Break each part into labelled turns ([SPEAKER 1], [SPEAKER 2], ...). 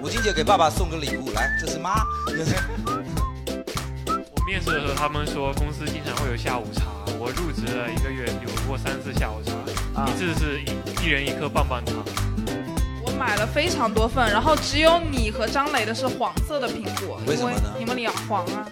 [SPEAKER 1] 母亲节给爸爸送个礼物，来，这是 妈。
[SPEAKER 2] 我面试的时候，他们说公司经常会有下午茶，我入职了一个月，有过三次下午
[SPEAKER 1] 啊
[SPEAKER 2] 茶，一次是一一人一颗棒棒糖。
[SPEAKER 3] 我买了非常多份，然后只有你和张磊的是黄色的苹果，
[SPEAKER 1] 为什么呢
[SPEAKER 3] 因你们俩黄啊。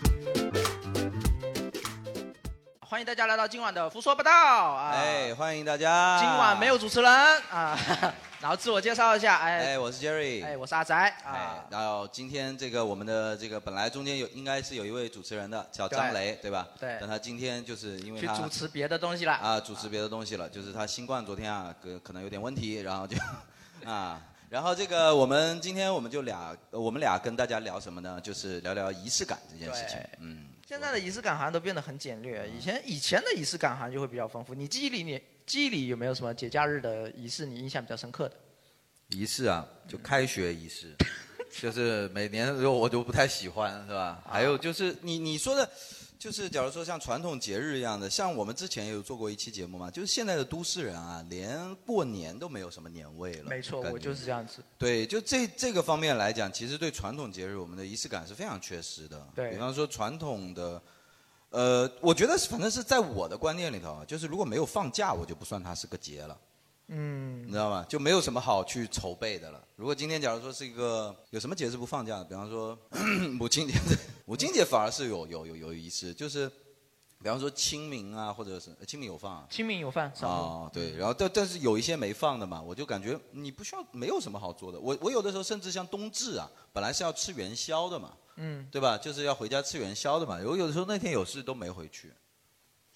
[SPEAKER 4] 欢迎大家来到今晚的胡说八道啊！
[SPEAKER 1] 哎，欢迎大家。
[SPEAKER 4] 今晚没有主持人啊， 然后自我介绍一下，哎，
[SPEAKER 1] 哎，我是 Jerry。
[SPEAKER 4] 哎，我是阿宅啊。
[SPEAKER 1] 哎，然后今天这个我们的这个本来中间有应该是有一位主持人的，叫张雷，对吧？
[SPEAKER 4] 对
[SPEAKER 1] 但他今天就是因为
[SPEAKER 4] 去
[SPEAKER 1] 他
[SPEAKER 4] 主持别的东西了
[SPEAKER 1] 啊，主持别的东西了，就是他新冠昨天啊，可可能有点问题，然后就 啊，然后这个我们今天我们就俩呃我们俩跟大家聊什么呢？就是聊聊仪式感这件事情
[SPEAKER 4] 对。
[SPEAKER 1] 嗯，
[SPEAKER 4] 现在的仪式感好像都变得很简略，以前以前的仪式感好像就会比较丰富。你记忆里你记忆里有没有什么节假日的仪式你印象比较深刻的？
[SPEAKER 1] 仪式啊，就开学仪 式，就是每年我都不太喜欢，是吧？还有就是你你说的，就是假如说像传统节日一样的，像我们之前也有做过一期节目嘛，就是现在的都市人啊，连过年都没有什么年味了。
[SPEAKER 4] 没错，
[SPEAKER 1] 感觉
[SPEAKER 4] 我就是这样子。
[SPEAKER 1] 对，就这这个方面来讲，其实对传统节日我们的仪式感是非常缺失的。
[SPEAKER 4] 对
[SPEAKER 1] 比方说传统的，呃，我觉得是反正是在我的观念里头啊，就是如果没有放假，我就不算它是个节了。
[SPEAKER 4] 嗯，
[SPEAKER 1] 你知道吗？就没有什么好去筹备的了。如果今天假如说是一个有什么节是不放假的，比方说 母亲节， 母亲节反而是有有有有仪式，就是比方说清明啊，或者是呃清明有放啊。
[SPEAKER 4] 清明有饭上路。
[SPEAKER 1] 哦，对，然后但但是有一些没放的嘛，我就感觉你不需要，没有什么好做的。我我有的时候甚至像冬至啊，本来是要吃元宵的嘛，
[SPEAKER 4] 嗯，
[SPEAKER 1] 对吧？就是要回家吃元宵的嘛。有有的时候那天有事都没回去，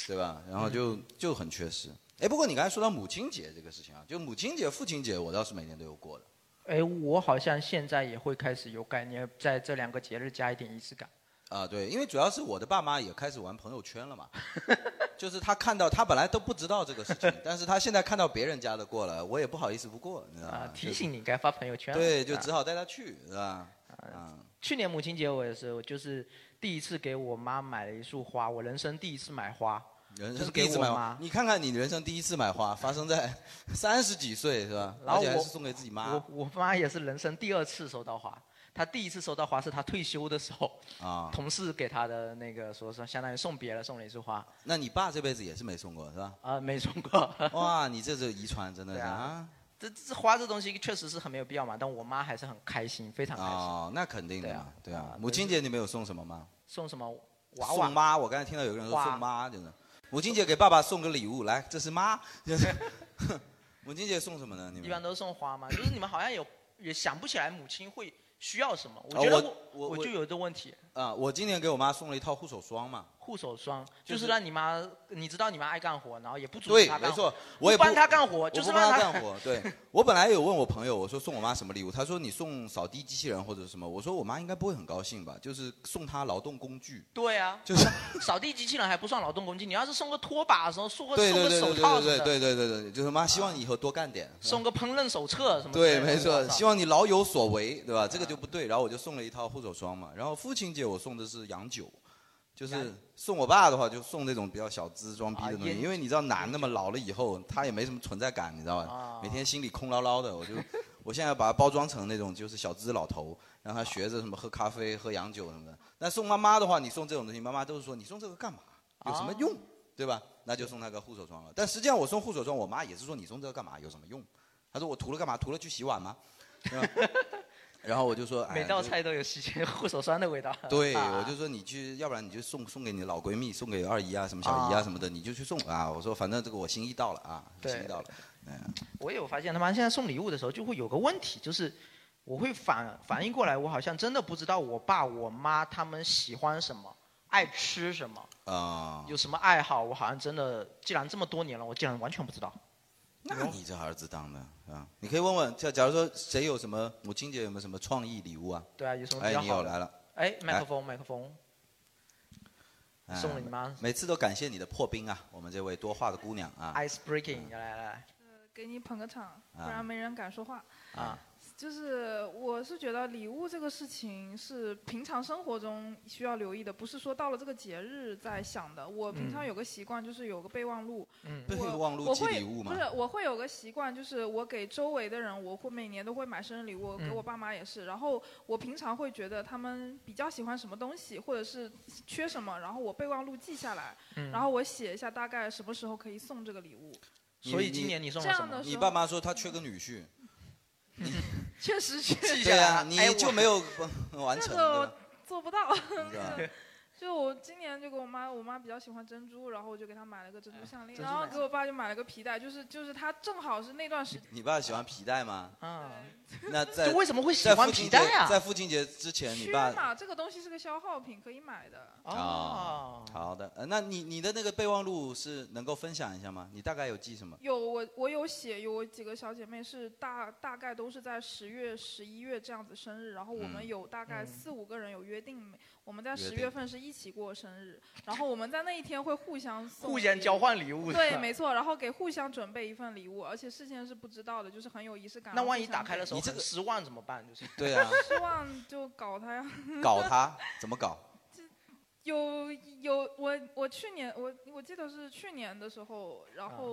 [SPEAKER 1] 对吧？然后
[SPEAKER 4] 嗯
[SPEAKER 1] 就、就很缺失。哎，不过你刚才说到母亲节这个事情啊，就母亲节、父亲节，我倒是每年都有过的。
[SPEAKER 4] 哎，我好像现在也会开始有概念，在这两个节日加一点仪式感。
[SPEAKER 1] 啊，对，因为主要是我的爸妈也开始玩朋友圈了 嘛，就是他看到他本来都不知道这个事情，但是他现在看到别人家的过了，我也不好意思不过，你知道吗？
[SPEAKER 4] 啊，提
[SPEAKER 1] 就
[SPEAKER 4] 醒你该发朋友圈了。
[SPEAKER 1] 对，就
[SPEAKER 4] 啊
[SPEAKER 1] 只好带他去，是吧？啊，
[SPEAKER 4] 去年母亲节我也是，我就是第一次给我妈买了一束花，我人生第一次买花。
[SPEAKER 1] 人
[SPEAKER 4] 就
[SPEAKER 1] 生
[SPEAKER 4] 是
[SPEAKER 1] 第一
[SPEAKER 4] 给
[SPEAKER 1] 次
[SPEAKER 4] 我
[SPEAKER 1] 买花
[SPEAKER 4] 妈，
[SPEAKER 1] 你看看你人生第一次买 花，发生在三十几岁是吧？
[SPEAKER 4] 然后
[SPEAKER 1] 而且还
[SPEAKER 4] 我
[SPEAKER 1] 是送给自己妈
[SPEAKER 4] 我我妈也是人生第二次收到花，她第一次收到花是她退休的时候，
[SPEAKER 1] 啊。
[SPEAKER 4] 同事给她的那个说说相当于送别了，送了一束花。
[SPEAKER 1] 那你爸这辈子也是没送过是吧？
[SPEAKER 4] 啊、没送过。
[SPEAKER 1] 哇，你这是遗传，真的是
[SPEAKER 4] 对
[SPEAKER 1] 啊
[SPEAKER 4] 啊。这这花这东西确实是很没有必要嘛，但我妈还是很开心，非常开心。
[SPEAKER 1] 哦，那肯定的
[SPEAKER 4] 对
[SPEAKER 1] 嘛
[SPEAKER 4] 啊，
[SPEAKER 1] 对啊
[SPEAKER 4] 啊。
[SPEAKER 1] 母亲节你们有送什么吗？
[SPEAKER 4] 送什么娃
[SPEAKER 1] 送
[SPEAKER 4] 娃？
[SPEAKER 1] 妈，我刚才听到有个人说
[SPEAKER 4] 娃
[SPEAKER 1] 送妈，真的。母亲节给爸爸送个礼物，来，这是妈。就是， 母亲节送什么呢？你们
[SPEAKER 4] 一般都送花嘛，就是你们好像有也想不起来母亲会需要什么。
[SPEAKER 1] 啊
[SPEAKER 4] 我觉得
[SPEAKER 1] 我
[SPEAKER 4] 我、
[SPEAKER 1] 我我
[SPEAKER 4] 就有这问题，
[SPEAKER 1] 啊，我今年给我妈送了一套护手霜嘛。
[SPEAKER 4] 护手霜
[SPEAKER 1] 就
[SPEAKER 4] 就是是让你妈，你知道你妈爱干活，然后也不阻止
[SPEAKER 1] 对
[SPEAKER 4] 她，
[SPEAKER 1] 没
[SPEAKER 4] 干活，
[SPEAKER 1] 错，我也
[SPEAKER 4] 不帮她干活，就
[SPEAKER 1] 我
[SPEAKER 4] 是
[SPEAKER 1] 不
[SPEAKER 4] 让
[SPEAKER 1] 帮
[SPEAKER 4] 她
[SPEAKER 1] 他干活。 对我本来有问我朋友，我说送我妈什么礼物，他说你送扫地机器人或者什么，我说我妈应该不会很高兴吧，就是送她劳动工具，
[SPEAKER 4] 对啊，
[SPEAKER 1] 就是
[SPEAKER 4] 扫地机器人还不算劳动工具，你要是送个拖把什么，送个
[SPEAKER 1] 对
[SPEAKER 4] 送
[SPEAKER 1] 对
[SPEAKER 4] 个
[SPEAKER 1] 对
[SPEAKER 4] 手
[SPEAKER 1] 对
[SPEAKER 4] 套
[SPEAKER 1] 对
[SPEAKER 4] 什么
[SPEAKER 1] 对
[SPEAKER 4] 的，
[SPEAKER 1] 对对对对，就是妈希望你以后多干点。
[SPEAKER 4] 送个烹饪手册什么之
[SPEAKER 1] 对，
[SPEAKER 4] 类的。
[SPEAKER 1] 没
[SPEAKER 4] 我
[SPEAKER 1] 错，
[SPEAKER 4] 操啊
[SPEAKER 1] 希望你老有所为，对吧？这个就不对。然后我就送了一套护手霜嘛。然后父亲节我送的是洋酒，就是送我爸的话就送那种比较小资装逼的东
[SPEAKER 4] 啊
[SPEAKER 1] 西，
[SPEAKER 4] 烟
[SPEAKER 1] 因为你知道男的嘛，老了以后他也没什么存在感，你知道吧
[SPEAKER 4] 啊？
[SPEAKER 1] 每天心里空落落的，我就 我现在把它包装成那种就是小资老头，让他学着什么喝咖啡、喝洋酒什么的。那送妈妈的话，你送这种东西，妈妈都是说你送这个干嘛？有什么
[SPEAKER 4] 啊
[SPEAKER 1] 用？对吧？那就送他个护手霜了。但实际上我送护手霜，我妈也是说你送这个干嘛？有什么用？她说我涂了干嘛？涂了去洗碗吗？对 吧然后我就说，哎
[SPEAKER 4] 每道
[SPEAKER 1] 就
[SPEAKER 4] 菜都有洗护手霜的味道。
[SPEAKER 1] 对，
[SPEAKER 4] 啊
[SPEAKER 1] 我就说你去，要不然你就送送给你老闺蜜，送给二姨啊，什么小姨啊
[SPEAKER 4] 啊
[SPEAKER 1] 什么的，你就去送啊。我说反正这个我心意到了啊，
[SPEAKER 4] 对
[SPEAKER 1] 心意到了。
[SPEAKER 4] 我有发现，他妈现在送礼物的时候就会有个问题，就是我会反反应过来，我好像真的不知道我爸我妈他们喜欢什么，爱吃什么，
[SPEAKER 1] 啊、
[SPEAKER 4] 有什么爱好，我好像真的，既然这么多年了，我竟然完全不知道。
[SPEAKER 1] 那你这儿子当的啊？你可以问问，假假如说谁有什么母亲节有没有什么创意礼物啊？
[SPEAKER 4] 对啊，有什么比
[SPEAKER 1] 哎，
[SPEAKER 4] 较
[SPEAKER 1] 你
[SPEAKER 4] 好
[SPEAKER 1] 有
[SPEAKER 4] 的？
[SPEAKER 1] 来了，
[SPEAKER 4] 哎，麦克风，麦克风，
[SPEAKER 1] 哎
[SPEAKER 4] 送了你妈
[SPEAKER 1] 每次都感谢你的破冰啊，我们这位多话的姑娘啊。
[SPEAKER 4] 哎，ice breaking，来来来
[SPEAKER 3] 给你捧个场，
[SPEAKER 1] 啊
[SPEAKER 3] 不然没人敢说话。
[SPEAKER 4] 啊，
[SPEAKER 3] 就是我是觉得礼物这个事情是平常生活中需要留意的，不是说到了这个节日再想的。我平常有个习惯，就是有个备忘录。
[SPEAKER 1] 嗯
[SPEAKER 3] 我
[SPEAKER 1] 备忘录
[SPEAKER 3] 我
[SPEAKER 1] 记
[SPEAKER 3] 会
[SPEAKER 1] 礼物吗
[SPEAKER 3] 不是，我会有个习惯，就是我给周围的人，我会每年都会买生日礼物，我给
[SPEAKER 5] 嗯
[SPEAKER 3] 我爸妈也是。然后我平常会觉得他们比较喜欢什么东西，或者是缺什么，然后我备忘录记下来，
[SPEAKER 1] 嗯
[SPEAKER 3] 然后我写一下大概什么时候可以送这个礼物。这样的时候
[SPEAKER 1] 你爸妈说他缺个女 婿，
[SPEAKER 3] 确实哎确实
[SPEAKER 1] 对
[SPEAKER 4] 哎
[SPEAKER 1] 啊，你就没有完
[SPEAKER 3] 这个
[SPEAKER 1] 成的
[SPEAKER 3] 我，做不到。
[SPEAKER 1] 对吧？
[SPEAKER 3] 就我今年就给我妈，我妈比较喜欢珍珠，然后我就给她买了个珍珠项链，
[SPEAKER 1] 哎珍珠
[SPEAKER 3] 然后
[SPEAKER 1] 奶
[SPEAKER 3] 给我爸就买了个皮带，就是就是他正好是那段时间，
[SPEAKER 1] 你爸喜欢皮 带吗？
[SPEAKER 3] 嗯
[SPEAKER 4] 啊，
[SPEAKER 1] 那在
[SPEAKER 4] 这为什么会喜欢
[SPEAKER 1] 在父亲
[SPEAKER 4] 皮带啊
[SPEAKER 1] 节在父亲节之前，你
[SPEAKER 3] 缺
[SPEAKER 1] 爸
[SPEAKER 3] 嘛，这个东西是个消耗品，可以买的。
[SPEAKER 1] 啊，
[SPEAKER 3] 哦
[SPEAKER 1] 好的，呃那你你的那个备忘录是能够分享一下吗？你大概有记什么？
[SPEAKER 3] 有我，我有写，有我几个小姐妹是大大概都是在十月、十一月这样子生日，然后我们
[SPEAKER 1] 嗯
[SPEAKER 3] 有大概
[SPEAKER 1] 嗯
[SPEAKER 3] 四五个人有约定，每我们在
[SPEAKER 4] 约
[SPEAKER 3] 十
[SPEAKER 4] 定
[SPEAKER 3] 月份是一起过生日，然后我们在那一天会互相送
[SPEAKER 4] 互相
[SPEAKER 3] 礼物
[SPEAKER 4] 交换礼物是
[SPEAKER 3] 对，
[SPEAKER 4] 吧
[SPEAKER 3] 没错，然后给互相准备一份礼物，而且事先是不知道的，就是很有仪式感。
[SPEAKER 4] 那万
[SPEAKER 3] 互
[SPEAKER 4] 一
[SPEAKER 3] 相
[SPEAKER 4] 打开的时候
[SPEAKER 3] 准备
[SPEAKER 4] 很失望怎么办？就是
[SPEAKER 1] 对啊
[SPEAKER 3] 失望就搞他呀，
[SPEAKER 1] 搞他怎么搞？
[SPEAKER 3] 有有，我我去年我我记得是去年的时候，然
[SPEAKER 6] 啊
[SPEAKER 3] 后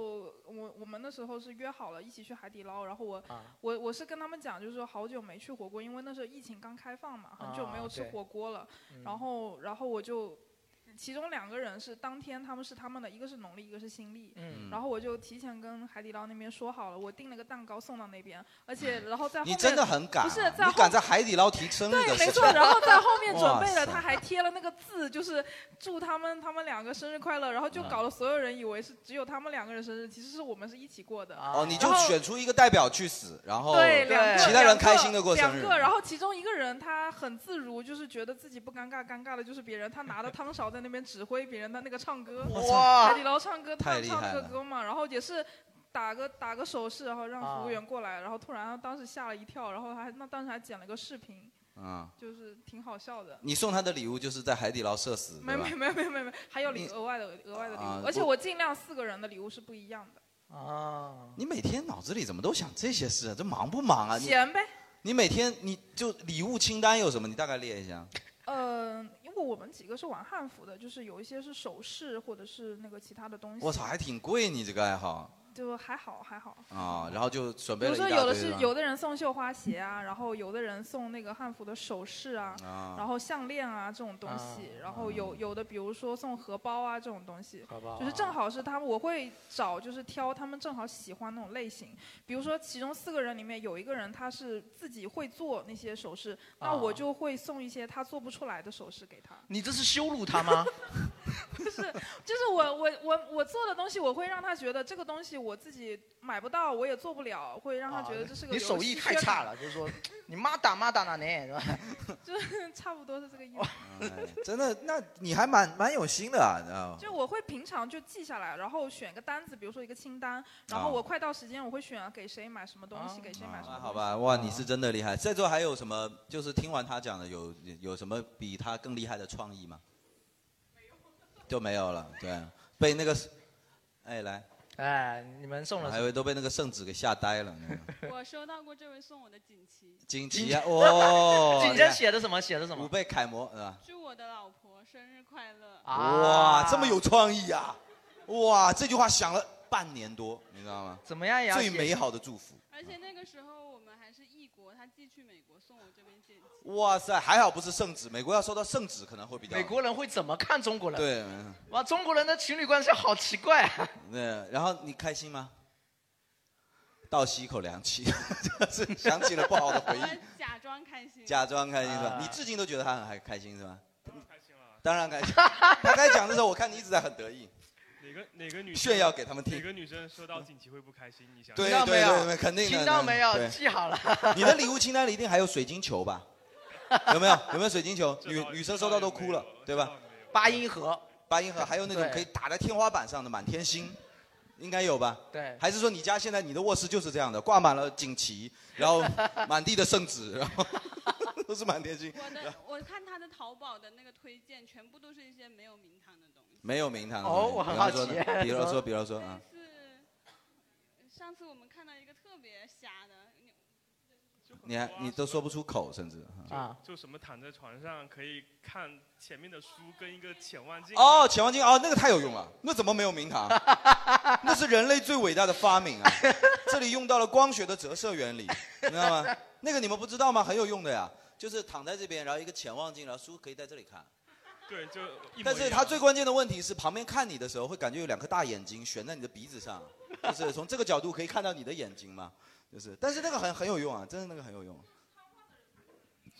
[SPEAKER 3] 我我们那时候是约好了一起去海底捞，然后我、
[SPEAKER 6] 啊
[SPEAKER 3] 我我是跟他们讲，就是说好久没去火锅，因为那时候疫情刚开放嘛，很久没有
[SPEAKER 6] 啊
[SPEAKER 3] 吃
[SPEAKER 6] 对
[SPEAKER 3] 火锅了，
[SPEAKER 6] 嗯
[SPEAKER 3] 然后然后我就。其中两个人是当天，他们是他们的，一个是农历，一个是新历。
[SPEAKER 1] 嗯
[SPEAKER 3] 然后我就提前跟海底捞那边说好了，我订了个蛋糕送到那边，而且然 后在后
[SPEAKER 1] 你
[SPEAKER 3] 面
[SPEAKER 1] 真的很敢
[SPEAKER 3] 不
[SPEAKER 1] 啊，
[SPEAKER 3] 是在
[SPEAKER 1] 你
[SPEAKER 3] 后
[SPEAKER 1] 敢在海底捞提生日
[SPEAKER 3] 对
[SPEAKER 1] 的，事
[SPEAKER 3] 没
[SPEAKER 1] 情
[SPEAKER 3] 错。然后在后面准
[SPEAKER 1] 哇
[SPEAKER 3] 备了，
[SPEAKER 1] 塞
[SPEAKER 3] 他还贴了那个字，就是祝他们他们两个生日快乐，然后就搞得所有人以为是只有他们两个人生日，其实是我们是一起过的。
[SPEAKER 1] 哦，你就
[SPEAKER 3] 然后
[SPEAKER 1] 选出一个代表去死，然后
[SPEAKER 3] 对两个
[SPEAKER 1] 其他人开心的过生
[SPEAKER 3] 两
[SPEAKER 1] 日。
[SPEAKER 3] 个，然后其中一个人他很自如，就是觉得自己不尴尬，尴尬的就是别人。他拿着汤勺在那边指挥别人的那个唱歌，
[SPEAKER 1] 我操
[SPEAKER 3] 海底捞唱歌，
[SPEAKER 1] 太
[SPEAKER 3] 他
[SPEAKER 1] 厉
[SPEAKER 3] 唱那
[SPEAKER 1] 害
[SPEAKER 3] 个
[SPEAKER 1] 了
[SPEAKER 3] 歌嘛，然后也是。打个打个手势，然后让服务员过来，然后突然他当时吓了一跳，然后还那当时还剪了个视频，
[SPEAKER 1] 嗯，
[SPEAKER 3] 就是挺好笑的。
[SPEAKER 1] 你送他的礼物就是在海底捞社死，
[SPEAKER 3] 没
[SPEAKER 1] 对吧
[SPEAKER 3] 没没没没没，还有礼额外的额外的礼物，
[SPEAKER 1] 啊
[SPEAKER 3] 而且
[SPEAKER 1] 不
[SPEAKER 3] 我尽量四个人的礼物是不一样的，
[SPEAKER 4] 啊，
[SPEAKER 1] 你每天脑子里怎么都想这些事啊？这忙不忙啊？你
[SPEAKER 3] 闲呗。
[SPEAKER 1] 你每天你就礼物清单有什么？你大概列一下。
[SPEAKER 3] 嗯、因为我们几个是玩汉服的，就是有一些是首饰或者是那个其他的东西。
[SPEAKER 1] 我操，还挺贵，你这个爱好
[SPEAKER 3] 就还好还好。
[SPEAKER 1] 啊、然后就准
[SPEAKER 3] 比
[SPEAKER 1] 备了
[SPEAKER 3] 如说，
[SPEAKER 1] 一大堆。
[SPEAKER 3] 有的是
[SPEAKER 1] 吧
[SPEAKER 3] 有的人送绣花鞋啊，然后有的人送那个汉服的首饰啊，
[SPEAKER 1] 啊
[SPEAKER 3] 然后项链啊这种东西，
[SPEAKER 1] 啊
[SPEAKER 3] 然后有有的比如说送荷包啊这种东西，
[SPEAKER 1] 荷包
[SPEAKER 3] 就是
[SPEAKER 1] 啊
[SPEAKER 3] 正好是他们，我会找就是挑他们正好喜欢那种类型。比如说其中四个人里面有一个人他是自己会做那些首饰，那
[SPEAKER 4] 啊
[SPEAKER 3] 我就会送一些他做不出来的首饰给他。
[SPEAKER 4] 你这是羞辱他吗？
[SPEAKER 3] 就是我我我我做的东西，我会让他觉得这个东西我自己买不到，我也做不了，会让他啊觉得这是个、
[SPEAKER 4] 啊你手艺太差，了，就是说你妈打妈打哪年是吧？
[SPEAKER 3] 就是 差不多是这个意思。
[SPEAKER 1] 哎
[SPEAKER 7] 真的，那你还蛮蛮有心的啊，你知道吗？
[SPEAKER 3] 就我会平常就记下来，然后选个单子，比如说一个清单，然后
[SPEAKER 1] 哦
[SPEAKER 3] 我快到时间我会选给谁买什么东西，给谁买什么东
[SPEAKER 1] 啊
[SPEAKER 3] 西。
[SPEAKER 1] 好吧，哇，你是真的厉害。在座还有什么？就是听完他讲的，有有什么比他更厉害的创意吗？就没有了，对，被那个，哎，来，
[SPEAKER 4] 哎，你们送了
[SPEAKER 1] 还以为都被那个圣旨给吓呆了。 那 个
[SPEAKER 8] 我收到过这位送我的锦旗，
[SPEAKER 1] 锦旗啊， 哦，
[SPEAKER 4] 锦上写的什么？写的什么？
[SPEAKER 1] 五倍楷模是吧？
[SPEAKER 8] 祝我的老婆生日快乐！
[SPEAKER 4] 啊
[SPEAKER 1] 哇，这么有创意啊！哇，这句话想了半年多，你知道吗？
[SPEAKER 4] 怎么样也要
[SPEAKER 1] 最
[SPEAKER 4] 写
[SPEAKER 1] 美好的祝福。
[SPEAKER 8] 而且那个时候我们还是异国，他寄去美国送我这边锦旗。
[SPEAKER 1] 哇塞，还好不是圣旨，美国要收到圣旨可能会比较。
[SPEAKER 4] 美国人会怎么看中国人？
[SPEAKER 1] 对，嗯
[SPEAKER 4] 哇，中国人的情侣关系好奇怪 啊！
[SPEAKER 1] 对，然后你开心吗？倒吸一口凉气， 就是想起了不好的回忆，
[SPEAKER 8] 我假装开心，
[SPEAKER 1] 假装开心是吧
[SPEAKER 8] 啊？
[SPEAKER 1] 你至今都觉得他很还开心是吧？当然开心了，当然开心。他刚才讲的时候，我看你一直在很得意。
[SPEAKER 2] 哪个哪个女生
[SPEAKER 1] 炫耀给他们听
[SPEAKER 2] 哪个女生收到锦旗会不开心？你想
[SPEAKER 1] 对
[SPEAKER 2] 想
[SPEAKER 1] 对对对，肯定的。
[SPEAKER 4] 听到没有
[SPEAKER 1] 对
[SPEAKER 4] 记好了
[SPEAKER 1] 你的礼物清单里一定还有水晶球 吧？有没有？有没有水晶球？女女生收到都哭了，对吧？
[SPEAKER 4] 八音盒，
[SPEAKER 1] 八音盒，还有那种
[SPEAKER 4] 对
[SPEAKER 1] 可以打在天花板上的满天星，应该有吧？
[SPEAKER 4] 对
[SPEAKER 1] 还是说你家现在你的卧室就是这样的，挂满了锦旗，然后满地的圣旨，然后 都是满天星，
[SPEAKER 8] 我的我看他的淘宝的那个推荐，全部都是一些没有名堂的东西。
[SPEAKER 1] 没有名堂的
[SPEAKER 4] 哦
[SPEAKER 1] 东西
[SPEAKER 4] 我很好
[SPEAKER 1] 比方说呢
[SPEAKER 4] 奇
[SPEAKER 1] 比如说，比如说啊，
[SPEAKER 8] 是上次我们看到一个特别瞎的，你
[SPEAKER 1] 你还你都说不出口，甚至
[SPEAKER 4] 啊，
[SPEAKER 5] 就什么躺在床上可以看前面的书，跟一个潜望镜。
[SPEAKER 1] 哦，潜望镜哦，那个太有用了，那怎么没有名 堂？那是人类最伟大的发明啊！这里用到了光学的折射原理，你知道吗？那个你们不知道吗？很有用的呀，就是躺在这边，然后一个潜望镜，然后书可以在这里看。
[SPEAKER 5] 对，就一模一样
[SPEAKER 1] 但是它最关键的问题是，旁边看你的时候会感觉有两颗大眼睛悬在你的鼻 子上，就是从这个角度可以看到你的眼睛嘛，就是，但是那个很很有用啊，真的那个很有用。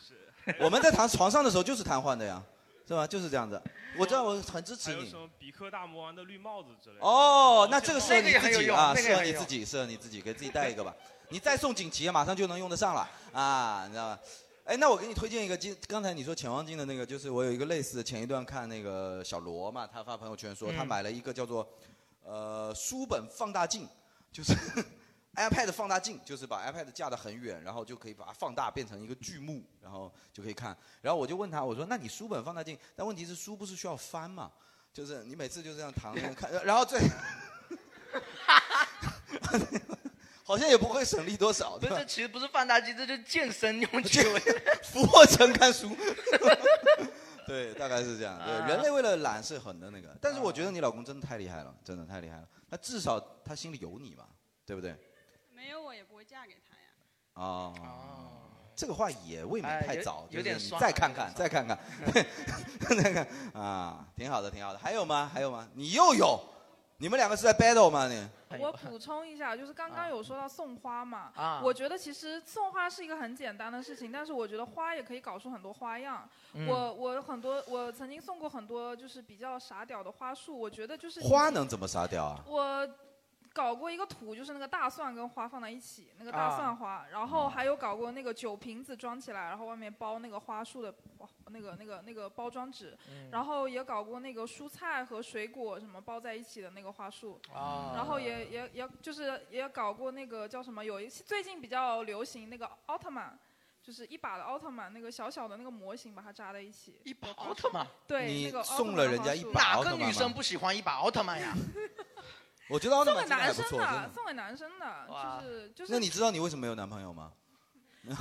[SPEAKER 5] 是
[SPEAKER 1] 我们在躺床上的时候就是瘫痪的呀，是吧？就是这样子。我知道，我很支持
[SPEAKER 5] 还有
[SPEAKER 1] 你
[SPEAKER 5] 什。么比克大魔王的绿帽子之类的。
[SPEAKER 1] 哦，那这个适合
[SPEAKER 5] 那个
[SPEAKER 1] 你
[SPEAKER 5] 也很有
[SPEAKER 1] 自己
[SPEAKER 5] 用
[SPEAKER 1] 啊，
[SPEAKER 5] 那个
[SPEAKER 1] 适
[SPEAKER 5] 也
[SPEAKER 1] 合
[SPEAKER 5] 很
[SPEAKER 1] 你
[SPEAKER 5] 有
[SPEAKER 1] 自己，适合你自己，给自己带一个吧。你再送锦旗，马上就能用得上了啊，你知道吧？哎，那我给你推荐一个，今刚才你说潜望镜的那个，就是我有一个类似的，前一段看那个小罗嘛，他发朋友圈说
[SPEAKER 7] 嗯
[SPEAKER 1] 他买了一个叫做呃书本放大镜，就是 iPad 放大镜，就是把 iPad 架得很远，然后就可以把它放大变成一个巨幕，然后就可以看。然后我就问他，我说那你书本放大镜，但问题是书不是需要翻嘛？就是你每次就这样躺 着看，然后最 好像也不会省力多少，
[SPEAKER 4] 不
[SPEAKER 1] 对
[SPEAKER 4] 是，
[SPEAKER 1] 吧
[SPEAKER 4] 这？其实不是放大镜，这就是健身用 具。
[SPEAKER 1] 俯卧撑看书。对，大概是这样。
[SPEAKER 4] 啊
[SPEAKER 1] 对，人类为了懒是很的那个，但是我觉得你老公真的太厉害了，真的太厉害了。他至少他心里有你嘛，对不对？
[SPEAKER 8] 没有我也不会嫁给他呀。
[SPEAKER 1] 哦，这个话也未免
[SPEAKER 8] 哎
[SPEAKER 1] 太
[SPEAKER 8] 有
[SPEAKER 1] 早，
[SPEAKER 8] 有点
[SPEAKER 1] 就是你
[SPEAKER 8] 酸
[SPEAKER 1] 再
[SPEAKER 8] 啊
[SPEAKER 1] 看
[SPEAKER 8] 有点
[SPEAKER 1] 看，
[SPEAKER 8] 酸
[SPEAKER 1] 再看看，再看 啊，挺好的，挺好的。还有吗？还有吗？你又有，你们两个是在 battle 吗？你
[SPEAKER 3] 我补充一下，就是刚刚有说到送花嘛，
[SPEAKER 1] 啊
[SPEAKER 3] 我觉得其实送花是一个很简单的事情，但是我觉得花也可以搞出很多花样。
[SPEAKER 1] 嗯
[SPEAKER 3] 我我很多我曾经送过很多就是比较傻屌的花束，我觉得就是
[SPEAKER 1] 花能怎么杀掉啊？
[SPEAKER 3] 我搞过一个图，就是那个大蒜跟花放在一起，那个大
[SPEAKER 1] 啊
[SPEAKER 3] 蒜花，然后还有搞过那个酒瓶子装起来，然后外面包那个花束的哇那个那个那个包装纸，
[SPEAKER 4] 嗯
[SPEAKER 3] 然后也搞过那个蔬菜和水果什么包在一起的那个花束，
[SPEAKER 4] 啊
[SPEAKER 3] 然后也也也就是也搞过那个叫什么，有一最近比较流行那个奥特曼。就是一把的奥特曼，那个小小的那个模型，把它扎在一起。
[SPEAKER 4] 一把奥特曼？
[SPEAKER 3] 对，
[SPEAKER 1] 你
[SPEAKER 3] 那个奥特
[SPEAKER 1] 送
[SPEAKER 3] 曼
[SPEAKER 1] 了
[SPEAKER 3] 的
[SPEAKER 1] 人
[SPEAKER 3] 花
[SPEAKER 1] 家一
[SPEAKER 3] 束
[SPEAKER 1] 把
[SPEAKER 4] 哪
[SPEAKER 1] 奥
[SPEAKER 4] 个
[SPEAKER 1] 特曼
[SPEAKER 4] 女
[SPEAKER 1] 吗
[SPEAKER 4] 生不喜欢一把奥特曼呀？
[SPEAKER 1] 我觉得奥特
[SPEAKER 3] 送
[SPEAKER 1] 曼
[SPEAKER 3] 给
[SPEAKER 1] 真的还
[SPEAKER 3] 男
[SPEAKER 1] 不
[SPEAKER 3] 生
[SPEAKER 1] 错，
[SPEAKER 4] 啊
[SPEAKER 1] 真的
[SPEAKER 3] 的，。送给男生的，就是就是。
[SPEAKER 1] 那你知道你为什么没有男朋友吗？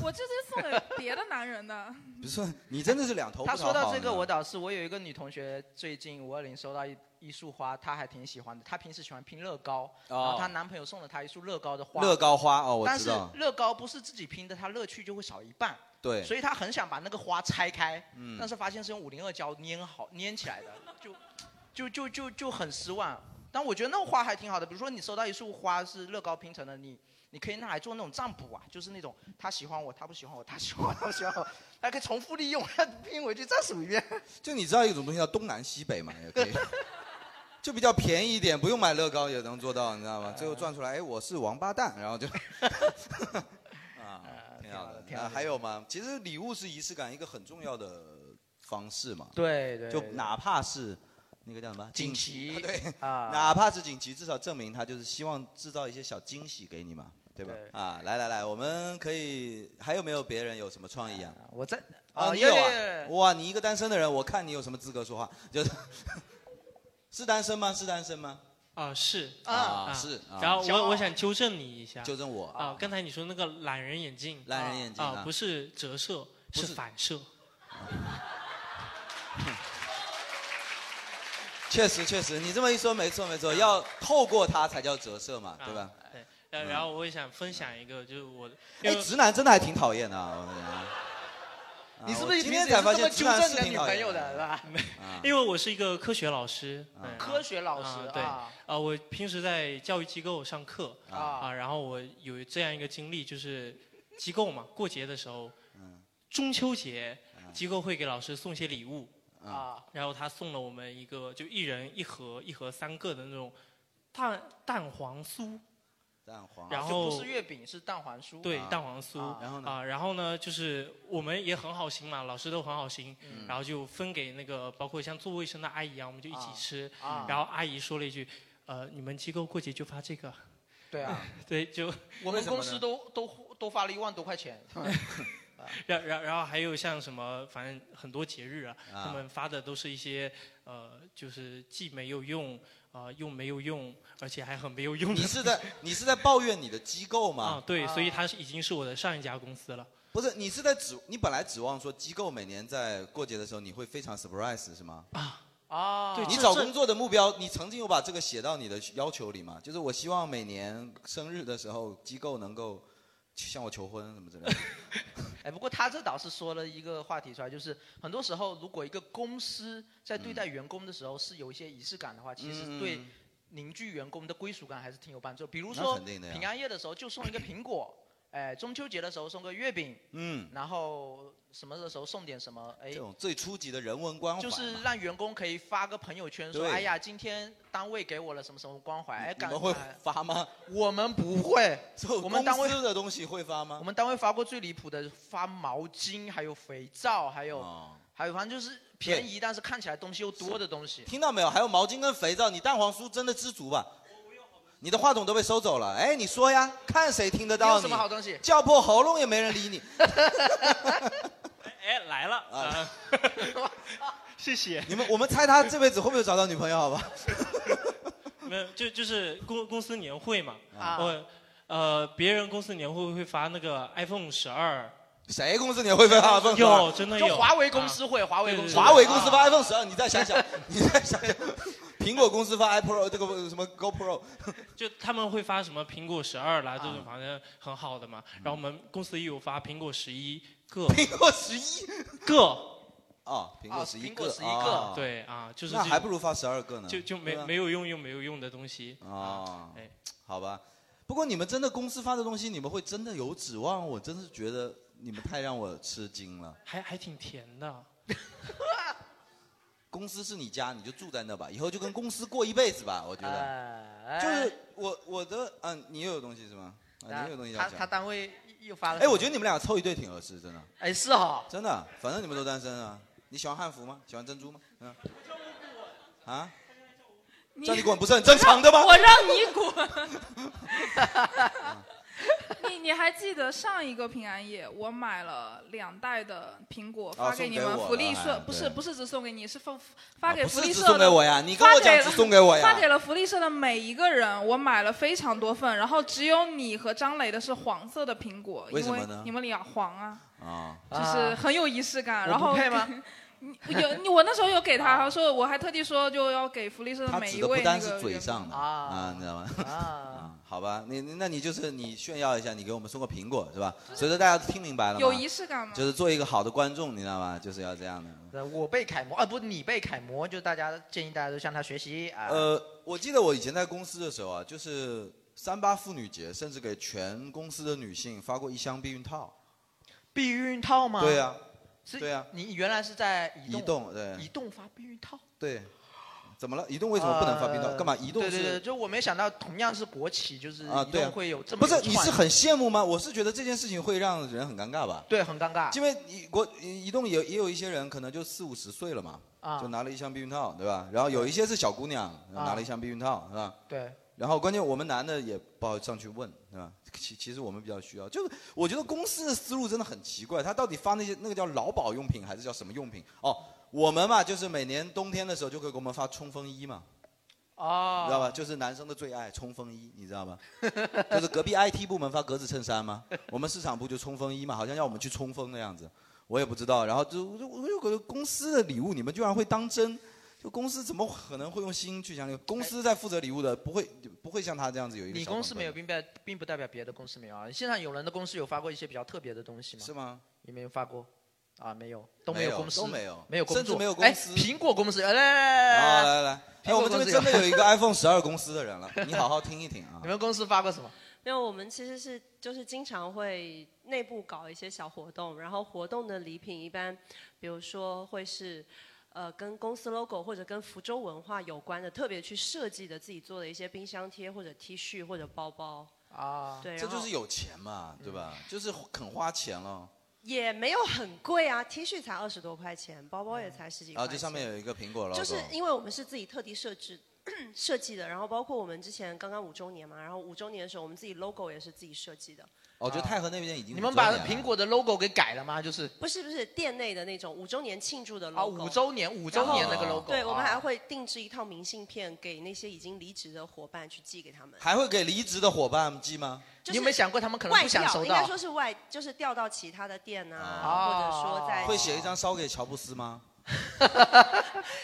[SPEAKER 3] 我这是送给别的男人的。
[SPEAKER 1] 不是，你真的是两头不
[SPEAKER 4] 他
[SPEAKER 1] 讨
[SPEAKER 4] 说
[SPEAKER 1] 好
[SPEAKER 4] 到这个，
[SPEAKER 1] 呢
[SPEAKER 4] 我倒是我有一个女同学，最近五二零收到一一束花，她还挺喜欢的。她平时喜欢拼乐高，然后她男朋友送了她一束乐高的花。
[SPEAKER 1] 哦乐高花哦我
[SPEAKER 4] 但
[SPEAKER 1] 知
[SPEAKER 4] 是
[SPEAKER 1] 道
[SPEAKER 4] 乐高不是自己拼的，她乐趣就会少一半。
[SPEAKER 1] 对
[SPEAKER 4] 所以她很想把那个花拆开，
[SPEAKER 1] 嗯
[SPEAKER 4] 但是发现是用五零二胶粘好粘起来的，就就就就就很失望。但我觉得那个花还挺好的，比如说你收到一束花是乐高拼成的，你你可以拿来做那种占卜啊，就是那种他喜欢我，他不喜欢我，他喜欢我，他不喜欢我，还可以重复利用，拼回去再数一 遍。
[SPEAKER 1] 就你知道一种东西叫东南西北嘛，也可以，就比较便宜一点，不用买乐高也能做到，你知道吗？最后赚出来，哎，我是王八蛋，然后就， 啊，挺好的
[SPEAKER 4] 挺。好
[SPEAKER 1] 啊，
[SPEAKER 4] 的
[SPEAKER 1] 还有吗？其实礼物是仪式感一个很重要的方式嘛。
[SPEAKER 4] 对对
[SPEAKER 1] 就
[SPEAKER 4] 对
[SPEAKER 1] 哪怕是那个叫什么锦旗，对，
[SPEAKER 4] 啊
[SPEAKER 1] 哪怕是锦旗，至少证明他就是希望制造一些小惊喜给你嘛，对吧？啊，来来来，我们可以还有没有别人有什么创意啊？
[SPEAKER 4] 我在
[SPEAKER 1] 哦，
[SPEAKER 4] 啊
[SPEAKER 1] 你有
[SPEAKER 4] 有
[SPEAKER 1] 啊
[SPEAKER 4] 有？有
[SPEAKER 1] 哇，你一个单身的人，我看你有什么资格说话？就是 是单身吗？是单身吗？
[SPEAKER 6] 啊，是
[SPEAKER 1] 啊啊是啊
[SPEAKER 6] 然后
[SPEAKER 1] 骄傲
[SPEAKER 6] 我我想纠正你一下，
[SPEAKER 1] 纠正我
[SPEAKER 6] 啊。刚才你说那个懒人眼镜，
[SPEAKER 1] 懒人眼镜啊
[SPEAKER 6] 啊，不是折射，是反射。
[SPEAKER 1] 确实确实，你这么一说，没错没
[SPEAKER 4] 啊
[SPEAKER 1] 错，要透过它才叫折射嘛，对吧？
[SPEAKER 6] 对。然然后我也想分享一个，就是我，
[SPEAKER 1] 嗯
[SPEAKER 6] 因，
[SPEAKER 1] 哎
[SPEAKER 6] 为
[SPEAKER 1] 直男真的还挺讨厌的啊！我跟你讲 啊
[SPEAKER 6] 你是不
[SPEAKER 1] 我
[SPEAKER 6] 是
[SPEAKER 1] 今
[SPEAKER 6] 平
[SPEAKER 1] 天
[SPEAKER 6] 时也
[SPEAKER 1] 才
[SPEAKER 6] 是
[SPEAKER 1] 发
[SPEAKER 6] 这
[SPEAKER 1] 现
[SPEAKER 6] 么
[SPEAKER 1] 直
[SPEAKER 6] 纠
[SPEAKER 1] 男
[SPEAKER 6] 正
[SPEAKER 1] 是
[SPEAKER 6] 的
[SPEAKER 1] 挺
[SPEAKER 6] 女
[SPEAKER 1] 讨
[SPEAKER 6] 朋
[SPEAKER 1] 厌
[SPEAKER 6] 友
[SPEAKER 4] 的，是吧？
[SPEAKER 1] 啊
[SPEAKER 6] 因为我是一个科学老师，对
[SPEAKER 4] 科学老师
[SPEAKER 6] 对
[SPEAKER 4] 啊，
[SPEAKER 6] 我平时在教育机构上课
[SPEAKER 4] 啊
[SPEAKER 6] 啊，然后我有这样一个经历，就是机构嘛，过节的时候，
[SPEAKER 1] 嗯
[SPEAKER 6] 中秋节机构会给老师送些礼物
[SPEAKER 1] 嗯
[SPEAKER 4] 啊，
[SPEAKER 6] 然后他送了我们一个就一人一盒一盒三个的那种蛋蛋黄酥，
[SPEAKER 1] 蛋黄
[SPEAKER 6] 然
[SPEAKER 4] 就
[SPEAKER 6] 后
[SPEAKER 4] 不是月饼是蛋黄酥，
[SPEAKER 6] 对，蛋黄酥。
[SPEAKER 4] 啊
[SPEAKER 1] 然后
[SPEAKER 6] 呢？啊，然后呢，就是我们也很好心嘛，老师都很好心，
[SPEAKER 4] 嗯
[SPEAKER 6] 然后就分给那个包括像做卫生的阿姨啊，我们就一起
[SPEAKER 4] 啊
[SPEAKER 6] 吃。
[SPEAKER 4] 啊
[SPEAKER 6] 然后阿姨说了一句：“呃，你们机构过节就发这个。”
[SPEAKER 4] 对啊，
[SPEAKER 6] 对，就
[SPEAKER 4] 我们公司都都都发了一万多块 钱。
[SPEAKER 6] 然然然后还有像什么，反正很多节日啊，
[SPEAKER 1] 啊
[SPEAKER 6] 他们发的都是一些呃，就是既没有用，啊、又没有用，而且还很没有用。
[SPEAKER 1] 你是在你是在抱怨你的机构吗？
[SPEAKER 6] 啊，对，所以它是已经是我的上一家公司了。
[SPEAKER 1] 不是，你是在指你本来指望说机构每年在过节的时候你会非常 surprise 是吗？
[SPEAKER 4] 啊
[SPEAKER 1] 你找工作的目标，你曾经有把这个写到你的要求里吗？就是我希望每年生日的时候，机构能够向我求婚什么之类的。
[SPEAKER 4] 哎，不过他这倒是说了一个话题出来，就是很多时候，如果一个公司在对待员工的时候是有一些仪式感的话，其实对
[SPEAKER 1] 嗯
[SPEAKER 4] 凝聚员工的归属感还是挺有帮助。比如
[SPEAKER 1] 那
[SPEAKER 4] 说
[SPEAKER 1] 肯定的呀
[SPEAKER 4] 平安夜的时候就送一个苹 果，哎，中秋节的时候送个月饼，
[SPEAKER 1] 嗯，
[SPEAKER 4] 然后什么的时候送点什么，哎
[SPEAKER 1] 这，种最初级的人文关怀嘛，
[SPEAKER 4] 就是让员工可以发个朋友圈说，
[SPEAKER 1] 对
[SPEAKER 4] 哎呀，今天单位给我了什么什么关怀，哎，
[SPEAKER 1] 你
[SPEAKER 4] 感
[SPEAKER 1] 们会
[SPEAKER 4] 哎
[SPEAKER 1] 发吗？
[SPEAKER 4] 我们不 会，我们单位
[SPEAKER 1] 公司的东西会发吗？
[SPEAKER 4] 我们单位发过最离谱的，发毛巾，还有肥皂，还有、
[SPEAKER 1] 哦
[SPEAKER 4] 还有反正就是便宜，但是看起来东西又多的东西。
[SPEAKER 1] 听到没有？还有毛巾跟肥皂，你蛋黄酥真的知足吧？你的话筒都被收走了，哎，你说呀，看谁听得到
[SPEAKER 4] 你
[SPEAKER 1] 你？
[SPEAKER 4] 有什么好东西
[SPEAKER 1] 叫破喉咙也没人理你。
[SPEAKER 6] 哎，来了
[SPEAKER 9] 呃
[SPEAKER 1] 啊！
[SPEAKER 6] 谢谢。
[SPEAKER 1] 你们，我们猜他这辈子会不会找到女朋友？好 吧？
[SPEAKER 6] 没有，就就是公公司年会嘛。
[SPEAKER 1] 啊
[SPEAKER 6] 我呃，别人公司年会会发那个 iPhone 十二。
[SPEAKER 1] 谁公司年会发 iPhone
[SPEAKER 6] 有，
[SPEAKER 1] 12
[SPEAKER 6] 真的有。啊
[SPEAKER 4] 就华为公司会，华为公司会，
[SPEAKER 1] 华为公司发
[SPEAKER 4] 啊
[SPEAKER 1] iPhone 十二，你再想 想， 你再想想，苹果公司发 iPro 这个什么 GoPro，
[SPEAKER 6] 就他们会发什么苹果十二
[SPEAKER 1] 啊
[SPEAKER 6] 啦，这种反正很好的嘛。然后我们公司也有发苹果十一个，
[SPEAKER 1] 苹果十一
[SPEAKER 6] 个，
[SPEAKER 1] 啊，苹果
[SPEAKER 6] 啊
[SPEAKER 4] 哦
[SPEAKER 1] 十一
[SPEAKER 6] 苹果11个
[SPEAKER 1] 啊
[SPEAKER 6] 对啊就是
[SPEAKER 1] 那
[SPEAKER 6] 这
[SPEAKER 1] 还
[SPEAKER 6] 种
[SPEAKER 1] 不如发十二个呢，
[SPEAKER 6] 就就没
[SPEAKER 1] 对吧
[SPEAKER 6] 没有用又没有用的东西。
[SPEAKER 1] 啊，
[SPEAKER 6] 哎，
[SPEAKER 1] 好吧。不过你们真的公司发的东西，你们会真的有指望？我真是觉得你们太让我吃惊了。
[SPEAKER 6] 还还挺甜的。
[SPEAKER 1] 公司是你家，你就住在那吧，以后就跟公司过一辈子吧，我觉
[SPEAKER 6] 哎
[SPEAKER 4] 得。
[SPEAKER 1] 就是我我的，嗯、你也有东西是吗？啊，
[SPEAKER 4] 啊
[SPEAKER 1] 你也有东西要
[SPEAKER 4] 他
[SPEAKER 1] 讲
[SPEAKER 4] 他。单位又发了。
[SPEAKER 1] 哎，我觉得你们俩凑一对挺合适，真的。
[SPEAKER 4] 哎是哈，
[SPEAKER 1] 真的，反正你们都单身啊。你喜欢汉服吗？喜欢珍珠吗？嗯。啊？叫 你滚不是很正常的吗？
[SPEAKER 3] 我让你 滚！你你还记得上一个平安夜，我买了两袋的苹果
[SPEAKER 1] 啊
[SPEAKER 3] 发给你
[SPEAKER 1] 送
[SPEAKER 3] 们
[SPEAKER 1] 给我
[SPEAKER 3] 福利
[SPEAKER 1] 了
[SPEAKER 3] 社
[SPEAKER 1] 哎，
[SPEAKER 3] 不
[SPEAKER 1] 对啊
[SPEAKER 3] 是不是只送给你，是发发给
[SPEAKER 1] 不
[SPEAKER 3] 福
[SPEAKER 1] 是
[SPEAKER 3] 利
[SPEAKER 1] 只
[SPEAKER 3] 社
[SPEAKER 1] 送给
[SPEAKER 3] 的
[SPEAKER 1] 我呀你跟我讲
[SPEAKER 3] 发
[SPEAKER 1] 只送给我呀
[SPEAKER 3] 发给了福利社的每一个人，我买了非常多份，然后只有你和张磊的是黄色的苹果，
[SPEAKER 1] 为什
[SPEAKER 3] 因
[SPEAKER 1] 么
[SPEAKER 3] 为
[SPEAKER 1] 呢
[SPEAKER 3] 你们俩黄啊，
[SPEAKER 1] 啊。
[SPEAKER 3] 就是很有仪式感。
[SPEAKER 1] 我
[SPEAKER 3] 然后
[SPEAKER 1] 不配吗？
[SPEAKER 3] 你有你我那时候有给他，他说我还特地说就要给福利社
[SPEAKER 1] 他
[SPEAKER 3] 的每
[SPEAKER 1] 指
[SPEAKER 3] 一
[SPEAKER 1] 的不
[SPEAKER 3] 位
[SPEAKER 1] 单
[SPEAKER 3] 那
[SPEAKER 1] 是
[SPEAKER 3] 个
[SPEAKER 1] 嘴
[SPEAKER 3] 员
[SPEAKER 1] 上的啊，你知道吗？ 啊，好吧，你你那你就是你炫耀一下，你给我们送个苹果是吧？所以说大家都听明白了吗？
[SPEAKER 4] 有仪式感吗
[SPEAKER 1] 就是做一个好的观众，你知道吗？就是要这样的。
[SPEAKER 4] 呃我被楷模啊，不，你被楷模，就大家建议大家都向他学习啊。
[SPEAKER 1] 呃，我记得我以前在公司的时候啊，就是三八妇女节，甚至给全公司的女性发过一箱避孕套。
[SPEAKER 4] 避孕套吗？
[SPEAKER 1] 对呀，
[SPEAKER 4] 是
[SPEAKER 1] 对呀
[SPEAKER 4] 你原来是在移
[SPEAKER 1] 移动对
[SPEAKER 4] 移动发避孕套。
[SPEAKER 1] 对，怎么了？移动为什么不能发避孕套？
[SPEAKER 4] 呃
[SPEAKER 1] 干嘛？移动
[SPEAKER 4] 对
[SPEAKER 1] 是
[SPEAKER 4] 对对，就我没想到同样是国企，就是
[SPEAKER 1] 啊，
[SPEAKER 4] 移
[SPEAKER 1] 对啊
[SPEAKER 4] 动会有这么
[SPEAKER 1] 不是
[SPEAKER 4] 有
[SPEAKER 1] 你
[SPEAKER 4] 创
[SPEAKER 1] 是
[SPEAKER 4] 意
[SPEAKER 1] 很羡慕吗？我是觉得这件事情会让人很尴尬吧。
[SPEAKER 4] 对很尴尬，
[SPEAKER 1] 因为你国移动也也有一些人可能就四五十岁了嘛，
[SPEAKER 4] 啊
[SPEAKER 1] 就拿了一箱避孕套，对吧？然后有一些是小姑娘
[SPEAKER 4] 啊
[SPEAKER 1] 拿了一箱避孕套，是吧？
[SPEAKER 4] 对
[SPEAKER 1] 然后关键我们男的也不好上去问，是吧？其其实我们比较需要，就是我觉得公司的思路真的很奇怪，他到底发那些那个叫劳保用品还是叫什么用品？哦，我们嘛就是每年冬天的时候就会给我们发冲锋衣嘛，
[SPEAKER 4] 哦，
[SPEAKER 1] 你知道吧？就是男生的最爱冲锋衣，你知道吗？ 就是隔壁 IT 部门发格子衬衫吗？我们市场部就冲锋衣嘛，好像要我们去冲锋的样子，我也不知道。然后就就我就觉得公司的礼物你们居然会当真，就公司怎么可能会用心去想礼物？公司在负责礼物的不会不会像他这样子有一个
[SPEAKER 4] 你
[SPEAKER 1] 小广
[SPEAKER 4] 公
[SPEAKER 1] 告
[SPEAKER 4] 司没有，并不代并不代表别的公司没有啊。现场有人的公司有发过一些比较特别的东西吗？
[SPEAKER 1] 是吗？
[SPEAKER 4] 有没有发过？啊，没有，都
[SPEAKER 1] 没
[SPEAKER 4] 有
[SPEAKER 1] 有
[SPEAKER 4] 公司，
[SPEAKER 1] 都没有
[SPEAKER 4] 没有工作，
[SPEAKER 1] 甚至没有公
[SPEAKER 4] 哎
[SPEAKER 1] 司
[SPEAKER 4] 苹果公司，哎来来
[SPEAKER 1] 啊
[SPEAKER 4] 来
[SPEAKER 1] 来来来，哎
[SPEAKER 4] 苹
[SPEAKER 1] 我
[SPEAKER 4] 果
[SPEAKER 1] 们这个
[SPEAKER 4] 公司
[SPEAKER 1] 真的有一个 iPhone 十二公 司的人了，你好好听一听啊
[SPEAKER 4] 你。们公司发过什么？
[SPEAKER 10] 没有，我们其实是就是经常会内部搞一些小活动，然后活动的礼品一般，比如说会是。呃，跟公司 logo 或者跟福州文化有关的，特别去设计的自己做的一些冰箱贴或者 T 恤或者包包
[SPEAKER 4] 啊
[SPEAKER 10] 对，嗯
[SPEAKER 1] 这
[SPEAKER 10] 然后
[SPEAKER 1] 就是有钱嘛，对吧？就是肯花钱了，
[SPEAKER 10] 也没有很贵啊，T 恤才二十多块钱，包包也才十几
[SPEAKER 1] 然
[SPEAKER 10] 块
[SPEAKER 1] 后
[SPEAKER 10] 钱。
[SPEAKER 1] 这上面有一个苹果 logo，
[SPEAKER 10] 就是因为我们是自己特地设置设计的，然后包括我们之前刚刚五周年嘛，然后五周年的时候我们自己 logo 也是自己设计的。
[SPEAKER 1] 哦，就太和那边已经
[SPEAKER 4] 你们
[SPEAKER 1] 5周
[SPEAKER 4] 把
[SPEAKER 1] 年了
[SPEAKER 4] 苹果的 logo 给改了吗？就是
[SPEAKER 10] 不是不是，店内的那种五周年庆祝的
[SPEAKER 4] 啊，
[SPEAKER 10] logo。
[SPEAKER 4] 五周年五周年那个 logo，
[SPEAKER 10] 对，我们
[SPEAKER 4] 啊
[SPEAKER 10] 还会定制一套明信片给那些已经离职的伙伴去寄给他们。
[SPEAKER 1] 还会给离职的伙伴寄吗？
[SPEAKER 10] 就是
[SPEAKER 4] 你有没有想过他们可能
[SPEAKER 10] 外
[SPEAKER 4] 不想
[SPEAKER 10] 调
[SPEAKER 4] 收
[SPEAKER 10] 应该
[SPEAKER 4] 到？
[SPEAKER 10] 说是外，就是调到其他的店啊，
[SPEAKER 1] 哦
[SPEAKER 10] 或者说在
[SPEAKER 1] 会写一张烧给乔布斯吗？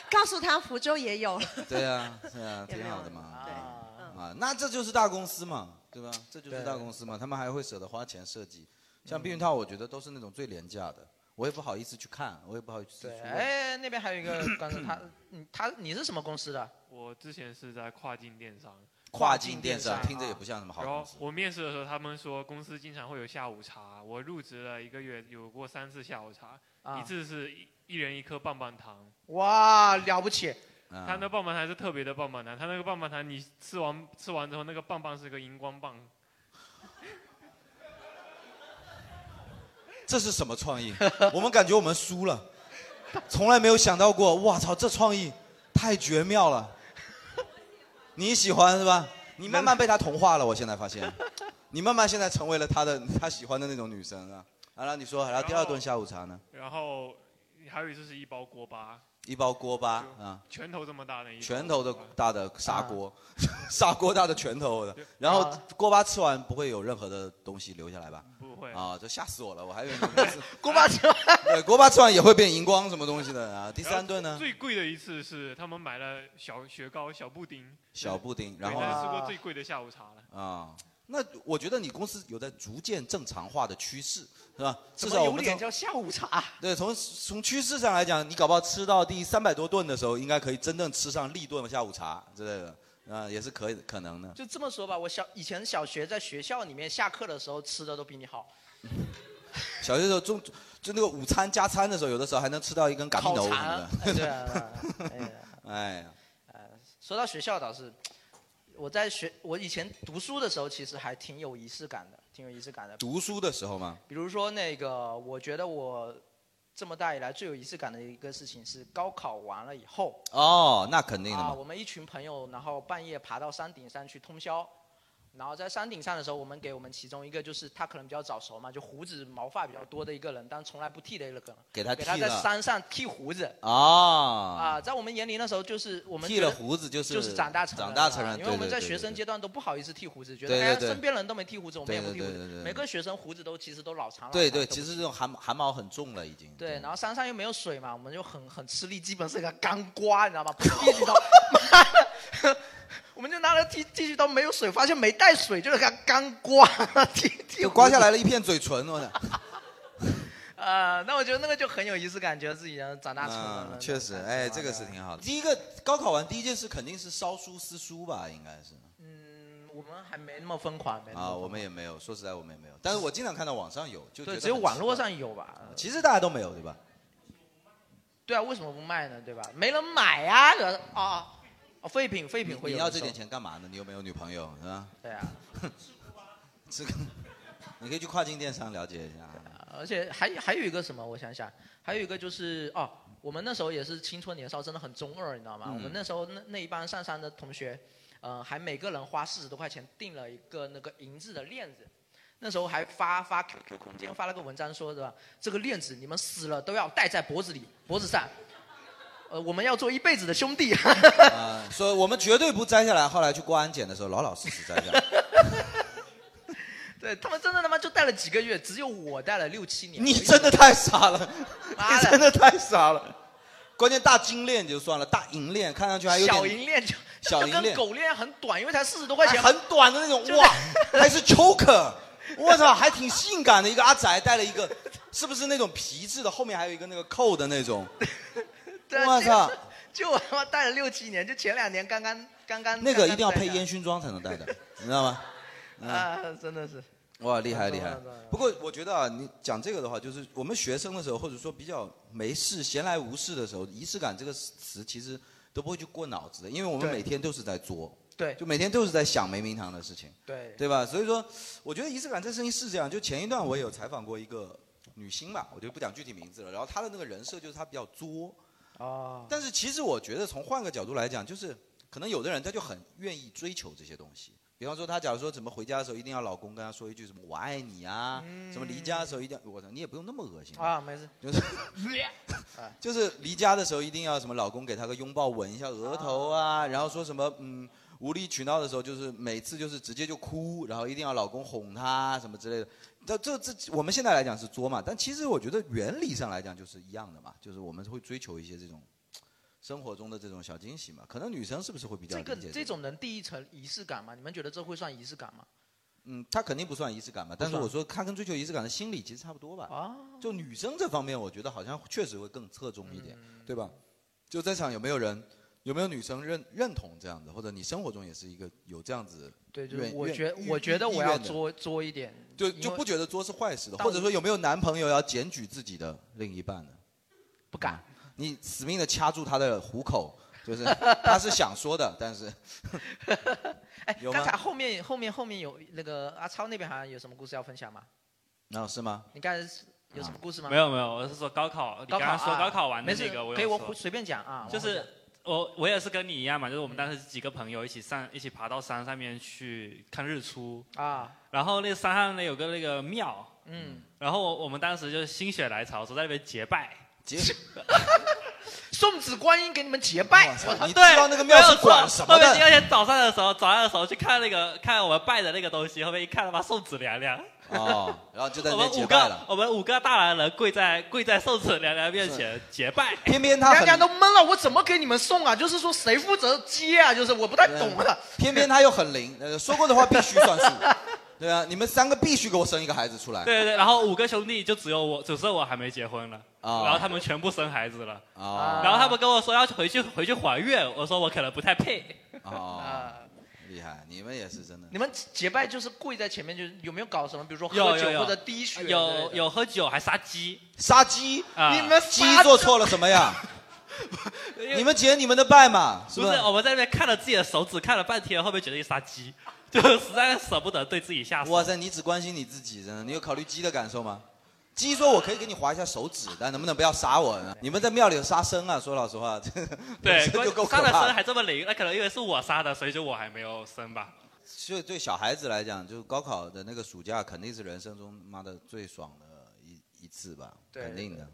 [SPEAKER 10] 告诉他福州也有。
[SPEAKER 1] 对啊，对啊，挺好的嘛。对
[SPEAKER 10] 嗯
[SPEAKER 1] 啊，那这就是大公司嘛，对吧？这就是
[SPEAKER 7] 对
[SPEAKER 1] 大公司嘛，他们还会舍得花钱设计。
[SPEAKER 4] 嗯
[SPEAKER 1] 像避孕套，我觉得都是那种最廉价的，我也不好意思去看，我也不好意思去
[SPEAKER 4] 对，
[SPEAKER 1] 问。
[SPEAKER 4] 哎，那边还有一 个观众，他你他你是什么公司的？
[SPEAKER 2] 我之前是在跨境电商，
[SPEAKER 1] 跨境电商
[SPEAKER 2] 啊
[SPEAKER 1] 听着也不像什么好
[SPEAKER 2] 然
[SPEAKER 1] 公
[SPEAKER 2] 后
[SPEAKER 1] 司。
[SPEAKER 2] 我面试的时候，他们说公司经常会有下午茶，我入职了一个月，有过三次下午茶，
[SPEAKER 4] 啊
[SPEAKER 2] 一次是一一人一颗棒棒糖，
[SPEAKER 4] 哇，了不起！
[SPEAKER 2] 他
[SPEAKER 1] 嗯
[SPEAKER 2] 那棒棒糖是特别的棒棒糖，他那个棒棒糖你吃完吃完之后，那个棒棒是个荧光棒，
[SPEAKER 1] 这是什么创意？ 我们感觉我们输了，从来没有想到过。哇操，这创意太绝妙了！你喜欢是吧？你慢慢被他同化了，我现在发现，你慢慢现在成为了他的他喜欢的那种女生啊。啊然后你说，然后第二顿下午茶呢？
[SPEAKER 2] 然后还有一次是一包锅巴，
[SPEAKER 1] 一包锅巴啊，
[SPEAKER 2] 拳头这么大的一包
[SPEAKER 1] 拳头的
[SPEAKER 2] 锅巴
[SPEAKER 1] 大的砂
[SPEAKER 2] 啊
[SPEAKER 1] 锅， 砂锅大的拳头的。然后
[SPEAKER 4] 啊
[SPEAKER 1] 锅巴吃完不会有任何的东西留下来吧？
[SPEAKER 2] 不会
[SPEAKER 1] 啊，这吓死我了！我还以为你 们是
[SPEAKER 4] 锅巴车，
[SPEAKER 1] 对锅巴吃完也会变荧光什么东西的啊。第
[SPEAKER 2] 第
[SPEAKER 1] 三顿呢？
[SPEAKER 2] 最贵的一次是他们买了小雪糕、小布丁，
[SPEAKER 1] 小布丁，
[SPEAKER 2] 对
[SPEAKER 1] 然后
[SPEAKER 2] 那
[SPEAKER 1] 呢？
[SPEAKER 2] 是吃过最贵的下午茶了。
[SPEAKER 1] 啊、那我觉得你公司有在逐渐正常化的趋势，是吧？至
[SPEAKER 4] 怎
[SPEAKER 1] 少
[SPEAKER 4] 么
[SPEAKER 1] 我
[SPEAKER 4] 有
[SPEAKER 1] 们
[SPEAKER 4] 脸
[SPEAKER 1] 从
[SPEAKER 4] 叫下午茶？
[SPEAKER 1] 对从从趋势上来讲，你搞不好吃到第三百多顿的时候，应该可以真正吃上立顿下午茶之类的，啊、也是可以可能的。
[SPEAKER 4] 就这么说吧，我小以前小学在学校里面下课的时候吃的都比你好，
[SPEAKER 1] 小学的时候中就那个午餐加餐的时候，有的时候还能吃到一根嘎米
[SPEAKER 4] 烤
[SPEAKER 1] 头什么
[SPEAKER 4] 肠
[SPEAKER 1] 的。，
[SPEAKER 4] 哎对啊。哎呀
[SPEAKER 1] 哎呀，
[SPEAKER 4] 说到学校倒是，我在学我以前读书的时候，其实还挺有仪式感的，挺有仪式感的。
[SPEAKER 1] 读书的时候嘛，
[SPEAKER 4] 比如说那个，我觉得我这么大以来最有仪式感的一个事情是高考完了以后
[SPEAKER 1] 哦，那肯定的
[SPEAKER 4] 啊，
[SPEAKER 1] 嘛。
[SPEAKER 4] 我们一群朋友，然后半夜爬到山顶上去通宵。然后在山顶上的时候，我们给我们其中一个就是他可能比较早熟嘛，就胡子毛发比较多的一个人，但从来不剃的一个人，
[SPEAKER 1] 给他
[SPEAKER 4] 给
[SPEAKER 1] 剃
[SPEAKER 4] 他在
[SPEAKER 1] 了
[SPEAKER 4] 山上剃胡子
[SPEAKER 1] 啊、
[SPEAKER 4] 啊，在我们眼里那时候就是我们
[SPEAKER 1] 剃
[SPEAKER 4] 觉
[SPEAKER 1] 了
[SPEAKER 4] 得
[SPEAKER 1] 胡子就是
[SPEAKER 4] 就是长大成人
[SPEAKER 1] 长
[SPEAKER 4] 了
[SPEAKER 1] 大成人，
[SPEAKER 4] 因为我们
[SPEAKER 1] 对
[SPEAKER 4] 在
[SPEAKER 1] 对对
[SPEAKER 4] 学生
[SPEAKER 1] 对
[SPEAKER 4] 阶段都不好意思剃胡子，觉
[SPEAKER 1] 对
[SPEAKER 4] 得
[SPEAKER 1] 对
[SPEAKER 4] 哎呀，
[SPEAKER 1] 对
[SPEAKER 4] 身边人都没剃胡子，我们也不剃胡
[SPEAKER 1] 对对对对
[SPEAKER 4] 子
[SPEAKER 1] 对。
[SPEAKER 4] 每个学生胡子都其实都老长了。
[SPEAKER 1] 对对，
[SPEAKER 4] 都
[SPEAKER 1] 其实这种汗汗毛很重了已经。
[SPEAKER 4] 对，然后山上又没有水嘛，我们就很很吃力，基本是个干刮，你知道吗？剃须刀，妈的 我们就拿着剃剃须刀，没有水，发现没带水，就是个干 刮，剃剃
[SPEAKER 1] 就刮下来
[SPEAKER 4] 了。
[SPEAKER 1] 了一 片嘴唇，我的。
[SPEAKER 4] 啊，那我觉得那个就很有仪式感，觉得自己长大成人了。
[SPEAKER 1] 嗯，确实，哎，这个是挺好的。第一个高考完，第一件事肯定是烧书撕书吧，应该是。
[SPEAKER 4] 嗯，我们还没那么疯狂，没那么
[SPEAKER 1] 啊，
[SPEAKER 4] 疯狂
[SPEAKER 1] 我们也没有，说实在我们也没有，但是我经常看到网上有，就觉
[SPEAKER 4] 对，
[SPEAKER 1] 得
[SPEAKER 4] 只有
[SPEAKER 1] 很
[SPEAKER 4] 网
[SPEAKER 1] 奇
[SPEAKER 4] 络
[SPEAKER 1] 怪。
[SPEAKER 4] 上有吧。
[SPEAKER 1] 其实大家都没有，对吧？
[SPEAKER 4] 对啊，为什么不卖呢？对吧？没人买呀、啊，啊，哦，废品废
[SPEAKER 1] 你
[SPEAKER 4] 品会
[SPEAKER 1] 你
[SPEAKER 4] 有人
[SPEAKER 1] 要这点
[SPEAKER 4] 收？
[SPEAKER 1] 钱干嘛呢？你有没有女朋友是吧？
[SPEAKER 4] 对啊，
[SPEAKER 1] 这个你可以去跨境电商了解一下。
[SPEAKER 4] 而且还还有一个什么，我想想，还有一个就是哦，我们那时候也是青春年少，真的很中二，你知道吗？
[SPEAKER 1] 嗯
[SPEAKER 4] 我们那时候那那一帮上山的同学，呃，还每个人花四十多块钱订了一个那个银质的链子。那时候还发发 QQ 空间发了个文章说是吧？这个链子你们死了都要戴在脖子里脖子上，呃，我们要做一辈子的兄弟。
[SPEAKER 1] 啊，说我们绝对不摘下来，后来去过安检的时候，老老实实摘下来。
[SPEAKER 4] 对他们真的他妈就戴了几个月，只有我戴了六七年。
[SPEAKER 1] 你
[SPEAKER 4] 我一直
[SPEAKER 1] 真的太傻了，
[SPEAKER 4] 妈
[SPEAKER 1] 你
[SPEAKER 4] 的
[SPEAKER 1] 真的太傻了。关键大金链就算了，大银链看上去还啊有点
[SPEAKER 4] 小银链就
[SPEAKER 1] 小银链
[SPEAKER 4] 就跟狗链很短，因为才四十多块
[SPEAKER 1] 还
[SPEAKER 4] 钱。
[SPEAKER 1] 很短的那 种，哇，还是 choker，我操，还挺性感的一个阿宅，戴了一个，是不是那种皮质的，后面还有一个那个扣的那 种，
[SPEAKER 4] 啊对
[SPEAKER 1] 我操，
[SPEAKER 4] 就就我他妈戴了六七年，就前两年刚刚刚刚
[SPEAKER 1] 那个一定要配
[SPEAKER 4] 刚刚
[SPEAKER 1] 烟熏妆才能戴的，你知道吗？嗯
[SPEAKER 4] 戴的啊，真的是
[SPEAKER 1] 哇，厉害
[SPEAKER 4] 懂
[SPEAKER 1] 厉害
[SPEAKER 4] 了懂了！
[SPEAKER 1] 不过我觉得啊，你讲这个的话，就是我们学生的时候，或者说比较没事、闲来无事的时候，仪式感这个词其实都不会去过脑子的，因为我们
[SPEAKER 4] 对
[SPEAKER 1] 每天都是在作，
[SPEAKER 4] 对
[SPEAKER 1] 就每天都是在想没名堂的事情。
[SPEAKER 4] 对
[SPEAKER 1] 对吧？所以说，我觉得仪式感这事情是这样。就前一段我也有采访过一个女星吧，我就不讲具体名字了。然后她的那个人设就是她比较作，
[SPEAKER 4] 哦，
[SPEAKER 1] 但是其实我觉得从换个角度来讲，就是可能有的人他就很愿意追求这些东西。比方说，他假如说怎么回家的时候，一定要老公跟他说一句什么“我爱你”啊，什么离家的时候一定要，我操，你也不用那么恶心
[SPEAKER 4] 啊，没事，
[SPEAKER 1] 就是就是离家的时候一定要什么，老公给她个拥抱，吻一下额头啊，然后说什么嗯，无理取闹的时候就是每次就是直接就哭，然后一定要老公哄她什么之类的。但这这我们现在来讲是作嘛，但其实我觉得原理上来讲就是一样的嘛，就是我们会追求一些这种生活中的这种小惊喜嘛。可能女生是不是会比较理
[SPEAKER 4] 这个
[SPEAKER 1] 解
[SPEAKER 4] 这种能定义成仪式感吗？你们觉得这会算仪式感吗？
[SPEAKER 1] 嗯，它肯定不算仪式感嘛，
[SPEAKER 4] 不
[SPEAKER 1] 但
[SPEAKER 4] 算
[SPEAKER 1] 是我说它跟追求仪式感的心理其实差不多吧。
[SPEAKER 4] 啊，
[SPEAKER 1] 就女生这方面，我觉得好像确实会更侧重一点，
[SPEAKER 4] 嗯
[SPEAKER 1] 对吧？就在场有没有人，有没有女生认认同这样子，或者你生活中也是一个有这样子
[SPEAKER 4] 对，
[SPEAKER 1] 愿？
[SPEAKER 4] 就是我
[SPEAKER 1] 愿
[SPEAKER 4] 觉
[SPEAKER 1] 意
[SPEAKER 4] 我觉得
[SPEAKER 1] 意
[SPEAKER 4] 我
[SPEAKER 1] 愿
[SPEAKER 4] 要
[SPEAKER 1] 的
[SPEAKER 4] 作作一点，
[SPEAKER 1] 就
[SPEAKER 4] 因
[SPEAKER 1] 就
[SPEAKER 4] 为
[SPEAKER 1] 不觉得作是坏事的，
[SPEAKER 4] 但
[SPEAKER 1] 或者
[SPEAKER 4] 我
[SPEAKER 1] 说有没有男朋友要检举自己的另一半的？嗯
[SPEAKER 4] 不敢，
[SPEAKER 1] 你死命的掐住他的虎口，就是他是想说的，但 是有吗
[SPEAKER 4] 哎刚才？后面后面后面有那个阿超那边好像有什么故事要分享吗？
[SPEAKER 1] 那、是吗？
[SPEAKER 4] 你刚才是有
[SPEAKER 1] 啊
[SPEAKER 4] 什么故事吗？
[SPEAKER 9] 没有没有，我是说高考，你
[SPEAKER 4] 高
[SPEAKER 9] 刚刚
[SPEAKER 4] 考
[SPEAKER 9] 说
[SPEAKER 4] 啊
[SPEAKER 9] 高考完的
[SPEAKER 4] 没事
[SPEAKER 9] 那个，有
[SPEAKER 4] 可以我
[SPEAKER 9] 说
[SPEAKER 4] 胡随便讲啊
[SPEAKER 9] 就
[SPEAKER 4] 我
[SPEAKER 9] 是
[SPEAKER 4] 胡讲
[SPEAKER 9] 我我也是跟你一样嘛，就是我们当时几个朋友一起上一起爬到山上面去看日出
[SPEAKER 4] 啊，
[SPEAKER 9] 然后那山上呢有个那个庙，
[SPEAKER 4] 嗯，
[SPEAKER 9] 然后我们当时就是心血来潮，说在那边结拜。
[SPEAKER 1] 结
[SPEAKER 4] 送子观音给你们结拜，我操
[SPEAKER 9] 对，没有错后面第二天早上的时候，早上的时候去看那个看我们拜的那个东西，后面一看他妈送子娘娘。
[SPEAKER 1] 哦，然后就在那
[SPEAKER 9] 我
[SPEAKER 1] 边
[SPEAKER 9] 们
[SPEAKER 1] 结
[SPEAKER 9] 五
[SPEAKER 1] 拜
[SPEAKER 9] 个
[SPEAKER 1] 了。
[SPEAKER 9] 我们五个大男人跪在跪在送子娘娘面前结拜，
[SPEAKER 1] 偏偏
[SPEAKER 4] 娘娘都懵了，我怎么给你们送啊？就是说谁负责接啊？就是我不太懂啊。
[SPEAKER 1] 偏偏他又很灵，呃说过的话必 须算数，对啊，你们三个必须给我生一个孩子出来。
[SPEAKER 9] 对对对，然后五个兄弟就只有我，只剩我还没结婚了，
[SPEAKER 1] 哦
[SPEAKER 9] 然后他们全部生孩子了，
[SPEAKER 1] 哦
[SPEAKER 9] 然后他们跟我说要回去回去还愿，我说我可能不太配，啊
[SPEAKER 1] 哦，厉害，你们也是真的。
[SPEAKER 4] 你们结拜就是跪在前面，就是有没有搞什么，比如说
[SPEAKER 9] 有
[SPEAKER 4] 喝酒
[SPEAKER 9] 有有
[SPEAKER 4] 或者滴血之类的？
[SPEAKER 9] 有有喝酒还杀鸡，
[SPEAKER 1] 杀鸡，
[SPEAKER 9] 啊
[SPEAKER 4] 你们
[SPEAKER 1] 鸡做错了什 么呀？你们结你们的拜嘛，是
[SPEAKER 9] 不是
[SPEAKER 1] 吧？
[SPEAKER 9] 我们在那边看了自己的手指看了半天，后面决定杀鸡， 就实在舍不得对自己下手。
[SPEAKER 1] 哇塞，你只关心你自己，真的，你有考虑鸡的感受吗？鸡说：“我可以给你划一下手指，但能不能不要杀我呢？你们在庙里有杀生啊？说老实话， 这个
[SPEAKER 9] 对，
[SPEAKER 1] 本身就够可
[SPEAKER 9] 杀的
[SPEAKER 1] 怕
[SPEAKER 9] 生还这么灵，那可能因为是我杀的，所以就我还没有生吧。
[SPEAKER 1] 就对小孩子来讲，就是高考的那个暑假，肯定是人生中妈的最爽的一一次吧，
[SPEAKER 7] 对
[SPEAKER 1] 肯定的，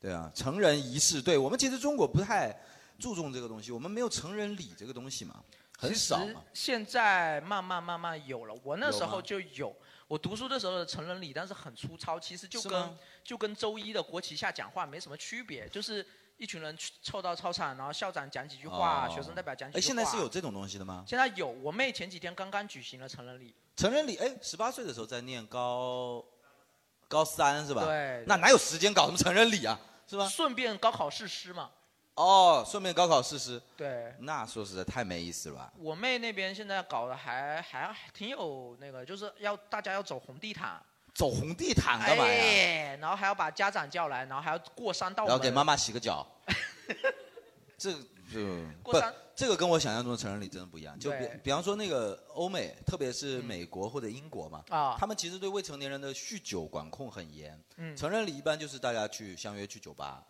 [SPEAKER 1] 对啊，成人仪式，对我们其实中国不太注重这个东西，我们没有成人礼这个东西嘛，很少
[SPEAKER 4] 其实
[SPEAKER 1] 嘛，
[SPEAKER 4] 现在慢慢慢慢有了，我那
[SPEAKER 1] 有
[SPEAKER 4] 时候
[SPEAKER 1] 吗
[SPEAKER 4] 就有。我读书的时候的成人礼，但是很粗糙，其实就是跟
[SPEAKER 1] 吗
[SPEAKER 4] 就跟周一的国旗下讲话没什么区别，就是一群人去凑到操场，然后校长讲几句话，
[SPEAKER 1] 哦
[SPEAKER 4] 学生代表讲几
[SPEAKER 1] 哎，
[SPEAKER 4] 句
[SPEAKER 1] 现
[SPEAKER 4] 话。
[SPEAKER 1] 在是有这种东西的吗？
[SPEAKER 4] 现在有，我妹前几天刚刚举行了成人礼，
[SPEAKER 1] 成人礼，哎，十八岁的时候在念高高三是吧？
[SPEAKER 4] 对
[SPEAKER 1] 那哪有时间搞什么成人礼啊？是吧？
[SPEAKER 4] 顺便高考试师嘛。
[SPEAKER 1] 哦，顺便高考试试，
[SPEAKER 4] 对，
[SPEAKER 1] 那说实在太没意思了吧？
[SPEAKER 4] 我妹那边现在搞得还还挺有那个，就是要大家要走红地毯，
[SPEAKER 1] 走红地毯干嘛呀？
[SPEAKER 4] 哎然后还要把家长叫来，然后还要过山道门，
[SPEAKER 1] 然后给妈妈洗个 脚。这个就不
[SPEAKER 4] 过山，
[SPEAKER 1] 这个跟我想象中的成人礼真的不一样。就比
[SPEAKER 4] 对嗯
[SPEAKER 1] 比方说那个欧美，特别是美国或者英国嘛，
[SPEAKER 4] 啊
[SPEAKER 1] 他们其实对未成年人的酗酒管控很严。
[SPEAKER 4] 嗯
[SPEAKER 1] 成人礼一般就是大家去相约去酒吧，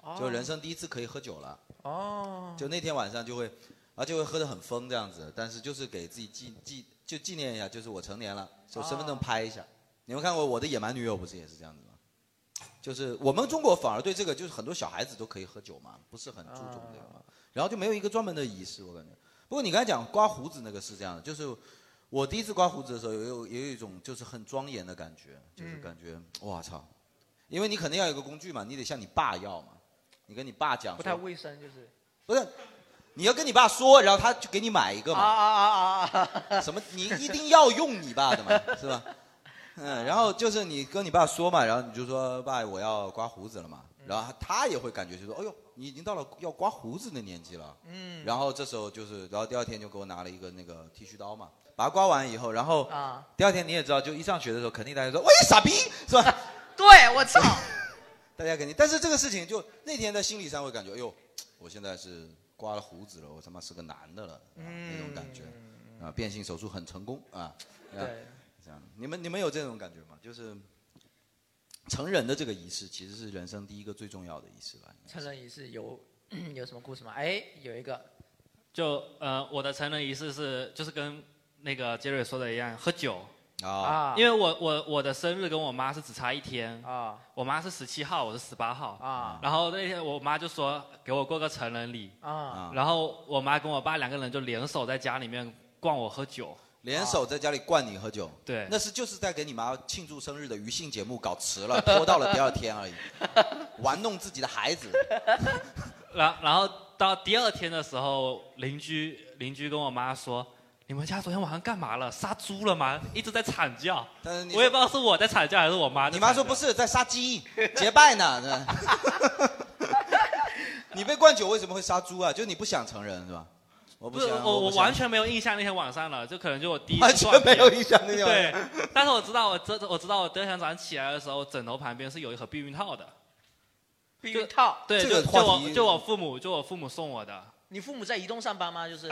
[SPEAKER 4] 哦
[SPEAKER 1] 就人生第一次可以喝酒了，
[SPEAKER 4] 哦，
[SPEAKER 1] 就那天晚上就会，而且会喝得很疯这样子，但是就是给自己纪纪就纪念一下，就是我成年了，就身份证拍一下。你们看过我的野蛮女友不是也是这样子吗？就是我们中国反而对这个，就是很多小孩子都可以喝酒嘛，不是很注重这个
[SPEAKER 4] 哦
[SPEAKER 1] 嘛，然后就没有一个专门的仪式，我感觉。不过你刚才讲刮胡子那个是这样的，就是我第一次刮胡子的时候，也有也有一种就是很庄严的感觉，就是
[SPEAKER 7] 嗯
[SPEAKER 1] 感觉我操，因为你肯定要有一个工具嘛，你得向你爸要嘛，你跟你爸讲说，
[SPEAKER 4] 不太卫生，就是
[SPEAKER 1] 不是，你要跟你爸说，然后他就给你买一个
[SPEAKER 4] 啊
[SPEAKER 1] 嘛，
[SPEAKER 4] 啊啊啊啊！
[SPEAKER 1] 什么你一定要用你爸的嘛，是吧？嗯，然后就是你跟你爸说嘛，然后你就说爸，我要刮胡子了嘛，
[SPEAKER 4] 嗯
[SPEAKER 1] 然后他也会感觉就说，哎呦，你已经到了要刮胡子的年纪了，
[SPEAKER 4] 嗯
[SPEAKER 1] 然后这时候就是，然后第二天就给我拿了一个那个剃须刀嘛，把它刮完以后，然后
[SPEAKER 4] 啊
[SPEAKER 1] 第二天你也知道，就一上学的时候，肯定大家说，喂，傻逼，是吧？
[SPEAKER 4] 对，哎我操！
[SPEAKER 1] 大家肯定，但是这个事情就那天在心理上会感觉，哎呦，我现在是刮了胡子了，我他妈是个男的了，啊那种感觉，啊，变性手术很成功啊，
[SPEAKER 4] 嗯对
[SPEAKER 1] 啊这样，你们你们有这种感觉吗？就是成人的这个仪式其实是人生第一个最重要的仪式吧。
[SPEAKER 4] 成人仪式有有什么故事吗？哎，有一个，
[SPEAKER 9] 就呃，我的成人仪式是就是跟那个杰瑞说的一样，喝酒
[SPEAKER 1] 啊
[SPEAKER 9] 因为我我我的生日跟我妈是只差一天
[SPEAKER 4] 啊，
[SPEAKER 9] 我妈是十七号，我是十八号
[SPEAKER 4] 啊，
[SPEAKER 9] 然后那天我妈就说给我过个成人礼
[SPEAKER 4] 啊
[SPEAKER 9] 然后我妈跟我爸两个人就联手在家里面灌我喝酒，
[SPEAKER 1] 联
[SPEAKER 4] 啊
[SPEAKER 1] 手在家里灌你喝酒，
[SPEAKER 9] 对
[SPEAKER 1] 那是就是在给你妈庆祝生日的余兴节目搞迟了，拖到了第二天 而已，玩弄自己的孩子。
[SPEAKER 9] 然然后到第二天的时候，邻居邻居跟我妈说：“你们家昨天晚上干嘛了？杀猪了吗？一直在惨叫。”
[SPEAKER 1] 但
[SPEAKER 9] 我也不知道是我在惨叫还是我妈。
[SPEAKER 1] 你妈说不是在杀鸡，结拜 呢。是吧 你被灌酒为什么会杀猪啊？就是你不想承认是吧？我
[SPEAKER 9] 不
[SPEAKER 1] 不
[SPEAKER 9] 是
[SPEAKER 1] 想，
[SPEAKER 9] 我我
[SPEAKER 1] 不想
[SPEAKER 9] 完全没有印象那天晚上了，就可能就我第一次
[SPEAKER 1] 完全
[SPEAKER 9] 断片
[SPEAKER 1] 没有印象那天晚上
[SPEAKER 9] 对，但是我知道我这我知道我第二天早上起来的时候，枕头旁边是有一盒避孕套的。
[SPEAKER 4] 避孕套。
[SPEAKER 9] 对，
[SPEAKER 1] 这个
[SPEAKER 9] 就
[SPEAKER 1] 话
[SPEAKER 9] 就我
[SPEAKER 1] 题
[SPEAKER 9] 就我父母就我父母送我的。
[SPEAKER 4] 你父母在移动上班 吗？就是。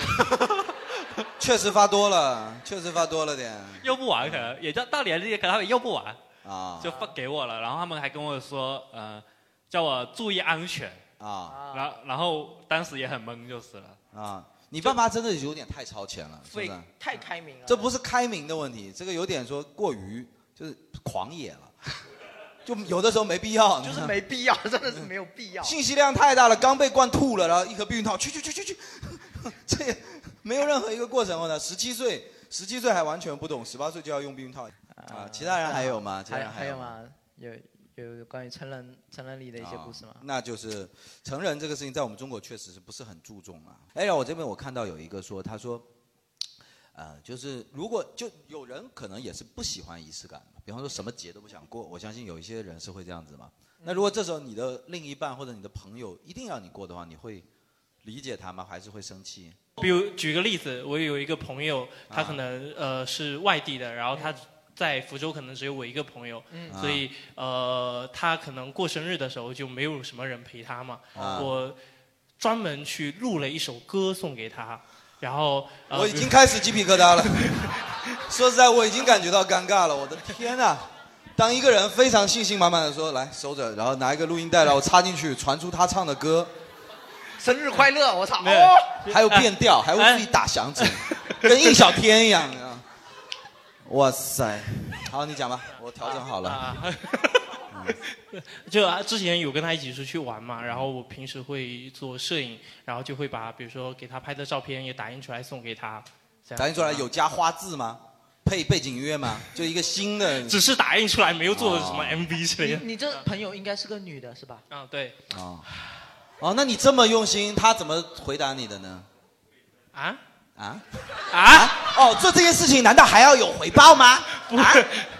[SPEAKER 1] 确实发多了，确实发多了点
[SPEAKER 9] 用不完，可能也就到年纪，可能他们用不完，
[SPEAKER 1] 啊。
[SPEAKER 9] 就放给我了。然后他们还跟我说，呃，叫我注意安全
[SPEAKER 1] 啊。
[SPEAKER 9] 然后然后当时也很懵，就是了。
[SPEAKER 1] 啊，你爸妈真的有点太超前了，是不
[SPEAKER 4] 对
[SPEAKER 1] 是？，
[SPEAKER 4] 太开明了。
[SPEAKER 1] 这不是开明的问题，这个有点说过于就是狂野了， 就有的时候没必要。
[SPEAKER 4] 就是没必要， 真的是没有必要。
[SPEAKER 1] 信息量太大了，刚被灌吐了，然后一盒避孕套，去去去去去， 这也没有任何一个过程后呢。十七岁，十七岁还完全不懂，十八岁就要用避孕套啊。其他人还有吗？其哦他
[SPEAKER 4] 呃
[SPEAKER 1] 人
[SPEAKER 4] 还还
[SPEAKER 1] 有
[SPEAKER 4] 有？吗？有有关于成人成人礼的一些故 事吗？
[SPEAKER 1] 啊那就是成人这个事情，在我们中国确实是不是很注重啊。哎呀，我这边我看到有一个说，他说，呃，就是如果就有人可能也是不喜欢仪式感的，比方说什么节都不想过，我相信有一些人是会这样子嘛。
[SPEAKER 4] 嗯
[SPEAKER 1] 那如果这时候你的另一半或者你的朋友一定要你过的话，你会理解他吗？还是会生气？
[SPEAKER 6] 比如举个例子，我有一个朋友，他
[SPEAKER 1] 啊
[SPEAKER 6] 可能、呃是外地的，然后他在福州可能只有我一个朋友，
[SPEAKER 9] 嗯
[SPEAKER 6] 所以
[SPEAKER 1] 啊
[SPEAKER 6] 呃他可能过生日的时候就没有什么人陪他嘛，
[SPEAKER 1] 啊
[SPEAKER 6] 我专门去录了一首歌送给他，然后、呃、
[SPEAKER 1] 我已经
[SPEAKER 6] 比如
[SPEAKER 1] 开始鸡皮疙 瘩了。说实在，我已经感觉到尴尬了。我的天呐！当一个人非常信心满满的说：“来，收着。”然后拿一个录音带，然后插进去，传出他唱的歌，
[SPEAKER 4] 生日快乐！我操！
[SPEAKER 6] 哎
[SPEAKER 1] 没有
[SPEAKER 4] 哦
[SPEAKER 1] 还有变调，还会自己打响 指，跟应小天一样。你知道吗哇塞！好，你讲吧，我调整好
[SPEAKER 6] 啊
[SPEAKER 1] 了。
[SPEAKER 6] 就啊之前有跟他一起出去玩嘛，然后我平时会做摄影，然后就会把比如说给他拍的照片也打印出来送给他，这样
[SPEAKER 1] 打印出来有加花字吗？配背景音乐吗？就一个新的。啊
[SPEAKER 6] 只是打印出来，没有做什么 MV 之类的。
[SPEAKER 4] 你你这朋友应该是个女的是吧？
[SPEAKER 6] 啊，对。
[SPEAKER 1] 哦，哦，那你这么用心，他怎么回答你的呢？
[SPEAKER 6] 啊
[SPEAKER 1] 啊
[SPEAKER 6] 啊！
[SPEAKER 1] 哦，做这件事情难道还要有回报吗？啊，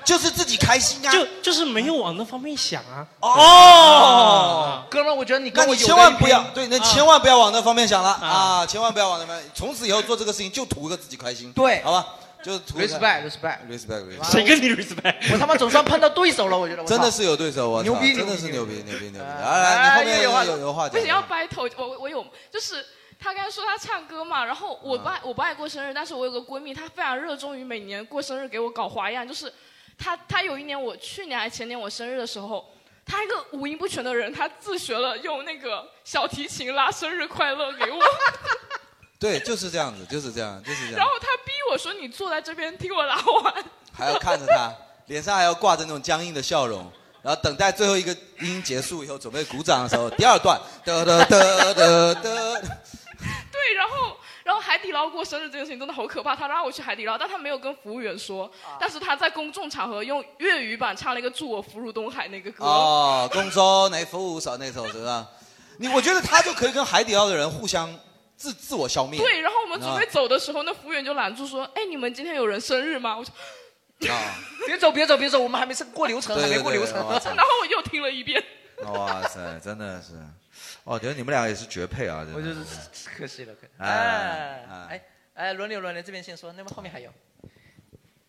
[SPEAKER 1] 就是自己开心啊。
[SPEAKER 6] 就就是没有往那方面想啊。
[SPEAKER 1] 哦，
[SPEAKER 4] 哥们，我 觉得你
[SPEAKER 1] 那
[SPEAKER 4] 跟我
[SPEAKER 1] 你
[SPEAKER 4] 有
[SPEAKER 1] 千万
[SPEAKER 4] 的一
[SPEAKER 1] 不要
[SPEAKER 4] 拼
[SPEAKER 1] 对，
[SPEAKER 6] 啊
[SPEAKER 1] 那千万不要往那方面想了啊！千万不要往那方面，从此以后做这个事情就图个自己开心。
[SPEAKER 4] 对
[SPEAKER 1] 好吧，就是图个
[SPEAKER 4] respect respect
[SPEAKER 1] respect
[SPEAKER 4] 哇
[SPEAKER 1] respect。
[SPEAKER 4] 谁跟
[SPEAKER 6] 你 respect？
[SPEAKER 4] 我他妈总算碰到对手了，我觉得我操
[SPEAKER 1] 真的是有对手，我操
[SPEAKER 4] 牛逼
[SPEAKER 1] 真的
[SPEAKER 4] 牛
[SPEAKER 1] 是
[SPEAKER 4] 逼哎
[SPEAKER 1] 牛逼，牛逼，牛逼！来来，你后面
[SPEAKER 11] 哎又有话
[SPEAKER 1] 有有话
[SPEAKER 11] 不
[SPEAKER 1] 讲
[SPEAKER 11] 行，。要 battle。我我我有，就是他刚才说他唱歌嘛，然后我不
[SPEAKER 1] 啊
[SPEAKER 11] 爱、我不爱过生日，但是我有个闺蜜，她非常热衷于每年过生日给我搞花样，就是她她有一年我去年还前年我生日的时候。她一个五音不全的人，她自学了用那个小提琴拉生日快乐给我，
[SPEAKER 1] 对，就是这样子，就是这样，就是这
[SPEAKER 11] 然
[SPEAKER 1] 样
[SPEAKER 11] 后，她逼我说你坐在这边听我拉完，
[SPEAKER 1] 还要看着他， 脸上还要挂着那种僵硬的笑容。然后等待最后一个音结束以后，准备鼓掌的时候，第二段， 得得得得得，
[SPEAKER 11] 对，然后然后海底捞过生日这件事情真的好可怕，他让我去海底捞，但他没有跟服务员说，
[SPEAKER 4] 啊
[SPEAKER 11] 但是他在公众场合用粤语版唱了一个《祝我福如东海》那个歌。
[SPEAKER 1] 哦，公说那扶手那首是吧？你我觉得他就可以跟海底捞的人互相自自我消灭。
[SPEAKER 11] 对，然后我们准备
[SPEAKER 1] 啊
[SPEAKER 11] 走的时候，那服务员就拦住说：“哎，你们今天有人生日吗？”我说
[SPEAKER 1] 啊，
[SPEAKER 4] 别走别走别走，我们还没过流程，
[SPEAKER 1] 对
[SPEAKER 4] 还
[SPEAKER 1] 对
[SPEAKER 4] 没过流程
[SPEAKER 1] 对。对 对
[SPEAKER 11] 然后我又听了一遍。
[SPEAKER 1] 哦哇塞，真的是，哦我觉得你们俩也是绝配啊！真的
[SPEAKER 4] 我就是可惜了，可惜 了。
[SPEAKER 1] 哎
[SPEAKER 4] 哎哎哎，轮流轮流，这边先说，那么后面还有。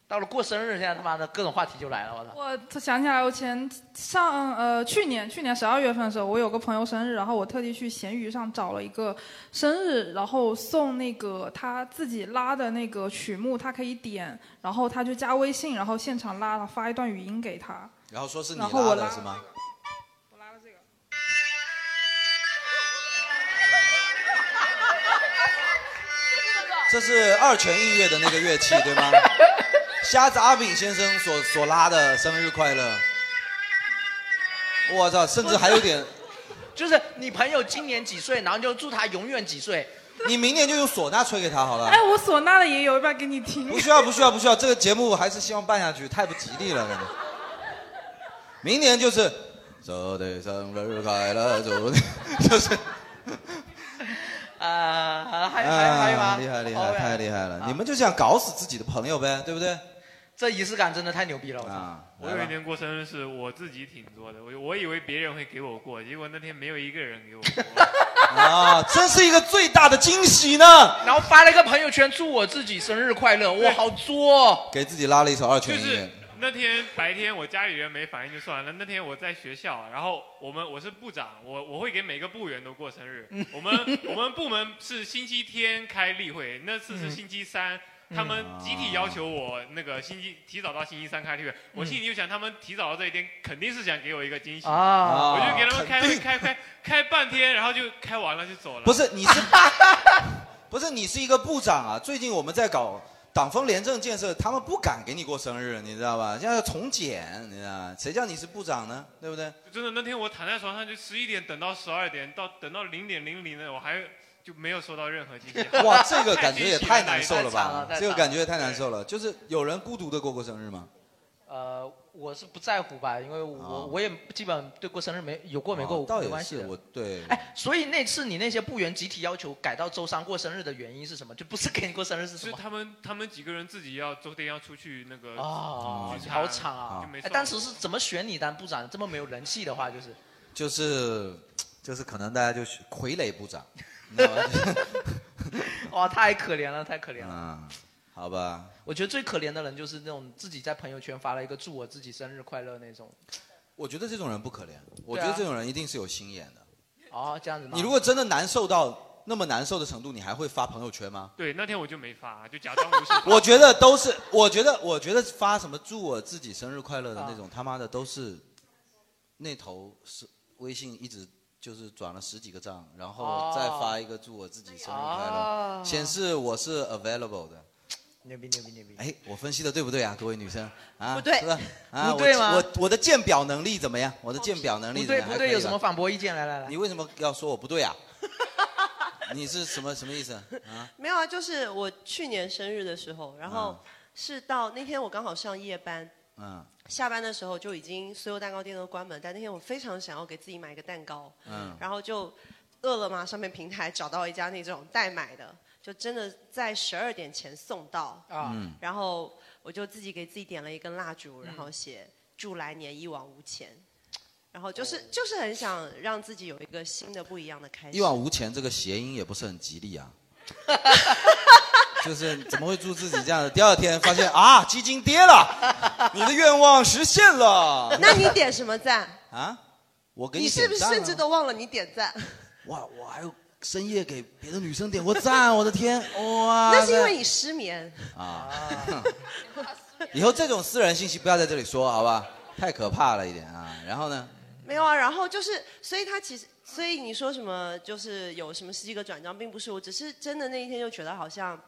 [SPEAKER 4] 到了过生日，现在他妈的各种话题就来了，我操！
[SPEAKER 3] 我想起来，我前上呃去年去年十二月份的时候，我有个朋友生日，然后我特地去闲鱼上找了一个生日，然后送那个他自己拉的那个曲目，他可以点，然后他就加微信，然后现场拉了发一段语音给他。
[SPEAKER 1] 然后说是你
[SPEAKER 3] 然后我
[SPEAKER 1] 拉
[SPEAKER 3] 拉
[SPEAKER 1] 的是吗？这是二泉映月的那个乐器，对吗？ 瞎子阿炳先生所所拉的《生日快乐》，我操，甚至还有点，
[SPEAKER 4] 就是你朋友今年几岁，然后就祝他永远几岁。
[SPEAKER 1] 你明年就用唢呐吹给他好了。
[SPEAKER 3] 哎，我唢呐的也有一半给你听。
[SPEAKER 1] 不需要，不需要，不需要。这个节目还是希望办下去，太不吉利了，感觉。明年就是，祝你生日快乐，祝你， 就是
[SPEAKER 4] 啊，还还还有吗？哦啊
[SPEAKER 1] 厉害厉
[SPEAKER 4] 好
[SPEAKER 1] 害，太厉害了！你们就这样搞死自己的朋友呗，对不对？
[SPEAKER 4] 这仪式感真的太牛逼了！我
[SPEAKER 1] 操！
[SPEAKER 2] 我有一年过生日是我自己挺做的，我我以为别人会给我过，结果那天没有一个人给我过。
[SPEAKER 1] 啊，真是一个最大的惊喜呢！
[SPEAKER 4] 然后发了一个朋友圈，祝我自己生日快乐，哇，好作、哦！
[SPEAKER 1] 给自己拉了一首二泉映
[SPEAKER 2] 就是
[SPEAKER 1] 月。
[SPEAKER 2] 那天白天我家里人没反应就算了，那天我在学校，然后我们我是部长，我我会给每个部员都过生日。我们我们部门是星期天开例会，那次是星期三。
[SPEAKER 9] 嗯
[SPEAKER 2] 他们集体要求我那个星期提早到星期三开例会，我心里就想，他们提早到这一天肯定是想给我一个惊喜，
[SPEAKER 4] 啊
[SPEAKER 2] 我就给他们开
[SPEAKER 1] 肯
[SPEAKER 2] 会
[SPEAKER 1] 定
[SPEAKER 2] 开开开半天，然后就开完了就走了。
[SPEAKER 1] 不是你是， 不是你是一个部长啊！最近我们在搞党风廉政建设，他们不敢给你过生日，你知道吧？现在要从简，你知道吧？谁叫你是部长呢？对不对？
[SPEAKER 2] 真的，那天我躺在床上就十一点等到十二点，到等到零点零零的，我还就没有收到任何惊喜。
[SPEAKER 1] 哇，这个感觉也
[SPEAKER 2] 太
[SPEAKER 1] 太难受 了吧！这个感觉也太难
[SPEAKER 2] 受。
[SPEAKER 1] 受了。就是有人孤独的过过生日吗？
[SPEAKER 4] 呃，我是不在乎吧，因为我、
[SPEAKER 1] 啊
[SPEAKER 4] 我也基本对过生日没有过没过、
[SPEAKER 1] 哦倒
[SPEAKER 4] 没
[SPEAKER 1] 也
[SPEAKER 4] 关系
[SPEAKER 1] 是，
[SPEAKER 4] 的。
[SPEAKER 1] 我对。
[SPEAKER 4] 哎，所以那次你那些部员集体要求改到周三过生日的原因是什么？就不是给你过生日是什
[SPEAKER 2] 是
[SPEAKER 4] 么？
[SPEAKER 2] 他们他们几个人自己要周天要出去那个
[SPEAKER 4] 啊
[SPEAKER 2] 聚，餐
[SPEAKER 4] 好惨啊
[SPEAKER 2] 就没！
[SPEAKER 4] 哎，
[SPEAKER 2] 送
[SPEAKER 4] 当时是怎么选你当部长？这么没有人气的话，就是
[SPEAKER 1] 就是就是可能大家就是傀儡部 长，
[SPEAKER 4] 哇，太可怜了，太可怜了。
[SPEAKER 1] 嗯，好吧。
[SPEAKER 4] 我觉得最可怜的人就是那种自己在朋友圈发了一个祝我自己生日快乐那种。
[SPEAKER 1] 我觉得这种人不可怜，我
[SPEAKER 4] 对
[SPEAKER 1] 觉
[SPEAKER 4] 啊
[SPEAKER 1] 得这种人一定是有心眼的。
[SPEAKER 4] 哦，这样子吗？
[SPEAKER 1] 你如果真的难受到那么难受的程度，你还会发朋友圈吗？。
[SPEAKER 2] 对，那天我就没发，就假装无视
[SPEAKER 1] 我觉得都是，我觉得我觉得发什么祝我自己生日快乐的那种，他妈的都是那头是微信一直就是转了十几个账，然后
[SPEAKER 4] 哦
[SPEAKER 1] 再发一个祝我自己生日快乐，
[SPEAKER 4] 哦
[SPEAKER 1] 显示我是 available 的。
[SPEAKER 4] 牛逼牛逼牛逼！
[SPEAKER 1] 哎，我分析的对不对啊，各位女生啊？
[SPEAKER 4] 不对
[SPEAKER 1] 是吧啊，
[SPEAKER 4] 不对吗
[SPEAKER 1] 我我我的鉴表能力怎么样？我的鉴表能力
[SPEAKER 4] 不
[SPEAKER 1] 怎么
[SPEAKER 4] 对
[SPEAKER 1] 样？
[SPEAKER 4] 不
[SPEAKER 1] 还可以
[SPEAKER 4] 对，
[SPEAKER 1] 吧
[SPEAKER 4] 有什么？反驳意见？来来来，
[SPEAKER 1] 你为什么要说我不对啊？你是什么什么意思啊？
[SPEAKER 10] 没有啊，就是我去年生日的时候，然后
[SPEAKER 4] 嗯
[SPEAKER 10] 是到那天我刚好上夜班，
[SPEAKER 1] 嗯
[SPEAKER 10] 下班的时候就已经所有蛋糕店都关门，但那天我非常想要给自己买一个蛋糕，
[SPEAKER 1] 嗯
[SPEAKER 10] 然后就饿了么上面平台找到一家那种代买的，就真的在十二点前送到
[SPEAKER 4] 啊
[SPEAKER 1] 嗯
[SPEAKER 10] 然后我就自己给自己点了一根蜡烛，然后写祝来年一往无前。然后就是、就是很想让自己有一个新的不一样的开始。
[SPEAKER 1] 一往无前这个谐音也不是很吉利啊。就是怎么会祝自己这样的？第二天发现啊，基金跌了，你的愿望实现了。
[SPEAKER 10] 那你点什么赞？
[SPEAKER 1] 啊，我给
[SPEAKER 10] 你是
[SPEAKER 1] 点
[SPEAKER 10] 不是
[SPEAKER 1] 赞
[SPEAKER 10] 甚
[SPEAKER 1] 啊
[SPEAKER 10] 至都忘了你点赞？
[SPEAKER 1] 哇，我还有深夜给别的女生点过赞，我的 天，哇塞！
[SPEAKER 10] 那是因为你失眠。
[SPEAKER 1] 啊， 以后这种私人信息不要在这里说，好吧？太可怕了一点啊。然后呢？
[SPEAKER 10] 没有啊，然后就是，所以他其实，所以你说什么就是有什么十几个转账，并不是，我只是真的那一天就觉得好像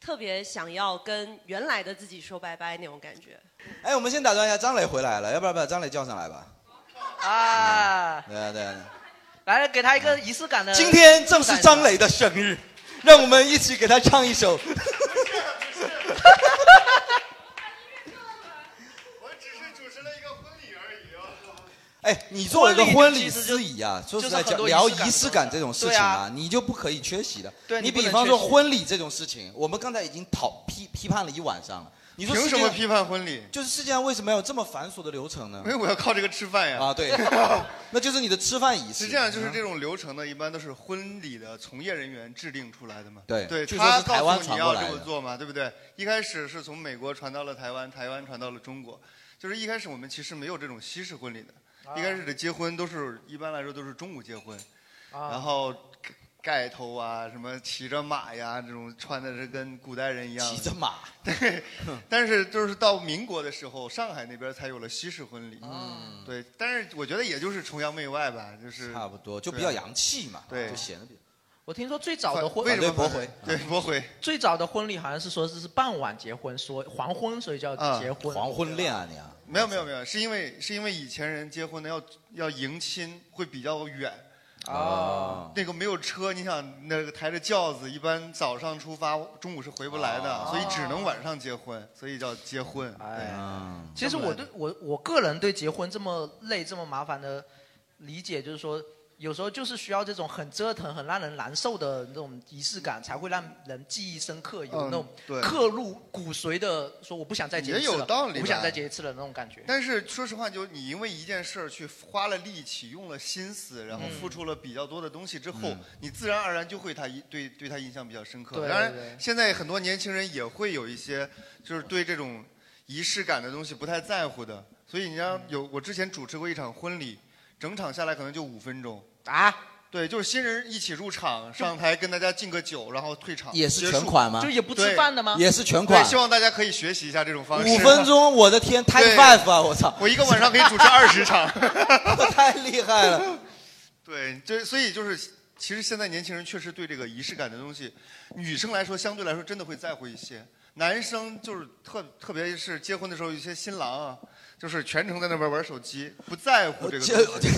[SPEAKER 10] 特别想要跟原来的自己说拜拜那种感觉。
[SPEAKER 1] 哎，我们先打断一下，张磊回来了，要不然把张磊叫上来吧。
[SPEAKER 4] 啊，
[SPEAKER 1] 对啊，对啊。对啊
[SPEAKER 4] 来给他一个仪式感的。
[SPEAKER 1] 今天正是张磊的生日，让我们一起给他唱一 首。 哎，你作为一个婚礼司仪啊，说实在
[SPEAKER 4] 就是很
[SPEAKER 1] 讲，
[SPEAKER 4] 多
[SPEAKER 1] 聊
[SPEAKER 4] 仪式感
[SPEAKER 1] 仪式感这种事情
[SPEAKER 4] 对
[SPEAKER 1] 啊，你就不可以缺席的。
[SPEAKER 4] 对
[SPEAKER 1] 你
[SPEAKER 4] 你不
[SPEAKER 1] 比
[SPEAKER 4] 能
[SPEAKER 1] 方说
[SPEAKER 4] 缺席
[SPEAKER 1] 婚礼这种事情，我们刚才已经讨批批判了一晚上了。你说
[SPEAKER 12] 凭
[SPEAKER 1] 世界
[SPEAKER 12] 什么批判婚礼？
[SPEAKER 1] 就是世界上为什么要有这么繁琐的流程呢？
[SPEAKER 12] 因为我要靠这个吃饭呀。
[SPEAKER 1] 啊，对，那就是你的吃饭仪式。
[SPEAKER 12] 是这样，就是这种流程呢，一般都是婚礼的从业人员制定出来的嘛。
[SPEAKER 1] 对
[SPEAKER 12] 对
[SPEAKER 1] 据
[SPEAKER 12] 他
[SPEAKER 1] 说是台湾
[SPEAKER 12] 告诉你
[SPEAKER 1] 传过
[SPEAKER 12] 要
[SPEAKER 1] 来
[SPEAKER 12] 这
[SPEAKER 1] 的
[SPEAKER 12] 么做嘛，对不对？一开始是从美国传到了台湾，台湾传到了中国，就是一开始我们其实没有这种西式婚礼的，
[SPEAKER 4] 啊
[SPEAKER 12] 一开始的结婚都是一般来说都是中午结婚，
[SPEAKER 4] 啊
[SPEAKER 12] 然后。盖头啊，什么骑着马呀，这种穿的是跟古代人一样。
[SPEAKER 1] 骑着马。
[SPEAKER 12] 对，但是就是到民国的时候，上海那边才有了西式婚礼。嗯，对，但是我觉得也就是崇洋媚外吧，就是
[SPEAKER 1] 差不多就比较洋气嘛
[SPEAKER 12] 对，
[SPEAKER 1] 就显得比。
[SPEAKER 4] 我听说最早的婚
[SPEAKER 12] 为什么反对
[SPEAKER 1] 啊
[SPEAKER 12] 对
[SPEAKER 4] 驳回。最早的婚礼好像是说是是傍晚结婚，说黄昏，所以叫
[SPEAKER 12] 啊
[SPEAKER 4] 结婚。
[SPEAKER 12] 黄
[SPEAKER 1] 婚恋啊你啊！
[SPEAKER 12] 没有没有没有，是因为是因为以前人结婚呢要要迎亲会比较远。
[SPEAKER 4] 哦，
[SPEAKER 12] 那个没有车，你想那个抬着轿子，一般早上出发，中午是回不来的，所以只能晚上结婚，所以叫结婚。哎，
[SPEAKER 4] 其实我对我我个人对结婚这么累、这么麻烦的理解，就是说，有时候就是需要这种很折腾、很让人难受的那种仪式感，才会让人记忆深刻，有那种
[SPEAKER 12] 嗯对
[SPEAKER 4] 刻入骨髓的，说我不想再结一次了，
[SPEAKER 12] 也有道理吧
[SPEAKER 4] 我不想再结一次了那种感觉。
[SPEAKER 12] 但是说实话，就你因为一件事儿去花了力气、用了心思，然后付出了比较多的东西之后，
[SPEAKER 4] 嗯
[SPEAKER 12] 你自然而然就会他一对对他印象比较深刻。
[SPEAKER 4] 对
[SPEAKER 12] 当然
[SPEAKER 4] 对对，
[SPEAKER 12] 现在很多年轻人也会有一些就是对这种仪式感的东西不太在乎的，所以你像有我之前主持过一场婚礼，整场下来可能就五分钟
[SPEAKER 4] 啊。
[SPEAKER 12] 对，就是新人一起入场，上台跟大家敬个酒，然后退场。
[SPEAKER 1] 也是
[SPEAKER 12] 结束
[SPEAKER 1] 全款吗就也不吃
[SPEAKER 12] 对
[SPEAKER 1] 饭的吗也是全款
[SPEAKER 12] 对，希望大家可以学习一下这种方式。
[SPEAKER 1] 五分钟，我 的天，Time
[SPEAKER 12] 对
[SPEAKER 1] Five 啊！我操，
[SPEAKER 12] 我一个晚上可以主持20场，
[SPEAKER 1] 太厉害了。
[SPEAKER 12] 对，这所以就是，其实现在年轻人确实对这个仪式感的东西，女生来说相对来说真的会在乎一些，男生就是特特别是结婚的时候，有些新郎啊，就是全程在那边玩手机，不在乎这个东西。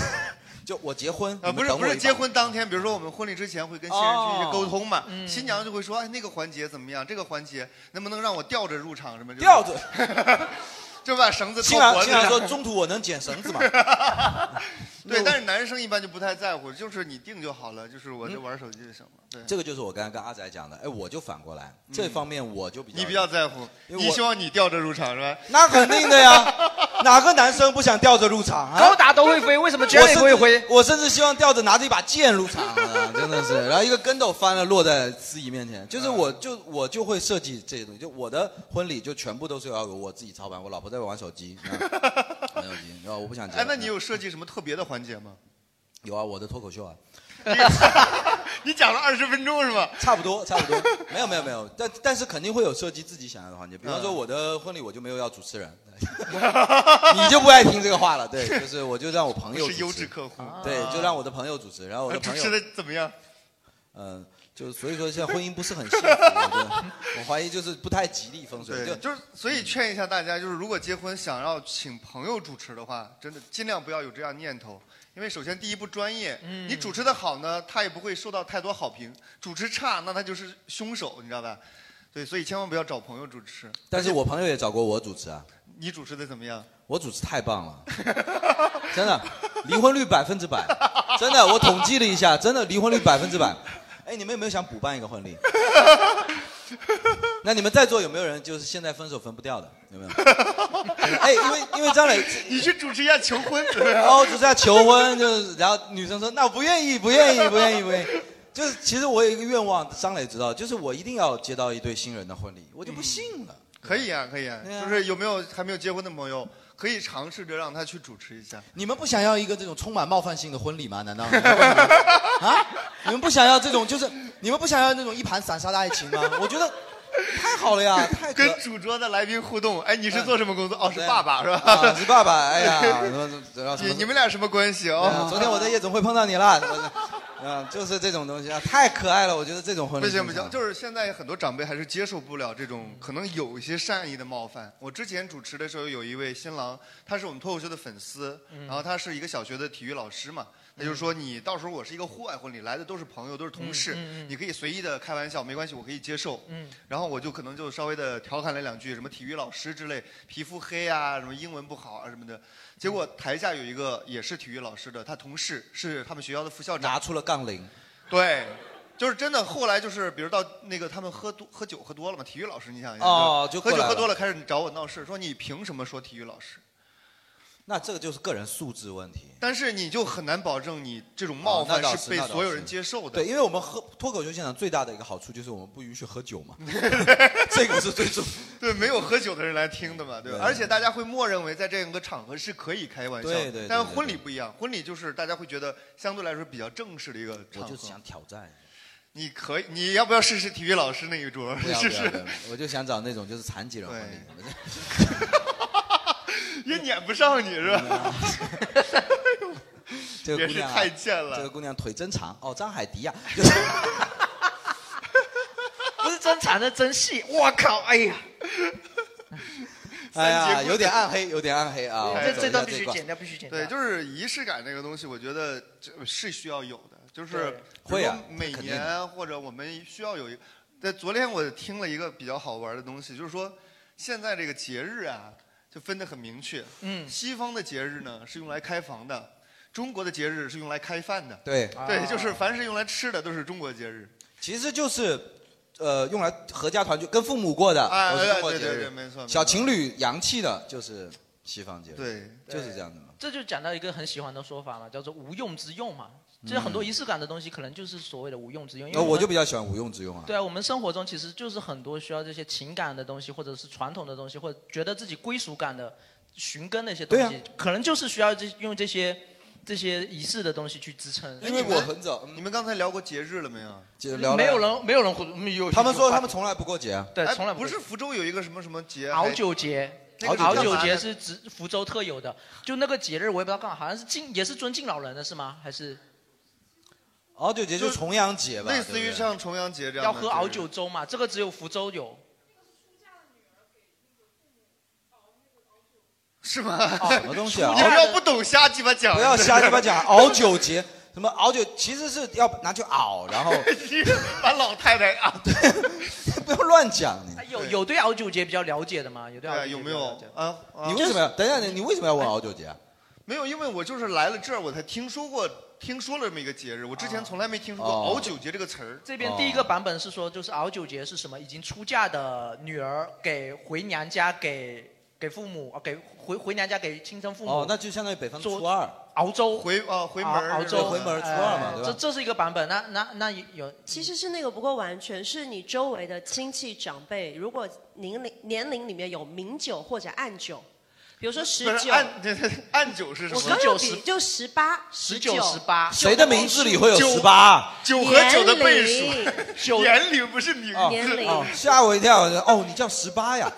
[SPEAKER 1] 就我结婚
[SPEAKER 12] 啊，
[SPEAKER 1] 你们
[SPEAKER 12] 不是
[SPEAKER 1] 等
[SPEAKER 12] 不
[SPEAKER 1] 我
[SPEAKER 12] 是，
[SPEAKER 1] 一把
[SPEAKER 12] 结婚当天，比如说我们婚礼之前会跟新人去一些沟通嘛
[SPEAKER 1] 哦，嗯
[SPEAKER 12] 新娘就会说，哎，那个环节怎么样？这个环节能不能让我吊着入场什么？
[SPEAKER 1] 吊着，
[SPEAKER 12] 就把绳子
[SPEAKER 1] 新
[SPEAKER 12] 扣
[SPEAKER 1] 郎
[SPEAKER 12] 脖子
[SPEAKER 1] 新郎
[SPEAKER 12] 上。
[SPEAKER 1] 啊说中途我能捡绳 子吗？
[SPEAKER 12] 对，但是男生一般就不太在乎，就是你定就好了，就是我就玩手机就行了。对，
[SPEAKER 1] 这个就是我刚才跟阿仔讲的，哎，我就反过来，
[SPEAKER 12] 嗯
[SPEAKER 1] 这方面我就比较
[SPEAKER 12] 你比较在乎，
[SPEAKER 1] 因为
[SPEAKER 12] 你
[SPEAKER 1] 我
[SPEAKER 12] 希望你吊着入场是吧？
[SPEAKER 1] 那肯定 的呀，哪个男生不想吊着入场啊？
[SPEAKER 12] 高
[SPEAKER 4] 达都会飞，为什么
[SPEAKER 1] 我
[SPEAKER 4] Jerry
[SPEAKER 1] 甚
[SPEAKER 4] 不会
[SPEAKER 1] 至
[SPEAKER 4] 飞？
[SPEAKER 1] 我甚至希望吊着拿着一把剑入场 啊，真的是。然后一个跟斗翻了，落在司仪面前，就是我就我就会设计这些东西，就我的婚礼就全部都是要有我自己操盘，我老婆在玩手机，啊 玩手机，然后我不想结。
[SPEAKER 12] 哎，那你有设计什么特别的环节吗？
[SPEAKER 1] 有啊，我的脱口秀啊。
[SPEAKER 12] 你讲了二十分钟是吧？
[SPEAKER 1] 差不多，差不 多。没有，没有，没有。但但是肯定会有涉及自己想要的
[SPEAKER 12] 嗯
[SPEAKER 1] 环节，比方说我的婚礼我就没有要主持 人， 你就不爱听这个话了。对，就是我就让我朋友
[SPEAKER 12] 是优
[SPEAKER 1] 主持
[SPEAKER 12] 质客户啊呃
[SPEAKER 1] 对，就让我的朋友主持，然后我的
[SPEAKER 12] 主
[SPEAKER 1] 朋友
[SPEAKER 12] 持的怎么样？
[SPEAKER 1] 嗯，就所以说现在婚姻不是很 幸福，我觉得我怀疑就是不太吉利风水。
[SPEAKER 12] 对，
[SPEAKER 1] 就
[SPEAKER 12] 就是所以劝一下大家，就是如果结婚想要请朋友主持的话，真的尽量不要有这样念头，因为首先第一不专业，你主持的好呢，他也不会受到太多好评；主持差，那他就是凶手，你知道吧？对，所以千万不要找朋友主持。
[SPEAKER 1] 但是我朋友也找过我主持啊，
[SPEAKER 12] 你主持的怎么样？
[SPEAKER 1] 我主持太棒了， 真的，离婚率百分之百，真的，我统计了一下，真的离婚率百分之百。哎，你们有没有想补办一个婚礼？ 那你们在座有没有人就是现在分手分不掉的？有没有？哎，因为因为哦张磊，
[SPEAKER 12] 你去主持一下求 婚，
[SPEAKER 1] 然后就是要求婚，就是然后女生说那我不愿意，不愿意，不愿意，不愿意。就是其实我有一个愿望，张磊知道，就是我一定要接到一对新人的婚礼，我就不信了。
[SPEAKER 12] 嗯可以啊，可以啊，就是有没有还没有结婚的朋友，可以尝试着让他去主持一下。
[SPEAKER 1] 你们不想要一个这种充满冒犯性的婚礼吗？难道你们不想要啊？你们不想要这种就是你们不想要那种一盘散沙的爱 情吗？我觉得太好了呀，太
[SPEAKER 12] 跟主桌的来宾互动。哎，你是做什么工作？哦，是爸爸是吧？
[SPEAKER 1] 啊是爸爸哎 呀什么什么
[SPEAKER 12] 你你们俩什么关系
[SPEAKER 1] 对
[SPEAKER 12] 哦
[SPEAKER 1] 啊？昨天我在夜总会碰到你了，我啊，就是这种东西啊，太可爱了，我觉得这种啊嗯婚礼
[SPEAKER 12] 不行
[SPEAKER 1] 真
[SPEAKER 12] 不
[SPEAKER 1] 的
[SPEAKER 12] 行，就是现在很多长辈还是接受不了这种可能有一些善意的冒犯。我之前主持的时候，有一位新郎，他是我们脱口秀的粉丝，
[SPEAKER 1] 嗯
[SPEAKER 12] 然后他是一个小学的体育老师嘛，他就说你到时候我是一个户外婚礼，来的都是朋友，都是同事
[SPEAKER 1] 嗯嗯嗯，
[SPEAKER 12] 你可以随意的开玩笑，没关系，我可以接受。
[SPEAKER 1] 嗯
[SPEAKER 12] 然后我就可能就稍微的调侃了两句，什么体育老师之类，皮肤黑啊，什么英文不好啊什么的。结果台下有一个也是体育老师的，他同事是他们学校的副校长，
[SPEAKER 1] 拿出了杠铃。
[SPEAKER 12] 对，就是真的。后来就是，比如到那个他们喝多喝酒喝多了嘛，体育老师，你想一下，
[SPEAKER 1] 哦就
[SPEAKER 12] 喝
[SPEAKER 1] 过
[SPEAKER 12] 酒
[SPEAKER 1] 来
[SPEAKER 12] 喝多
[SPEAKER 1] 了
[SPEAKER 12] 了，开始找我闹事，说你凭什么说体育老师？
[SPEAKER 1] 那这个就是个人素质问题。
[SPEAKER 12] 但是你就很难保证你这种冒
[SPEAKER 1] 哦那
[SPEAKER 12] 犯
[SPEAKER 1] 倒是
[SPEAKER 12] 是被
[SPEAKER 1] 那倒
[SPEAKER 12] 所有
[SPEAKER 1] 是
[SPEAKER 12] 人接受的。
[SPEAKER 1] 对，因为我们喝脱口秀现场最大的一个好处就是我们不允许喝酒 嘛，这个是最重。
[SPEAKER 12] 对，没有喝酒的人来听的嘛，对吧？
[SPEAKER 1] 对啊
[SPEAKER 12] 而且大家会默认为在这样一个场合是可以开玩笑的，
[SPEAKER 1] 对对对
[SPEAKER 12] 但是
[SPEAKER 1] 对
[SPEAKER 12] 婚礼不一样，婚礼就是大家会觉得相对来说比较正式的一个场合。
[SPEAKER 1] 我就是想挑战。
[SPEAKER 12] 你可以，你要不要试试体育老师那一桌？
[SPEAKER 1] 不要 不
[SPEAKER 12] 试
[SPEAKER 1] 要不
[SPEAKER 12] 试
[SPEAKER 1] 要，，我就想找那种就是残疾人婚礼。
[SPEAKER 12] 也撵不上你是吧？
[SPEAKER 1] 嗯 这个姑娘 啊、
[SPEAKER 12] 也是太贱了
[SPEAKER 1] 这个姑娘腿真长哦，张海迪 呀、
[SPEAKER 4] 不是真长的真细，我靠，哎呀，
[SPEAKER 1] 哎呀，有点暗黑，有点暗黑啊！我们走一下这一块
[SPEAKER 12] 对，就是仪式感这个东西，我觉得这是需要有的，就是
[SPEAKER 1] 对会啊
[SPEAKER 12] 比如每
[SPEAKER 1] 肯定
[SPEAKER 12] 年或者我们需要有一。在昨天我听了一个比较好玩的东西，就是说现在这个节日啊，就分得很明确。
[SPEAKER 4] 嗯，
[SPEAKER 12] 西方的节日呢是用来开房的，中国的节日是用来开饭的。
[SPEAKER 1] 对
[SPEAKER 12] 对，就是凡是用来吃的都是中国节日。
[SPEAKER 1] 其实就是，呃，用来合家团聚，跟父母过的，
[SPEAKER 12] 哎
[SPEAKER 1] 都是中国
[SPEAKER 12] 对
[SPEAKER 1] 节
[SPEAKER 12] 对对
[SPEAKER 1] 日，
[SPEAKER 12] 对没错没错
[SPEAKER 1] 小情侣洋气的，就是西方节日，
[SPEAKER 12] 对，
[SPEAKER 1] 就是这样的嘛。
[SPEAKER 4] 这就讲到一个很喜欢的说法嘛，叫做无用之用嘛。这很
[SPEAKER 12] 嗯
[SPEAKER 4] 多仪式感的东西，可能就是所谓的无用之用。因为
[SPEAKER 1] 那呃我
[SPEAKER 4] 们
[SPEAKER 1] 就比较喜欢无用之用啊。
[SPEAKER 4] 对啊，我们生活中其实就是很多需要这些情感的东西，或者是传统的东西，或者觉得自己归属感的寻根的一些东
[SPEAKER 1] 啊
[SPEAKER 4] 西，可能就是需要这用这些这些仪式的东西去支撑。
[SPEAKER 12] 因为我很
[SPEAKER 1] 早，嗯
[SPEAKER 12] 你们刚才聊过节日了没有？
[SPEAKER 1] 就
[SPEAKER 4] 聊了没有人没有人会有
[SPEAKER 1] 他们说他们从来不过节啊，
[SPEAKER 4] 对
[SPEAKER 12] 哎
[SPEAKER 4] 从来不
[SPEAKER 12] 不
[SPEAKER 4] 会
[SPEAKER 12] 是福州有一个什么什么节，
[SPEAKER 4] 熬
[SPEAKER 12] 还
[SPEAKER 4] 酒节。
[SPEAKER 12] 那个是
[SPEAKER 4] 熬
[SPEAKER 12] 干
[SPEAKER 4] 酒
[SPEAKER 12] 嘛
[SPEAKER 4] 节
[SPEAKER 12] 的
[SPEAKER 4] 是指福州特有的，就那个节日我也不知道干嘛，好像是敬也是尊敬老人的是吗？还是
[SPEAKER 1] 熬酒节就重阳节吧，
[SPEAKER 12] 类似于像重阳节这样
[SPEAKER 4] 要
[SPEAKER 12] 的
[SPEAKER 4] 喝
[SPEAKER 12] 节
[SPEAKER 4] 熬
[SPEAKER 12] 日
[SPEAKER 4] 酒粥嘛？这个只有福州有。
[SPEAKER 12] 是吗？
[SPEAKER 1] 什么东西 啊？
[SPEAKER 12] 你
[SPEAKER 1] 熬
[SPEAKER 12] 不要不懂瞎鸡巴讲，
[SPEAKER 1] 不 要瞎鸡巴讲，熬酒节 什么熬酒其实是要拿去熬， 然后
[SPEAKER 12] 把老太太啊，
[SPEAKER 1] 不要乱讲你。
[SPEAKER 4] 有有对熬酒节比较了解的吗？有对熬酒
[SPEAKER 12] 对，
[SPEAKER 4] 节
[SPEAKER 12] 哎有没
[SPEAKER 4] 比较
[SPEAKER 12] 有
[SPEAKER 4] 了解的哎
[SPEAKER 12] 啊？啊
[SPEAKER 1] 你为什么要？等一下，你为什么要问熬酒节啊？
[SPEAKER 12] 没有，因为我就是来了这儿，我才听说过，听说了这么一个节日，我之前从来没听说过
[SPEAKER 1] 哦
[SPEAKER 12] 熬酒节这个词儿。
[SPEAKER 4] 这边第一个版本是说，就是熬酒节是什么？已经出嫁的女儿给回娘家给给父母，啊给回回娘家给亲生父母。
[SPEAKER 1] 哦，那就相当于北方的初二，
[SPEAKER 4] 熬粥
[SPEAKER 12] 回啊回
[SPEAKER 4] 熬熬粥
[SPEAKER 1] 回门儿初二嘛，
[SPEAKER 4] 哎
[SPEAKER 1] 对
[SPEAKER 4] 这
[SPEAKER 1] 吧？
[SPEAKER 4] 这是一个版本，那那那有
[SPEAKER 10] 其实是那个不够完全，是你周围的亲戚长辈，如果年龄年龄里面有明酒或者暗酒，比如说十
[SPEAKER 12] 不是
[SPEAKER 10] 九，
[SPEAKER 12] 暗对对对暗酒是什
[SPEAKER 10] 我
[SPEAKER 12] 么？
[SPEAKER 10] 刚刚比就十八、
[SPEAKER 12] 19 18
[SPEAKER 1] 谁的名字里会有
[SPEAKER 12] 九
[SPEAKER 1] 十八？
[SPEAKER 12] 酒和酒的倍
[SPEAKER 10] 年龄
[SPEAKER 12] 数，年龄不是名字。
[SPEAKER 10] 年龄
[SPEAKER 1] 哦，吓我一跳！我说哦，你叫十 八呀？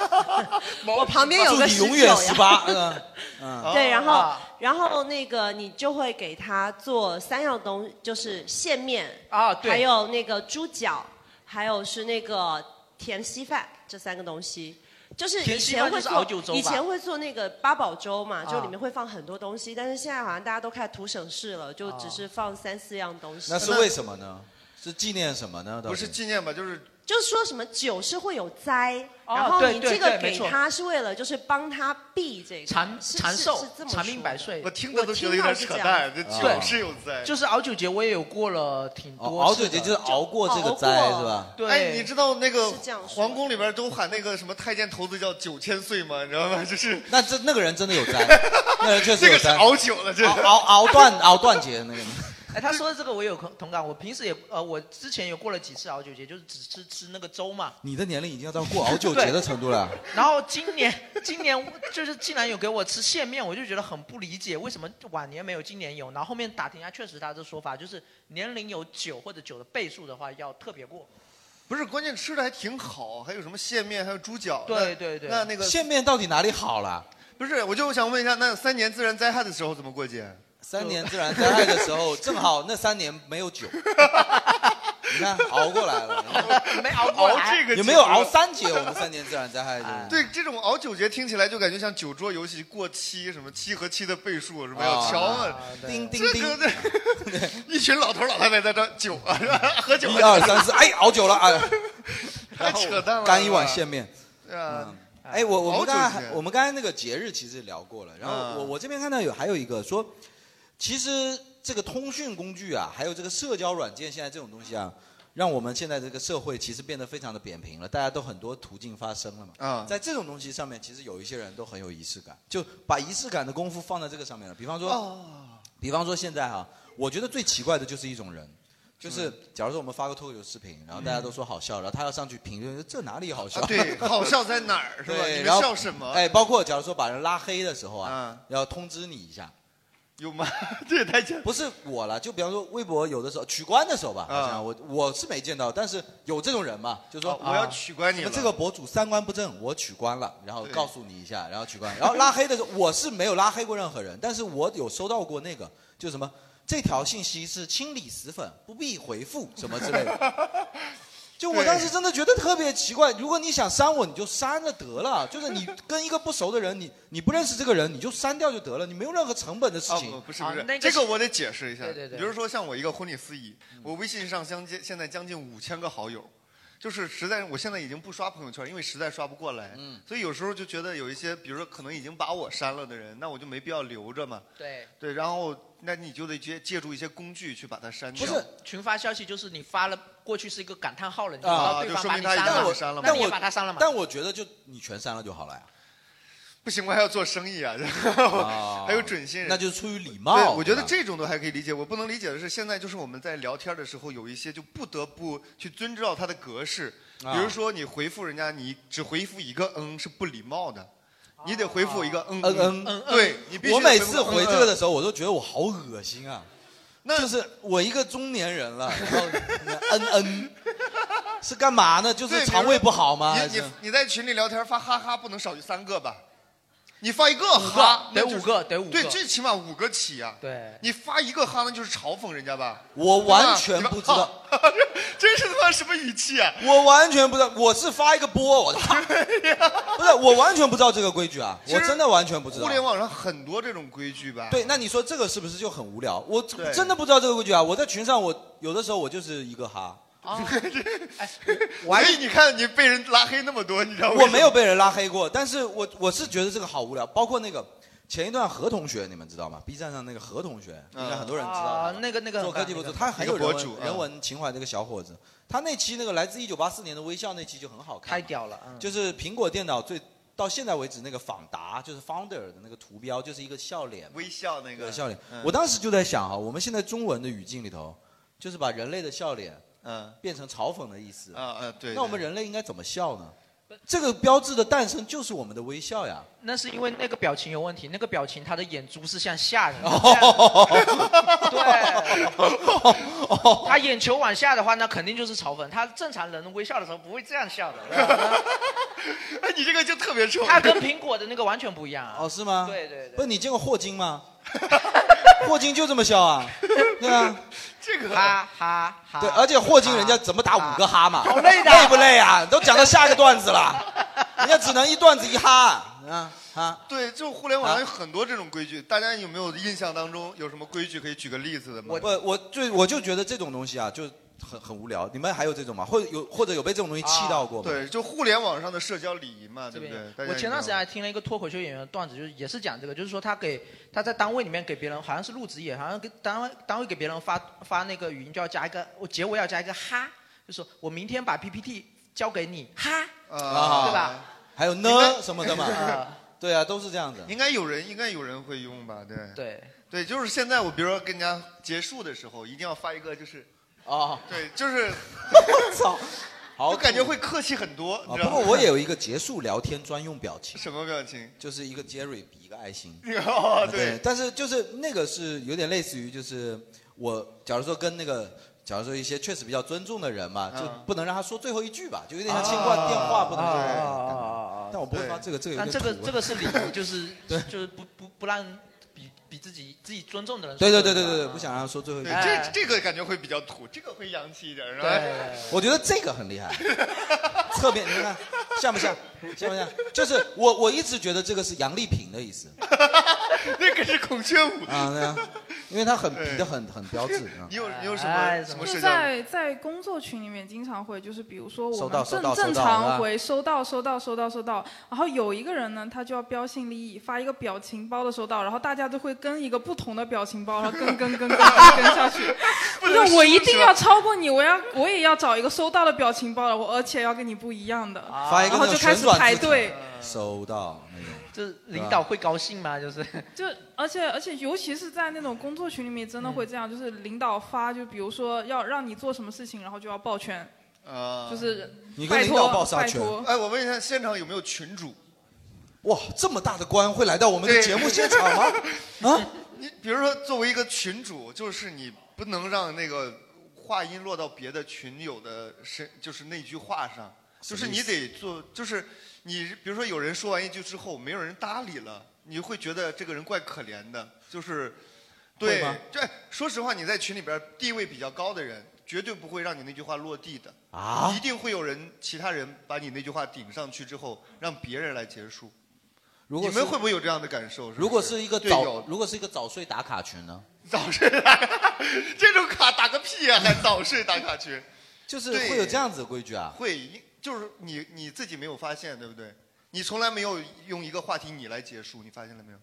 [SPEAKER 10] 我旁边有
[SPEAKER 1] 祝
[SPEAKER 10] 个
[SPEAKER 1] 你
[SPEAKER 10] 19
[SPEAKER 1] 永远
[SPEAKER 10] 呀
[SPEAKER 1] 十八。 嗯嗯，
[SPEAKER 10] 对，然后、
[SPEAKER 4] 啊
[SPEAKER 10] 然后那个你就会给他做三样东西，就是线面
[SPEAKER 4] 啊，对
[SPEAKER 10] 还有那个猪脚，还有是那个甜稀饭这三个东西。就是以
[SPEAKER 4] 甜稀饭
[SPEAKER 10] 前
[SPEAKER 4] 就
[SPEAKER 10] 会
[SPEAKER 4] 是
[SPEAKER 10] 做
[SPEAKER 4] 熬酒粥吧
[SPEAKER 10] 以前会做那个八宝粥嘛，就
[SPEAKER 4] 啊
[SPEAKER 10] 里面会放很多东西，但是现在好像大家都开始图省事了，就
[SPEAKER 4] 啊
[SPEAKER 10] 只是放三四样东西。
[SPEAKER 1] 那是为什么呢？是纪念什么呢？
[SPEAKER 12] 不是纪念吧？就是
[SPEAKER 10] 就是说什么酒是会有灾，
[SPEAKER 4] 哦
[SPEAKER 10] 然后
[SPEAKER 4] 对
[SPEAKER 10] 你
[SPEAKER 4] 对
[SPEAKER 10] 这个
[SPEAKER 4] 对没
[SPEAKER 10] 给
[SPEAKER 4] 错
[SPEAKER 10] 他是为了就是帮他避这个
[SPEAKER 4] 长
[SPEAKER 10] 是
[SPEAKER 4] 长
[SPEAKER 10] 是
[SPEAKER 4] 寿
[SPEAKER 10] 是这么
[SPEAKER 4] 长
[SPEAKER 10] 说
[SPEAKER 4] 命
[SPEAKER 10] 的
[SPEAKER 4] 百岁。
[SPEAKER 12] 我听着都觉得有点扯淡，这酒是有灾。
[SPEAKER 4] 就是熬酒节，我也有过了挺多次的。哦
[SPEAKER 1] 哦熬酒节就是熬过这个灾是吧？
[SPEAKER 4] 对，
[SPEAKER 12] 哎，你知道那个
[SPEAKER 10] 是这样说
[SPEAKER 12] 皇宫里边都喊那个什么太监头子叫九千岁吗？ 你知道吗？就是
[SPEAKER 1] 那这那个人真的有灾，那人确实
[SPEAKER 12] 这
[SPEAKER 1] 有
[SPEAKER 12] 个是
[SPEAKER 1] 灾。
[SPEAKER 12] 熬酒了，这是
[SPEAKER 1] 熬熬熬断熬断节那个。
[SPEAKER 4] 哎，他说的这个我也有同同感。我平时也呃，我之前有过了几次熬酒节，就是只吃吃那个粥嘛。
[SPEAKER 1] 你的年龄已经要到过熬酒节的程度了。
[SPEAKER 4] 然后今年 今年就是竟然有给我吃线面，我就觉得很不理解，为什么晚年没有，今年有？然后后面打听一下，确实他这说法就是年龄有九或者九的倍数的话，要特别过。
[SPEAKER 12] 不是，关键吃的还挺好，还有什么线面，还有猪脚。
[SPEAKER 4] 对
[SPEAKER 12] 那
[SPEAKER 4] 对对
[SPEAKER 12] 那那个
[SPEAKER 1] 线面到底哪里好了？
[SPEAKER 12] 不是，我就想问一下，那三年自然灾害的时候怎么过节？
[SPEAKER 1] 三年自然灾害的时候，正好那三年没有 酒，你看熬过来了。
[SPEAKER 4] 没熬
[SPEAKER 12] 过 来熬哦这个
[SPEAKER 1] 有没有
[SPEAKER 12] 节
[SPEAKER 1] 熬三节？我们三年自然灾害就是。
[SPEAKER 12] 对，这种熬九节听起来就感觉像酒桌游戏过七，什么七和七的倍数，什么要
[SPEAKER 1] 啊
[SPEAKER 12] 乔啊，
[SPEAKER 1] 叮叮
[SPEAKER 12] 这
[SPEAKER 1] 叮
[SPEAKER 12] 个这 一群老头老太太在这酒啊，是吧喝酒，
[SPEAKER 1] 嗯一二三四，哎，熬久了，哎，
[SPEAKER 12] 太扯淡了，
[SPEAKER 1] 干一碗线面。
[SPEAKER 12] 对 啊，
[SPEAKER 1] 哎，我我
[SPEAKER 12] 熬
[SPEAKER 1] 们
[SPEAKER 12] 酒
[SPEAKER 1] 刚才
[SPEAKER 12] 节
[SPEAKER 1] 还我们刚才那个节日其实聊过了，然后
[SPEAKER 12] 嗯
[SPEAKER 1] 我我这边看到有还有一个说，其实这个通讯工具啊，还有这个社交软件，现在这种东西啊，让我们现在这个社会其实变得非常的扁平了，大家都很多途径发生了嘛。
[SPEAKER 12] 嗯
[SPEAKER 1] 在这种东西上面，其实有一些人都很有仪式感，就把仪式感的功夫放在这个上面了。比方说，
[SPEAKER 12] 哦
[SPEAKER 1] 比方说现在哈、我觉得最奇怪的就是一种人。
[SPEAKER 12] 嗯
[SPEAKER 1] 就是，假如说我们发个脱口秀视频，然后大家都说好笑，然后他要上去评论，这哪里好笑？
[SPEAKER 12] 啊对好笑在哪儿是吧
[SPEAKER 1] 对
[SPEAKER 12] 你们
[SPEAKER 1] 然后
[SPEAKER 12] 笑什么嗯
[SPEAKER 1] 哎，包括假如说把人拉黑的时候啊，要通知你一下，
[SPEAKER 12] 有吗？ 这也太强。
[SPEAKER 1] 不是我了，就比方说微博有的时候取关的时候吧，好像我我是没见到，但是有这种人嘛，就说
[SPEAKER 12] 嗯哦我要取关你
[SPEAKER 1] 们
[SPEAKER 12] 了
[SPEAKER 1] 这个博主三观不正，我取关了，然后告诉你一下，然后取关，然后拉黑的时候我是没有拉黑过任何人，但是我有收到过那个就什么这条信息是清理死粉，不必回复什么之类的。就我当时真的觉得特别奇怪，如果你想删我，你就删了得了。就是你跟一个不熟的人，你你不认识这个人，你就删掉就得了，你没有任何成本的事情。
[SPEAKER 12] 哦，不是不是，这个我得解释一下。比如说像我一个婚礼司仪，
[SPEAKER 1] 嗯
[SPEAKER 12] 我微信上将近现在将近五千个好友，就是实在我现在已经不刷朋友圈，因为实在刷不过来。
[SPEAKER 1] 嗯
[SPEAKER 12] 所以有时候就觉得有一些，比如说可能已经把我删了的人，那我就没必要留着嘛。
[SPEAKER 4] 对
[SPEAKER 12] 对，然后那你就得借借助一些工具去把它删掉。
[SPEAKER 4] 群发消息，就是你发了过去是一个感叹号了，你知道
[SPEAKER 12] 啊，
[SPEAKER 4] 对
[SPEAKER 12] 就
[SPEAKER 4] 方
[SPEAKER 12] 说
[SPEAKER 4] 把
[SPEAKER 12] 明
[SPEAKER 4] 你
[SPEAKER 12] 他已
[SPEAKER 4] 删
[SPEAKER 12] 经
[SPEAKER 4] 了，
[SPEAKER 12] 删了嘛。
[SPEAKER 4] 那你也把他删了嘛？
[SPEAKER 1] 但我觉得就你全删了就好了呀。
[SPEAKER 12] 不行，我还要做生意啊， 然后还有准新人，
[SPEAKER 1] 啊那就是出于礼貌
[SPEAKER 12] 对，我觉
[SPEAKER 1] 对
[SPEAKER 12] 得
[SPEAKER 1] 吧
[SPEAKER 12] 这种都还可以理解。我不能理解的是，现在就是我们在聊天的时候，有一些就不得不去遵照它的格式，
[SPEAKER 1] 啊
[SPEAKER 12] 比如说你回复人家，你只回复一个嗯是不礼貌的。
[SPEAKER 4] 啊
[SPEAKER 12] 你得回复一个嗯
[SPEAKER 1] 嗯
[SPEAKER 12] 嗯
[SPEAKER 1] 嗯，
[SPEAKER 12] 对你必须
[SPEAKER 1] 我每次
[SPEAKER 12] 回
[SPEAKER 1] 回
[SPEAKER 12] 复
[SPEAKER 1] 这
[SPEAKER 12] 嗯嗯
[SPEAKER 1] 个的时候，我都觉得我好恶心啊。
[SPEAKER 12] 那
[SPEAKER 1] 就是我一个中年人了，然后你嗯嗯，是干嘛呢？就
[SPEAKER 12] 对
[SPEAKER 1] 是肠胃不好吗？还
[SPEAKER 12] 你
[SPEAKER 1] 是
[SPEAKER 12] 你你在群里聊天发哈哈，不能少于三个吧？你发一个
[SPEAKER 4] 五个
[SPEAKER 12] 哈，那
[SPEAKER 4] 得
[SPEAKER 12] 就是
[SPEAKER 4] 五个得五个
[SPEAKER 12] 对，最起码五个起啊。
[SPEAKER 4] 对，
[SPEAKER 12] 你发一个哈，那就是嘲讽人家吧？
[SPEAKER 1] 哎我
[SPEAKER 12] 对吧
[SPEAKER 1] 完全不知道，
[SPEAKER 12] 你们 这是他妈什么语气啊？
[SPEAKER 1] 我完全不知道，我是发一个波，我操！ 不是，我完全不知道这个规矩啊，
[SPEAKER 12] 其实
[SPEAKER 1] 我真的完全不知道
[SPEAKER 12] 互。联网上很多这种规矩吧？
[SPEAKER 1] 对，，那你说这个是不是就很无聊？我
[SPEAKER 12] 对
[SPEAKER 1] 真的不知道这个规矩啊！我在群上，我有的时候我就是一个哈，
[SPEAKER 12] 哦 哎所以你看你被人拉黑那么多，你知道为什
[SPEAKER 1] 我
[SPEAKER 12] 么
[SPEAKER 1] 没有被人拉黑过，但是我我是觉得这个好无聊。包括那个前一段何同学，你们知道吗？B 站上那个何同学，
[SPEAKER 12] 嗯
[SPEAKER 1] 应该很多人知道。
[SPEAKER 4] 啊，那个那个
[SPEAKER 1] 做科技博主，他很
[SPEAKER 4] 很
[SPEAKER 1] 有人
[SPEAKER 4] 有博
[SPEAKER 1] 文
[SPEAKER 4] 主
[SPEAKER 1] 人文情怀这个小伙子，他那期那个来自一九八四年的微笑那期就很好看，
[SPEAKER 4] 太屌了，嗯
[SPEAKER 1] 就是苹果电脑最到现在为止那个访达就是 founder 的那个图标就是一个笑脸嘛，
[SPEAKER 12] 微笑那个
[SPEAKER 1] 对笑脸
[SPEAKER 12] 嗯。
[SPEAKER 1] 我当时就在想哈，我们现在中文的语境里头，就是把人类的笑脸，
[SPEAKER 12] 嗯，
[SPEAKER 1] 变成嘲讽的意思。
[SPEAKER 12] 啊啊对
[SPEAKER 1] 那我们人类应该怎么笑呢？这个标志的诞生就是我们的微笑啊呀。
[SPEAKER 4] 那是因为那个表情有问题，那个表情他的眼珠是向下的，哦对，他眼球往下的话，那肯定就是嘲讽。他正常人微笑的时候不会这样笑的，
[SPEAKER 12] 哎，你这个就特别丑。
[SPEAKER 4] 他跟苹果的那个完全不一样啊。
[SPEAKER 1] 哦，是吗？
[SPEAKER 4] 对对对。
[SPEAKER 1] 不是你见过霍金吗？霍金就这么笑啊，对啊，
[SPEAKER 12] 这个
[SPEAKER 4] 哈哈哈。
[SPEAKER 1] 对，而且霍金人家怎么打五个哈嘛？
[SPEAKER 4] 好累的
[SPEAKER 1] 累不累啊？都讲到下一个段子了，人家只能一段子一哈。啊啊！
[SPEAKER 12] 对，就互联网上有很多这种规矩，大家有没有印象当中有什么规矩可以举个例子的吗？
[SPEAKER 1] 我不，我就我就觉得这种东西啊，就很很无聊。你们还有这种吗？或者有或者有被这种东西气到过吗？
[SPEAKER 12] 对，就互联网上的社交礼仪啊嘛，对不对？大家
[SPEAKER 4] 我前段
[SPEAKER 12] 有
[SPEAKER 4] 时间还听了一个脱口秀演员的段子，就是也是讲这个，就是说他给他在单位里面给别人，好像是入职也，好像给单位单位给别人发发那个语音，就要加一个，我结尾要加一个哈，就说我明天把 PPT 交给你，哈，
[SPEAKER 12] 啊
[SPEAKER 4] 对吧？
[SPEAKER 1] 还有
[SPEAKER 12] 应
[SPEAKER 1] 呢
[SPEAKER 12] 该
[SPEAKER 1] 什么的嘛
[SPEAKER 12] 啊，
[SPEAKER 1] 对啊，都是这样子
[SPEAKER 12] 没有。应该有人，应该有人会用吧？对。
[SPEAKER 4] 对。
[SPEAKER 12] 对，就是现在我比如说跟人家结束的时候，一定要发一个就是，
[SPEAKER 1] 啊，
[SPEAKER 12] 对，就是，
[SPEAKER 1] 我 操，好
[SPEAKER 12] 就感觉会客气很多，你
[SPEAKER 1] 啊，
[SPEAKER 12] 知道
[SPEAKER 1] 不
[SPEAKER 12] 吗？
[SPEAKER 1] 过我也有一个结束聊天专用表情。
[SPEAKER 12] 什么表情？。
[SPEAKER 1] 就是一个 Jerry 比一个爱心
[SPEAKER 12] 哦对
[SPEAKER 1] 但是就是那个是有点类似于就是我，假如说跟那个。假如说一些确实比较尊重的人嘛，
[SPEAKER 4] 嗯
[SPEAKER 12] 啊
[SPEAKER 1] 就不能让他说最后一句吧，就有点
[SPEAKER 4] 啊
[SPEAKER 1] 像清挂电话不能说。但我不会发这个，这个有
[SPEAKER 4] 但
[SPEAKER 1] 点
[SPEAKER 4] 这个
[SPEAKER 1] 土啊
[SPEAKER 4] 这个是礼 仪，就是就是不不不让比比自己自己尊重的人说
[SPEAKER 1] 对
[SPEAKER 4] 这
[SPEAKER 1] 对
[SPEAKER 4] 个。
[SPEAKER 1] 对对对对，不想让他说最后一句
[SPEAKER 12] 对，。这这个感觉会比较土，这个会洋气一点，是吧？
[SPEAKER 1] 我觉得这个很厉害，侧面你看像不像？ 像不像？就是我我一直觉得这个是杨丽萍的 意思
[SPEAKER 12] 那个是孔雀舞
[SPEAKER 1] 啊，对啊，因为她很比的很很标 志啊。
[SPEAKER 12] 你有你有什
[SPEAKER 4] 哎
[SPEAKER 12] 么
[SPEAKER 4] 怎
[SPEAKER 12] 什么
[SPEAKER 4] 么
[SPEAKER 3] 就
[SPEAKER 12] 社
[SPEAKER 3] 是
[SPEAKER 12] 交礼仪？
[SPEAKER 3] 在在工作群里面经常会，就是比如说
[SPEAKER 1] 收
[SPEAKER 3] 我
[SPEAKER 1] 到
[SPEAKER 3] 们
[SPEAKER 1] 收
[SPEAKER 3] 正
[SPEAKER 1] 到
[SPEAKER 3] 正
[SPEAKER 1] 收到啊
[SPEAKER 3] 常回收到收到收到收到，然后有一个人呢，他就要标新立异，发一个表情包的收到，然后大家都会跟一个不同的表情包，然后跟跟 跟跟跟跟下去。
[SPEAKER 12] 不
[SPEAKER 3] 是我一定要
[SPEAKER 12] 是吧
[SPEAKER 3] 超过你，我要我也要找一个收到的表情包了，我而且要跟你不一样的，
[SPEAKER 1] 啊发一个
[SPEAKER 3] 然
[SPEAKER 1] 那
[SPEAKER 3] 后
[SPEAKER 1] 种
[SPEAKER 3] 就开
[SPEAKER 1] 旋
[SPEAKER 3] 始
[SPEAKER 1] 转
[SPEAKER 3] 排
[SPEAKER 1] 字体
[SPEAKER 3] 队。，
[SPEAKER 1] 收到那种。
[SPEAKER 4] 就是
[SPEAKER 1] 是吧
[SPEAKER 4] 领导会高兴吗？就是
[SPEAKER 3] 就而且而且，尤其是在那种工作群里面，真的会
[SPEAKER 1] 嗯
[SPEAKER 3] 这样，就是领导发，就比如说要让你做什么事情，然后就要抱拳，
[SPEAKER 12] 啊
[SPEAKER 3] 就是
[SPEAKER 1] 你跟
[SPEAKER 3] 拜
[SPEAKER 1] 领
[SPEAKER 3] 托
[SPEAKER 1] 导抱啥
[SPEAKER 3] 拜
[SPEAKER 1] 拳
[SPEAKER 3] 托。
[SPEAKER 12] 哎，我问一下，现场有没有群主？
[SPEAKER 1] 哇，这么大的官会来到我们的
[SPEAKER 12] 对
[SPEAKER 1] 节目现场吗？啊，
[SPEAKER 12] 你比如说，作为一个群主，就是你不能让那个话音落到别的群友的身，就是那句话上，就
[SPEAKER 13] 什
[SPEAKER 12] 是
[SPEAKER 13] 么意
[SPEAKER 12] 你
[SPEAKER 13] 思
[SPEAKER 12] 得做，就是你比如说有人说完一句之后，没有人搭理了，你会觉得这个人怪可怜的，就是对
[SPEAKER 13] 会吗，
[SPEAKER 12] 这说实话，你在群里边地位比较高的人，绝对不会让你那句话落地的
[SPEAKER 1] 啊
[SPEAKER 12] 一定会有人其他人把你那句话顶上去之后，让别人来结束。
[SPEAKER 1] 如果
[SPEAKER 12] 你们
[SPEAKER 1] 是
[SPEAKER 12] 会不会有这样的感受？
[SPEAKER 1] 如果是一个
[SPEAKER 12] 对有
[SPEAKER 1] 早，如果是一个早睡打卡群呢？
[SPEAKER 12] 这种卡 打个屁呀、还早睡打卡群，
[SPEAKER 1] 就是
[SPEAKER 12] 对
[SPEAKER 1] 会有这样子的规矩啊？
[SPEAKER 12] 会，就是你你自己没有发现，对不对？你从来没有用一个话题你来结束，你发现了没有？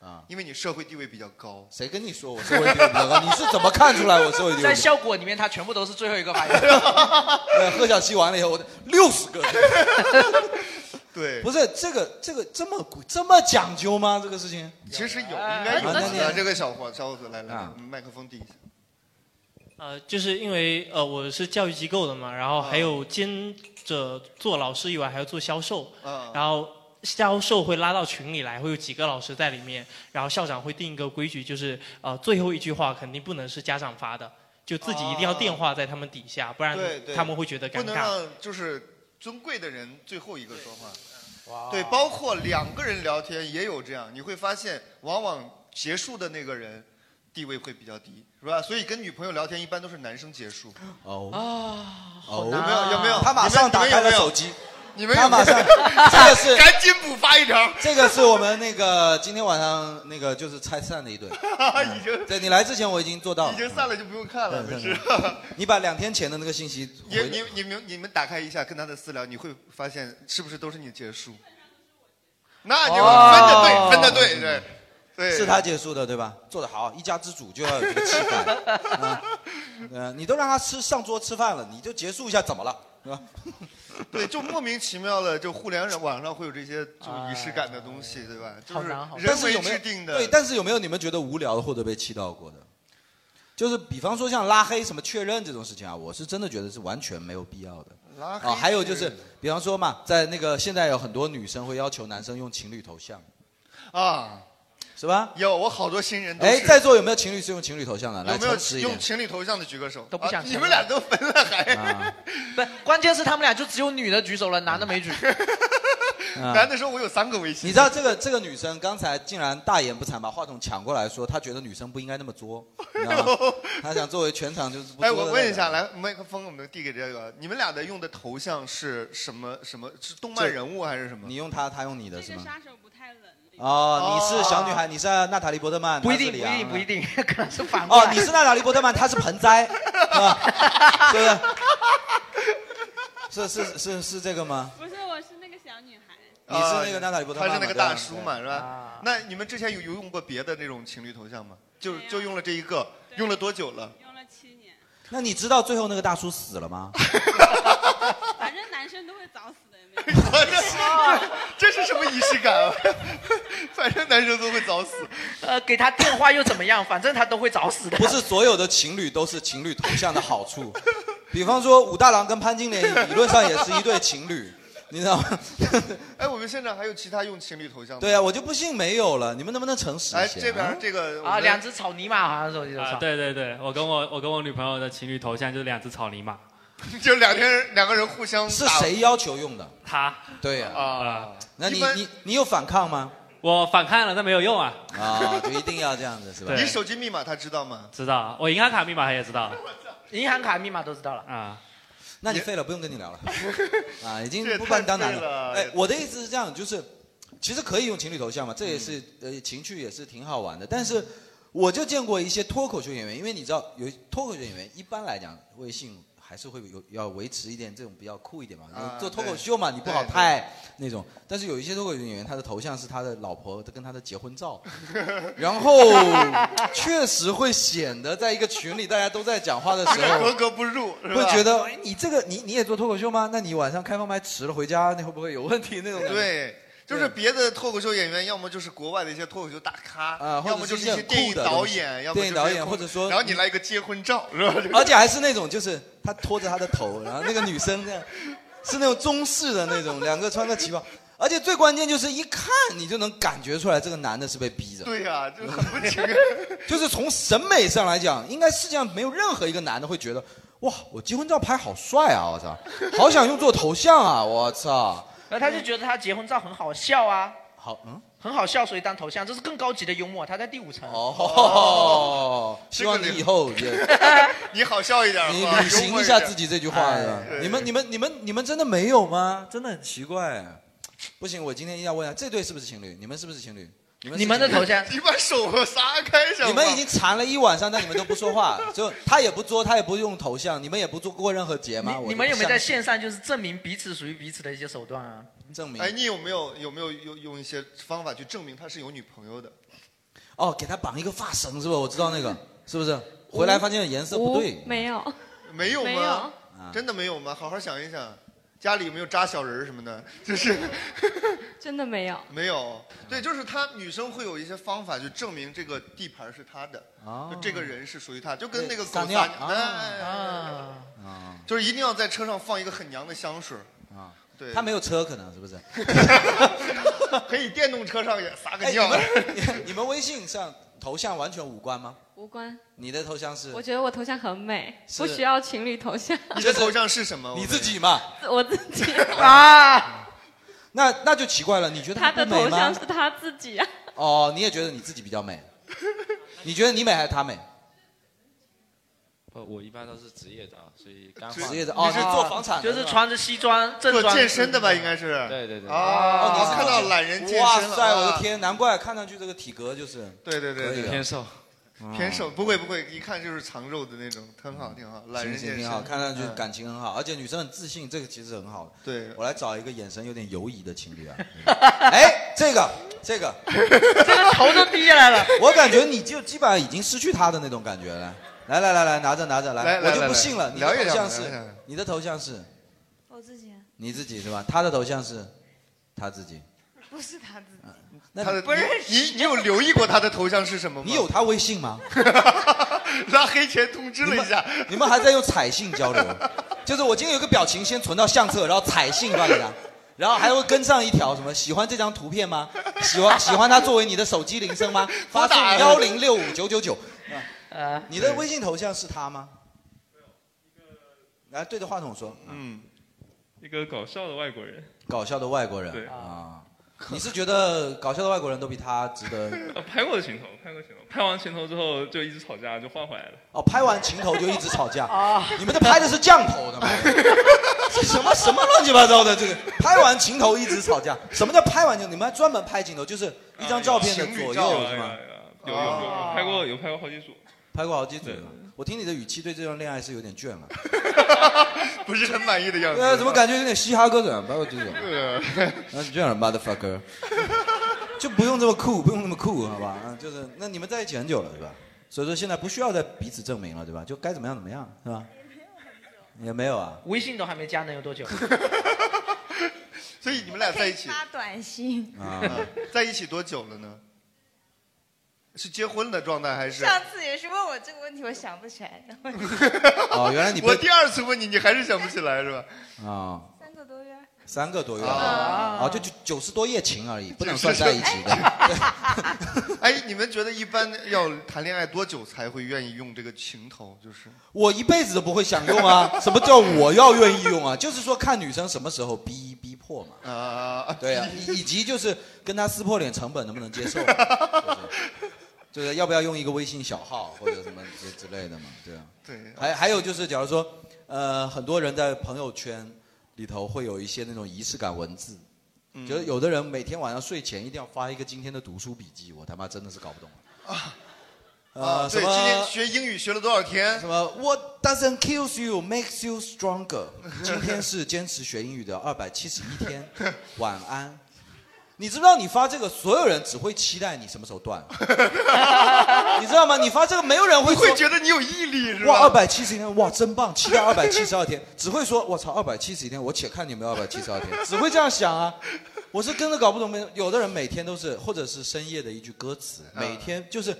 [SPEAKER 1] 啊，
[SPEAKER 12] 因为你社会地位比较高。
[SPEAKER 1] 谁跟你说我社会地位比较高？你是怎么看出来我社会地位
[SPEAKER 4] 在
[SPEAKER 1] 比较
[SPEAKER 4] 效果里面，他全部都是最后一个发言。
[SPEAKER 1] 高？呃贺小七完了以后，我六十个。
[SPEAKER 12] 对，
[SPEAKER 1] 不是这个这个这么这么讲究吗？这个事情
[SPEAKER 12] 其实 有，应该哎有
[SPEAKER 1] 啊那
[SPEAKER 12] 的。
[SPEAKER 1] 你
[SPEAKER 12] 这个小伙小伙子，来来，
[SPEAKER 1] 啊
[SPEAKER 12] 麦克风递一下。
[SPEAKER 6] 呃，就是因为呃我是教育机构的嘛，然后还
[SPEAKER 12] 啊
[SPEAKER 6] 有兼着做老师以外，还要做销售，
[SPEAKER 1] 呃
[SPEAKER 12] 嗯
[SPEAKER 6] 然后销售会拉到群里来，会有几个老师在里面，然后校长会定一个规矩，就是呃最后一句话肯定不能是家长发的，就自己一定要电话在他们底下，不然
[SPEAKER 12] 对对，
[SPEAKER 6] 他们会觉得尴
[SPEAKER 12] 不能
[SPEAKER 6] 尬。
[SPEAKER 12] 让就是尊贵的人最后一个说话。
[SPEAKER 6] 哇
[SPEAKER 12] 对，包括两个人聊天也有这样，你会发现往往结束的那个人地位会比较低，是吧？所以跟女朋友聊天一般都是男生结束。
[SPEAKER 1] 哦
[SPEAKER 12] 啊，
[SPEAKER 1] 好
[SPEAKER 12] 有
[SPEAKER 1] 难
[SPEAKER 12] 没
[SPEAKER 1] 啊
[SPEAKER 12] 有？有没有？
[SPEAKER 1] 他马
[SPEAKER 12] 你
[SPEAKER 1] 上
[SPEAKER 12] 们
[SPEAKER 1] 打开
[SPEAKER 12] 你们有
[SPEAKER 1] 了
[SPEAKER 12] 没有
[SPEAKER 1] 手机
[SPEAKER 12] 你们有
[SPEAKER 1] 他
[SPEAKER 12] 没有
[SPEAKER 1] 马上这个是
[SPEAKER 12] 赶紧补发一条。
[SPEAKER 1] 这个是我们那个今天晚上那个就是拆散的一嗯对，
[SPEAKER 12] 已经
[SPEAKER 1] 在你来之前我已经做到了嗯
[SPEAKER 12] 已。经散了就不用看了，没
[SPEAKER 1] 对
[SPEAKER 12] 事。
[SPEAKER 1] 你把两天前的那个信息
[SPEAKER 12] 你
[SPEAKER 1] 回
[SPEAKER 12] 你你们你们打开一下跟他的私聊，你会发现是不是都是你结束？那你
[SPEAKER 1] 哦
[SPEAKER 12] 啊分的对，分的对，对对，
[SPEAKER 1] 是他结束的对吧？做得好，一家之主就要有这个气概。啊呃，你都让他吃上桌吃饭了，你就结束一下怎么了？是吧？
[SPEAKER 12] 对，就莫名其妙的，就互联网上会有这些就仪式感的东西，对吧？就
[SPEAKER 1] 哎好
[SPEAKER 12] 是
[SPEAKER 1] 难好难
[SPEAKER 12] 人为
[SPEAKER 1] 但是有没有
[SPEAKER 12] 制定的。
[SPEAKER 1] 对，但是有没有你们觉得无聊的或者被气到过的？就是比方说像拉黑什么确认这种事情啊，我是真的觉得是完全没有必要的。
[SPEAKER 12] 拉黑
[SPEAKER 1] 啊，还有就
[SPEAKER 12] 确
[SPEAKER 1] 是
[SPEAKER 12] 认，
[SPEAKER 1] 比方说嘛，在那个现在有很多女生会要求男生用情侣头像，
[SPEAKER 12] 啊，
[SPEAKER 1] 是吧？
[SPEAKER 12] 有我好多新人都是。
[SPEAKER 1] 哎，在座有没有情侣是用情侣头像的？来，
[SPEAKER 12] 有没有
[SPEAKER 1] 诚实一
[SPEAKER 12] 用
[SPEAKER 1] 点。
[SPEAKER 12] 情侣头像的 举个手？都
[SPEAKER 4] 不想
[SPEAKER 12] 你们俩都分了还。
[SPEAKER 1] 啊
[SPEAKER 4] 不，关键是他们俩就只有女的举手了，男的没 举。
[SPEAKER 1] 啊
[SPEAKER 12] 男的说：“我有三个微信。”
[SPEAKER 1] 你知道这个这个女生刚才竟然大言不惭把话筒抢过来说，她觉得女生不应该那么作，你知道吗她想作为全场就是不作
[SPEAKER 12] 哎，
[SPEAKER 1] 的那
[SPEAKER 12] 我
[SPEAKER 1] 个
[SPEAKER 12] 问一下，来麦克风，我们递给这个，你们俩的用的头像是什么？什么是动漫
[SPEAKER 1] 这
[SPEAKER 12] 人物还是什么？
[SPEAKER 1] 你用他，他用你的是
[SPEAKER 8] 这个
[SPEAKER 1] 吗？
[SPEAKER 8] 杀手不太冷，
[SPEAKER 1] 哦，你是小女孩，你是娜塔莉波特曼，
[SPEAKER 4] 不一定
[SPEAKER 1] 她是里昂
[SPEAKER 4] 不一定不一定 可能是反过
[SPEAKER 1] 哦，
[SPEAKER 4] 来
[SPEAKER 1] 你是娜塔莉波特曼，她是盆栽，是吧？是不是？是是是是这个吗？
[SPEAKER 8] 不是，我是那个小女 孩。
[SPEAKER 1] 你是那个娜塔莉波特曼
[SPEAKER 12] 呃他哦是
[SPEAKER 1] 嘛
[SPEAKER 12] 那个大叔嘛，
[SPEAKER 1] 对啊
[SPEAKER 12] 是
[SPEAKER 1] 吧
[SPEAKER 12] 吧？那你们之前有有用过别的那种情侣头像吗？就就用了这一个，用了多久了？
[SPEAKER 8] 用了七年，
[SPEAKER 1] 那你知道最后那个大叔死了吗？
[SPEAKER 8] 反正男生都会早死的，
[SPEAKER 12] 这是什么仪式感 啊？反正男生都会早死。
[SPEAKER 4] 呃，给他电话又怎么样？反正他都会找死的。
[SPEAKER 1] 不是所有的情侣都是情侣头像的好处，比方说武大郎跟潘金莲理论上也是一对情侣，你知道吗？
[SPEAKER 12] 哎，我们现场还有其他用情侣头像吗？
[SPEAKER 1] 对啊，我就不信没有了，你们能不能诚实一些？
[SPEAKER 12] 哎，这边这个
[SPEAKER 4] 啊，两只草泥马好像手机头
[SPEAKER 9] 啊，
[SPEAKER 4] 上。
[SPEAKER 9] 对对对，我跟我我跟我女朋友的情侣头像就是两只草泥马。
[SPEAKER 12] 就两天两个人互相
[SPEAKER 1] 是谁要求用的？
[SPEAKER 9] 他。
[SPEAKER 1] 对呀。
[SPEAKER 12] 啊，
[SPEAKER 1] 那
[SPEAKER 12] 一
[SPEAKER 1] 你
[SPEAKER 12] 般
[SPEAKER 1] 你你有反抗吗？
[SPEAKER 9] 我反抗了，但没有用啊。
[SPEAKER 1] 啊，就一定要这样子是吧？
[SPEAKER 9] 对
[SPEAKER 12] 你手机密码他知道吗？
[SPEAKER 9] 知道，我银行卡密码他也知道
[SPEAKER 4] 银行卡密码都知道了。
[SPEAKER 9] 啊。
[SPEAKER 1] 那你废了，不用跟你聊了。啊，已经
[SPEAKER 4] 这也
[SPEAKER 1] 不把你当男
[SPEAKER 4] 太废
[SPEAKER 1] 了。
[SPEAKER 4] 了
[SPEAKER 1] 哎，我的意思是这样，就是其实可以用情侣头像嘛，这也是、呃情趣也是挺好玩的。但是我就见过一些脱口秀演员，因为你知道有脱口秀演员一般来讲微信。还是会有要维持一点这种比较酷一点嘛，
[SPEAKER 13] 啊
[SPEAKER 1] 做脱口秀嘛，
[SPEAKER 13] 对
[SPEAKER 1] 你不好
[SPEAKER 13] 对对
[SPEAKER 1] 太那种。但是有一些脱口秀演员，他的头像是他的老婆跟他的结婚照，然后确实会显得在一个群里大家都在讲话的 时候
[SPEAKER 12] 格格不入，是吧
[SPEAKER 1] 会觉得哎，你这个你你也做脱口秀吗？那你晚上开放麦迟了回家，你会不会有问题那种感觉？
[SPEAKER 12] 对，就是别的脱口秀演员，要么就是国外的一些脱口秀大咖，
[SPEAKER 1] 啊或者
[SPEAKER 12] 要么就是是
[SPEAKER 1] 一
[SPEAKER 12] 一
[SPEAKER 1] 些
[SPEAKER 12] 些电影
[SPEAKER 1] 酷的东
[SPEAKER 12] 导
[SPEAKER 1] 西
[SPEAKER 12] 演，要么
[SPEAKER 1] 电影导演
[SPEAKER 12] 就是一些酷
[SPEAKER 1] 或者说
[SPEAKER 12] 然后你来一个结婚照，是吧？
[SPEAKER 1] 而且还是那种就是他拖着他的头，然后那个女生这样，是那种中式的那种，两个穿个旗袍。而且最关键就是一看你就能感觉出来这个男的是被逼着。
[SPEAKER 12] 对呀、就很不 情愿。
[SPEAKER 1] 就是从审美上来讲，应该世界上没有任何一个男的会觉得，哇，我结婚照拍好帅啊！我操，好想用作头像啊！我操，
[SPEAKER 4] 然后他就觉得他结婚照很好笑啊，
[SPEAKER 1] 好，嗯，
[SPEAKER 4] 很好笑，所以当头像，这是更高级的幽默，他在第五层。
[SPEAKER 1] 哦，希望你以后也，
[SPEAKER 12] 你好笑一点吧
[SPEAKER 1] 你
[SPEAKER 12] 啊幽默
[SPEAKER 1] 履行
[SPEAKER 12] 一
[SPEAKER 1] 一下
[SPEAKER 12] 点
[SPEAKER 1] 自己这句话
[SPEAKER 12] 哎对
[SPEAKER 1] 你们你们你们你们真的没有吗？真的很奇怪。啊不行，我今天一定要问一下，这对是不是情侣？你们是不是情侣？你们是
[SPEAKER 4] 你们的
[SPEAKER 1] 情侣
[SPEAKER 4] 头像
[SPEAKER 12] 你把手撒开想吧
[SPEAKER 1] 你们已经缠了一晚上，但你们都不说话， 就他也不作，他也不用头像，你们也不做过任何节吗？
[SPEAKER 4] 你们有没有在线上就是证明彼此属于彼此的一些手段啊？
[SPEAKER 1] 证
[SPEAKER 12] 哎，你有没有有没有用用一些方法去证明他是有女朋友的？
[SPEAKER 1] 哦，给他绑一个发绳是吧？我知道那个是不是？回来发现颜色不对，
[SPEAKER 12] 哦
[SPEAKER 1] 啊
[SPEAKER 12] 没有，没有
[SPEAKER 1] 没
[SPEAKER 12] 吗
[SPEAKER 1] 有？
[SPEAKER 12] 真的没有吗？好好想一想，家里有没有扎小人儿什么的？就是
[SPEAKER 13] 真的没有。
[SPEAKER 12] 没
[SPEAKER 1] 啊
[SPEAKER 12] 有，对，就是他女生会有一些方法去证明这个地盘是他的，
[SPEAKER 1] 哦
[SPEAKER 12] 就这个人是属于他，就跟那个狗
[SPEAKER 1] 撒
[SPEAKER 12] 撒
[SPEAKER 1] 尿
[SPEAKER 12] 哎哎哎
[SPEAKER 4] 啊
[SPEAKER 1] 啊
[SPEAKER 12] 就是一定要在车上放一个很娘的香水儿，
[SPEAKER 1] 啊，
[SPEAKER 12] 对
[SPEAKER 1] 他没有车可能是不是？
[SPEAKER 12] 可以电动车上也撒个
[SPEAKER 1] 哎，你
[SPEAKER 12] 尿。
[SPEAKER 1] 们 你你们 微信上头像完全无关吗？
[SPEAKER 13] 无关。
[SPEAKER 1] 你的头像是？
[SPEAKER 13] 我觉得我头像很美，
[SPEAKER 1] 是
[SPEAKER 13] 不需要情侣头像。
[SPEAKER 12] 像是什么？
[SPEAKER 1] 你自己嘛。
[SPEAKER 13] 我自己
[SPEAKER 4] 啊，
[SPEAKER 1] 那那就奇怪了，你觉得
[SPEAKER 13] 他
[SPEAKER 1] 不
[SPEAKER 13] 的
[SPEAKER 1] 美
[SPEAKER 13] 头
[SPEAKER 1] 吗
[SPEAKER 13] 像？是他自己啊。
[SPEAKER 1] 哦，你也觉得你自己比较 美？你觉得你美还是他美？
[SPEAKER 14] 不，我一般都是职业的啊，所以刚
[SPEAKER 1] 职业的哦，你是做房产的
[SPEAKER 4] 就是
[SPEAKER 1] 是吧
[SPEAKER 4] 穿着西装正装
[SPEAKER 1] 嗯
[SPEAKER 14] 对对对。
[SPEAKER 12] 哦
[SPEAKER 1] 你是
[SPEAKER 12] 看到懒人健身了
[SPEAKER 1] 哇塞，
[SPEAKER 12] 啊
[SPEAKER 1] 我的天，难怪看上去这个体格就是。
[SPEAKER 12] 对对对
[SPEAKER 1] 可
[SPEAKER 12] 对，
[SPEAKER 1] 以的。嗯
[SPEAKER 12] 偏瘦，不会不会，一看就是藏肉的那种，很好挺好，懒人
[SPEAKER 1] 行
[SPEAKER 12] 健
[SPEAKER 1] 行挺好，
[SPEAKER 12] 身
[SPEAKER 1] 看上去
[SPEAKER 12] 嗯
[SPEAKER 1] 感情很好，而且女生很自信，这个其实很好的。
[SPEAKER 12] 对，
[SPEAKER 1] 我来找一个眼神有点犹疑的情侣啊。哎，这个，这个，
[SPEAKER 4] 这个头都低下来了。
[SPEAKER 1] 我感觉你就基本上已经失去他的那种感觉了。来来来来，拿着拿着
[SPEAKER 12] 来来
[SPEAKER 1] 我就
[SPEAKER 12] 来
[SPEAKER 1] 不
[SPEAKER 12] 来
[SPEAKER 1] 信了。你的
[SPEAKER 12] 聊一
[SPEAKER 1] 头
[SPEAKER 12] 聊
[SPEAKER 1] 像
[SPEAKER 12] 聊一
[SPEAKER 1] 是
[SPEAKER 12] 聊，
[SPEAKER 1] 你的头像是
[SPEAKER 15] 我哦自己啊
[SPEAKER 1] 你自己是吧？他的头像是他自己。
[SPEAKER 15] 不是他自
[SPEAKER 1] 嗯
[SPEAKER 15] 己，
[SPEAKER 1] 那
[SPEAKER 12] 他的
[SPEAKER 15] 不认
[SPEAKER 12] 你你你有留意过他的头像是什么吗？你有
[SPEAKER 1] 他微信吗？
[SPEAKER 12] 拉黑前通知了一下。
[SPEAKER 1] 你们还在用彩信交流？ 就是我今天有个表情先存到相册，然后彩信发给他，然后还会跟上一条什么喜欢这张图片吗？喜欢喜欢它作为你的手机铃 声吗？发送
[SPEAKER 4] 拨打
[SPEAKER 1] 幺零六五九九九。
[SPEAKER 4] 呃，
[SPEAKER 1] 你的微信头像是他吗？来哎对着话筒说，
[SPEAKER 5] 嗯，一个搞笑的外国人，
[SPEAKER 1] 搞笑的外国
[SPEAKER 5] 对
[SPEAKER 1] 人啊，你是觉得搞笑的外国人都比他值得？
[SPEAKER 5] 呃 拍过情头，拍过情头，拍完情头之后就一直吵架，就换回来了。
[SPEAKER 1] 哦，拍完情头就一直吵架
[SPEAKER 5] 啊
[SPEAKER 1] 你们这拍的是降头的吗？这什么什么乱七八糟的？这个拍完情头一直吵架，什么叫拍完情头？你们还专门拍情头，就是一张照片的左右是吗？
[SPEAKER 5] 有有有有有拍过有拍过好几组，
[SPEAKER 1] 拍过好几组。我听你的语气，对这段恋爱是有点倦了。
[SPEAKER 12] 不是很满意的样子。
[SPEAKER 1] 呃，怎么感觉有点嘻哈歌手？包括这种
[SPEAKER 12] 呃，
[SPEAKER 1] 那你这样，motherfucker，就不用这么酷，不用那么酷，好吧？嗯，就是那你们在一起很久了，是吧？所以说现在不需要再彼此证明了，对吧？就该怎么样怎么样，是吧？也没有啊，
[SPEAKER 4] 微信都还没加能有多久？
[SPEAKER 12] 所以你们俩在一起
[SPEAKER 15] 发短信。
[SPEAKER 1] 啊
[SPEAKER 12] 啊，在一起多久了呢？是结婚的状态还是？
[SPEAKER 15] 上次也是问我这个问题，我想不起来。然后
[SPEAKER 1] 哦，原来你被
[SPEAKER 12] 我第二次问你，你还是想不起来是吧？
[SPEAKER 1] 啊。
[SPEAKER 15] 三个多月，
[SPEAKER 1] 三个多月
[SPEAKER 12] 啊
[SPEAKER 1] 啊，就九九十多夜情而已，不能算在一起的。
[SPEAKER 12] 哎，你们觉得一般要谈恋爱多久才会愿意用这个情头？就是
[SPEAKER 1] 我一辈子都不会想用啊！什么叫我要愿意用啊？就是说看女生什么时候逼逼迫嘛。
[SPEAKER 12] 啊，
[SPEAKER 1] 对啊，以以及就是跟她撕破脸成本能不能接 受嘛，就是就是要不要用一个微信小号或者什么之之类的嘛，对啊。
[SPEAKER 12] 对，
[SPEAKER 1] 还还有就是，假如说，呃，很多人在朋友圈里头会有一些那种仪式感文字，
[SPEAKER 12] 嗯
[SPEAKER 1] 就是有的人每天晚上睡前一定要发一个今天的读书笔记，我他妈真的是搞不懂了。
[SPEAKER 12] 啊，
[SPEAKER 1] 呃，
[SPEAKER 12] 对，
[SPEAKER 1] 什
[SPEAKER 12] 今天
[SPEAKER 1] 么
[SPEAKER 12] 学英语学了多少天？
[SPEAKER 1] 什么 What doesn't kills you makes you stronger。今 天是坚持学英语的二百七十 一天，晚安。你知不知道你发这个，所有人只会期待你什么时候断，啊你知道吗？你发这个，没有人会
[SPEAKER 12] 会
[SPEAKER 1] 说
[SPEAKER 12] 觉得你有毅力是吧？
[SPEAKER 1] 哇，二百七十一天，哇，真棒！期待二百七十二天，只会说，我操，二百七十一天，我且看你们二百七十二天，只会这样想啊。我是真的搞不懂，没有的人每天都是，或者是深夜的一句歌词，每天就是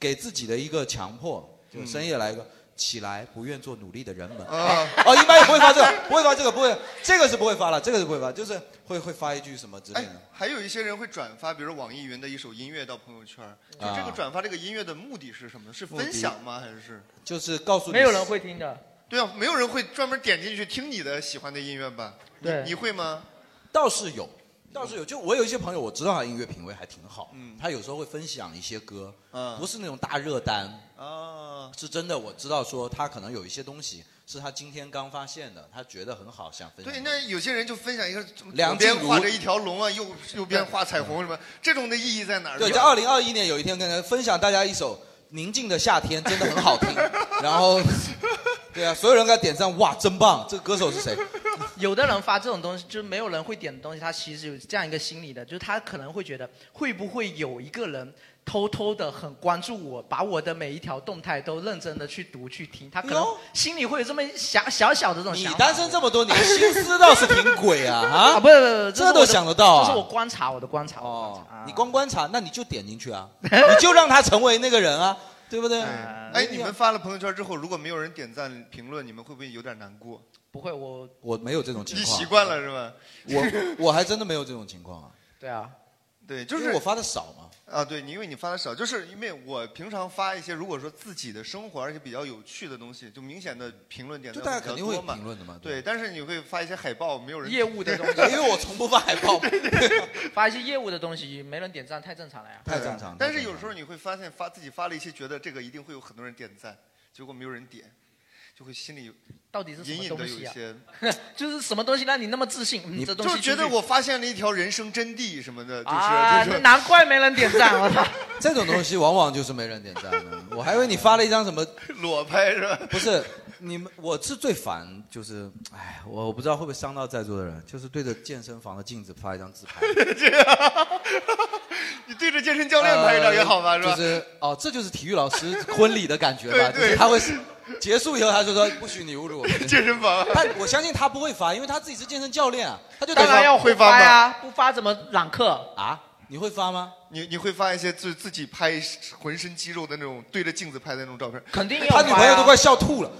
[SPEAKER 1] 给自己的一个强迫，就
[SPEAKER 12] 嗯
[SPEAKER 1] 深夜来一个。起来，不愿做努力的人们。
[SPEAKER 12] 啊
[SPEAKER 1] 哦，一般也不会发这个，不会发这个，不会，这个是不会发了，这个是不会发，就是会会发一句什么之类的。
[SPEAKER 12] 还有一些人会转发，比如网易云的一首音乐到朋友圈，就这个
[SPEAKER 1] 啊
[SPEAKER 12] 转发这个音乐的目的是什么？是
[SPEAKER 1] 目的
[SPEAKER 12] 分享吗？还是
[SPEAKER 1] 就是告诉你
[SPEAKER 4] 会听的。
[SPEAKER 12] 对啊，没有人会专门点进去听你的喜欢的音乐吧？你
[SPEAKER 1] 对
[SPEAKER 12] 你会吗？
[SPEAKER 1] 倒是有，
[SPEAKER 4] 嗯
[SPEAKER 1] 倒是有。就我有一些朋友，我知道他音乐品味还挺好，他有时候会分享一些歌，
[SPEAKER 12] 嗯
[SPEAKER 1] 不是那种大热单，
[SPEAKER 4] 嗯
[SPEAKER 12] 啊，
[SPEAKER 1] 是真的。我知道说他可能有一些东西是他今天刚发现的，他觉得很好，想分享。
[SPEAKER 12] 对，那有些人就分享一个左
[SPEAKER 1] 梁
[SPEAKER 12] 边
[SPEAKER 1] 静茹
[SPEAKER 12] 画着一条龙啊，右右边画彩虹什么，这种的意义在哪儿？
[SPEAKER 1] 对，在二零二一年有一天跟人分享大家一首《宁静的夏天》，真的很 好听。然后，对啊，所有人给他点赞，哇，真棒！这个歌手是谁？
[SPEAKER 4] 有的人发这种东西，就是没有人会点的东西，他其实有这样一个心理的，就是他可能会觉得，会不会有一个人偷偷的很关注我，把我的每一条动态都认真的去读去听，他可能心里会有这么小小小的这种
[SPEAKER 1] 你
[SPEAKER 4] 想法。
[SPEAKER 1] 单身这么多年，心思倒是挺鬼 啊啊！
[SPEAKER 4] 啊不不不这是
[SPEAKER 1] 这都
[SPEAKER 4] 我的
[SPEAKER 1] 想得到啊！
[SPEAKER 4] 这是我观察，我的观察。
[SPEAKER 1] 哦，你光观察，那你就点进去啊，你就让他成为那个人啊，对不对？
[SPEAKER 12] 哎，你们发了朋友圈之后，如果没有人点赞评论，你们会不会有点难过？
[SPEAKER 4] 不会，我
[SPEAKER 1] 我没有这种情
[SPEAKER 12] 你
[SPEAKER 1] 况，
[SPEAKER 12] 习惯了是吧？
[SPEAKER 1] 我我还真的没有这种情况啊。
[SPEAKER 4] 对啊，
[SPEAKER 12] 对，就
[SPEAKER 1] 因
[SPEAKER 12] 是
[SPEAKER 1] 为我发的少嘛。
[SPEAKER 12] 啊，对，你因为你发的少，就是因为我平常发一些如果说自己的生活而且比较有趣的东西，就明显的评论点
[SPEAKER 1] 就
[SPEAKER 12] 赞
[SPEAKER 1] 大家
[SPEAKER 12] 比较
[SPEAKER 1] 肯定会
[SPEAKER 12] 多嘛
[SPEAKER 1] 评论的嘛
[SPEAKER 12] 对，但是你会发一些海报，没有人
[SPEAKER 4] 业务的东西
[SPEAKER 1] 因为我从不发海报。
[SPEAKER 4] 发一些业务的东西，没人点赞太正常了呀。
[SPEAKER 1] 太正常
[SPEAKER 12] 嗯但是有时候你会发现发自己发了一些，觉得这个一定会有很多人点赞，结果没有人点，就会心里有
[SPEAKER 4] 到底是什
[SPEAKER 12] 隐
[SPEAKER 4] 么
[SPEAKER 12] 隐的
[SPEAKER 4] 东
[SPEAKER 12] 有
[SPEAKER 4] 西
[SPEAKER 12] 一
[SPEAKER 4] 啊
[SPEAKER 12] 些。？
[SPEAKER 4] 就是什么东西让你那么自信？嗯，这东
[SPEAKER 12] 就
[SPEAKER 4] 西
[SPEAKER 12] 是觉得
[SPEAKER 4] 就是
[SPEAKER 12] 我发现了一条人生真谛什么的，就是、
[SPEAKER 4] 啊
[SPEAKER 12] 就是，
[SPEAKER 4] 难怪没人点赞，我 操！
[SPEAKER 1] 这种东西往往就是没人点赞的。我还以为你发了一张什么
[SPEAKER 12] 裸拍是吧？
[SPEAKER 1] 不是，你们我是最烦就是，哎，我我不知道会不会伤到在座的人，就是对着健身房的镜子发一张自拍。
[SPEAKER 12] 你对着健身 教练拍一张也好吧，是吧？
[SPEAKER 1] 呃就是哦，这就是体育老师婚礼的感觉吧，
[SPEAKER 12] 对对
[SPEAKER 1] 就是他会结束以后他就说不许你侮辱我们
[SPEAKER 12] 健身房。啊
[SPEAKER 1] 但我相信他不会发，因为他自己是健身教练啊，他就
[SPEAKER 4] 当然 要
[SPEAKER 1] 会
[SPEAKER 4] 发呀，不发怎么揽客？
[SPEAKER 1] 啊？你会发吗？
[SPEAKER 12] 你你会发一些自自己拍浑身肌肉的那种对着镜子拍的那种照片？
[SPEAKER 4] 肯定
[SPEAKER 1] 他女朋友都快笑吐了。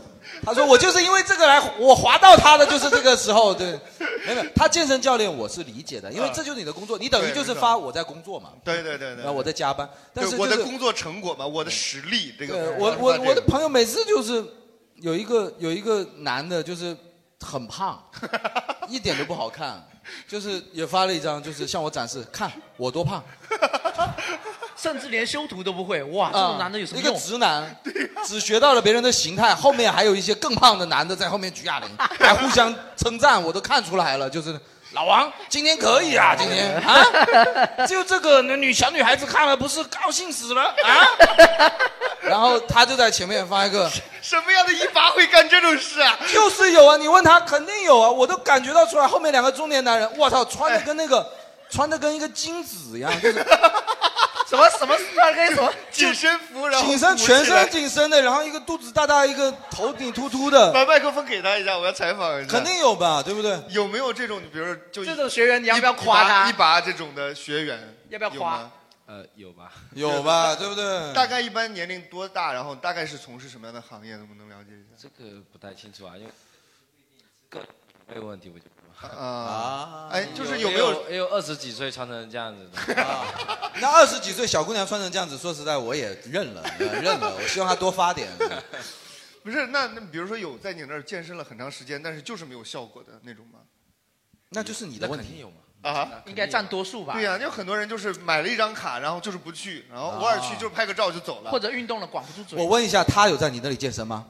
[SPEAKER 1] 他说：“我就是因为这个来， 我划到他的就是这个时候，对，没有没有，他健身教练我是理解的，因为
[SPEAKER 12] 嗯
[SPEAKER 1] 这就是你的工作，你等于
[SPEAKER 12] 对
[SPEAKER 1] 就是
[SPEAKER 12] 没错
[SPEAKER 1] 发我在工作嘛，
[SPEAKER 12] 对对对对
[SPEAKER 1] 然后我在加班，但
[SPEAKER 12] 对
[SPEAKER 1] 是
[SPEAKER 12] 我的
[SPEAKER 1] 就是
[SPEAKER 12] 工作成果嘛，我的实力，这
[SPEAKER 1] 对
[SPEAKER 12] 个
[SPEAKER 1] 我我我的朋友每次就是有一个有一个男的，就是 很胖，一点都不好看，就是也发了一张，就是向我展示，看我多胖
[SPEAKER 4] 甚至连修图都不会，哇，这
[SPEAKER 1] 啊
[SPEAKER 4] 种男的有什么
[SPEAKER 1] 一个
[SPEAKER 4] 用？
[SPEAKER 1] 直男，只学到了别人的形态，后面还有一些更胖的男的在后面举哑铃，还互相称赞，我都看出来了，就是老王今天可以
[SPEAKER 12] 哎
[SPEAKER 1] 啊，今天啊， 就这个那女小女孩子看了不是高兴死了 啊，然后他就在前面发一个。
[SPEAKER 12] 什么样的一发会干这种事啊？
[SPEAKER 1] 就是有啊，你问他肯定有啊，我都感觉到出来。后面两个中年男人，我操，穿的跟那个，
[SPEAKER 12] 哎
[SPEAKER 1] 穿的跟一个金子一样，就是
[SPEAKER 4] 什么什么穿跟什么
[SPEAKER 12] 紧身服，然后
[SPEAKER 1] 紧身
[SPEAKER 12] 鼓起
[SPEAKER 1] 全
[SPEAKER 12] 来
[SPEAKER 1] 身紧身的，然后一个肚子大大，一个头顶秃秃的，
[SPEAKER 12] 把麦克风给他一下，我要采访一下。
[SPEAKER 1] 肯定有吧，对不对？
[SPEAKER 12] 有没有这种，比如说就
[SPEAKER 4] 这种学员你要不要夸他
[SPEAKER 12] 一拔一拔这种的学员，
[SPEAKER 4] 要不要夸
[SPEAKER 12] 有吗？
[SPEAKER 14] 呃，有吧？
[SPEAKER 1] 有吧，对不对？
[SPEAKER 12] 大概一般年龄多大？然后大概是从事什么样的行业？能不能了解一
[SPEAKER 14] 这
[SPEAKER 12] 下？
[SPEAKER 14] 个不太清楚啊，因为个人没有问题，我就不
[SPEAKER 12] 啊哎就是有
[SPEAKER 14] 嗯有
[SPEAKER 12] 没有
[SPEAKER 14] 有也有二十几岁穿成这样子的？
[SPEAKER 1] 那二十几岁小姑娘穿成这样子，说实在我也认 了，呃认了。我希望她多发点。
[SPEAKER 12] 不是，那那比如说有在你那儿健身了很长时间，但是就是没有效果的那种吗？
[SPEAKER 1] 那就是你
[SPEAKER 14] 的问题有嘛？
[SPEAKER 12] 啊，
[SPEAKER 4] 应该占多数吧？
[SPEAKER 12] 对啊呀、有很多人就是买了一张卡，然后就是不去，然后偶尔去
[SPEAKER 1] 啊
[SPEAKER 12] 就是拍个照就走了。
[SPEAKER 4] 或者运动了管不住嘴。
[SPEAKER 1] 我问一下，她有在你那里健身吗？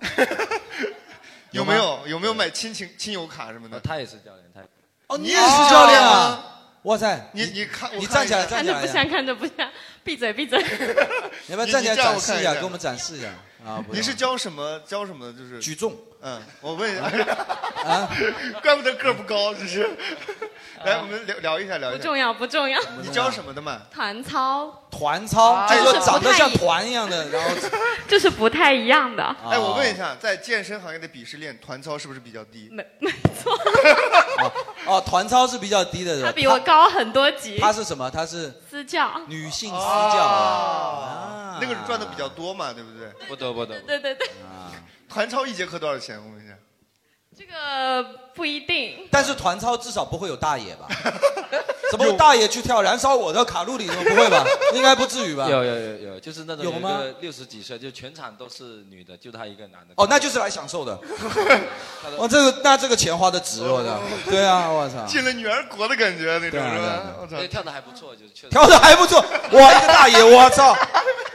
[SPEAKER 12] 有没有有没有买亲情亲友卡什么的？
[SPEAKER 14] 哦他也是教练，他
[SPEAKER 1] 哦，
[SPEAKER 12] 你
[SPEAKER 1] 你也是教练
[SPEAKER 12] 啊？
[SPEAKER 1] 啊？ 哇塞！
[SPEAKER 12] 你你看，我
[SPEAKER 1] 你
[SPEAKER 12] 看
[SPEAKER 1] 站
[SPEAKER 12] 一
[SPEAKER 1] 起来，
[SPEAKER 12] 下
[SPEAKER 1] 站
[SPEAKER 13] 看
[SPEAKER 1] 起
[SPEAKER 13] 着
[SPEAKER 1] 来
[SPEAKER 13] 不。像，看着不像， 闭嘴闭嘴。
[SPEAKER 1] 你要不要
[SPEAKER 12] 你
[SPEAKER 1] 站起来
[SPEAKER 12] 你站
[SPEAKER 1] 展
[SPEAKER 12] 我
[SPEAKER 1] 示
[SPEAKER 12] 看
[SPEAKER 1] 一
[SPEAKER 12] 一
[SPEAKER 1] 下，
[SPEAKER 12] 下
[SPEAKER 1] 给我们展示 一下啊？不
[SPEAKER 12] 你
[SPEAKER 1] 用
[SPEAKER 12] 是教什么教什么的？就是
[SPEAKER 1] 举重。啊
[SPEAKER 12] 嗯，我问一下， 怪不得个儿不高，这是。 来，我们聊聊一下，聊一
[SPEAKER 13] 啊不
[SPEAKER 12] 下。
[SPEAKER 13] 重要不重要。
[SPEAKER 12] 你教什么的嘛？
[SPEAKER 13] 团操
[SPEAKER 1] 团操，
[SPEAKER 13] 啊就
[SPEAKER 1] 就是说
[SPEAKER 13] 不
[SPEAKER 1] 长得
[SPEAKER 13] 太
[SPEAKER 1] 像
[SPEAKER 13] 一
[SPEAKER 1] 团一样的，然后啊
[SPEAKER 13] 就是不太一样的。
[SPEAKER 12] 哎，我问一下，在健身行业的鄙视链，团操是不是比较低？
[SPEAKER 13] 没，
[SPEAKER 1] 哦，团操是比较低的人，
[SPEAKER 13] 他比我高很多级。
[SPEAKER 1] 他是什么？他是
[SPEAKER 13] 私教。
[SPEAKER 1] 女性私教啊，
[SPEAKER 12] 哦，那个赚的比较多嘛，对不对？
[SPEAKER 14] 不多不多。
[SPEAKER 13] 对对对。
[SPEAKER 12] 团超一节课多少钱？我问一下。
[SPEAKER 13] 这个不一定，
[SPEAKER 1] 但是团操至少不会有 大爷吧？怎么会大爷去跳《燃烧我的卡路里》？不 会吧？应该不至于吧？
[SPEAKER 14] 有有有有，就是那种
[SPEAKER 1] 有吗？
[SPEAKER 14] 六十几岁，就全场都是女的，就她一个男的。
[SPEAKER 1] 哦，那就是来享 受的。哇，这个那这个钱花的值，我
[SPEAKER 14] 哦
[SPEAKER 1] 操！对啊，我操！
[SPEAKER 12] 进了女儿国的感觉那
[SPEAKER 1] 对
[SPEAKER 12] 种
[SPEAKER 1] 啊
[SPEAKER 12] 是
[SPEAKER 1] 对啊
[SPEAKER 12] 吧？我操，
[SPEAKER 14] 对，跳的还不错，就是确实
[SPEAKER 1] 跳的还不错，哇，一个大爷，我操！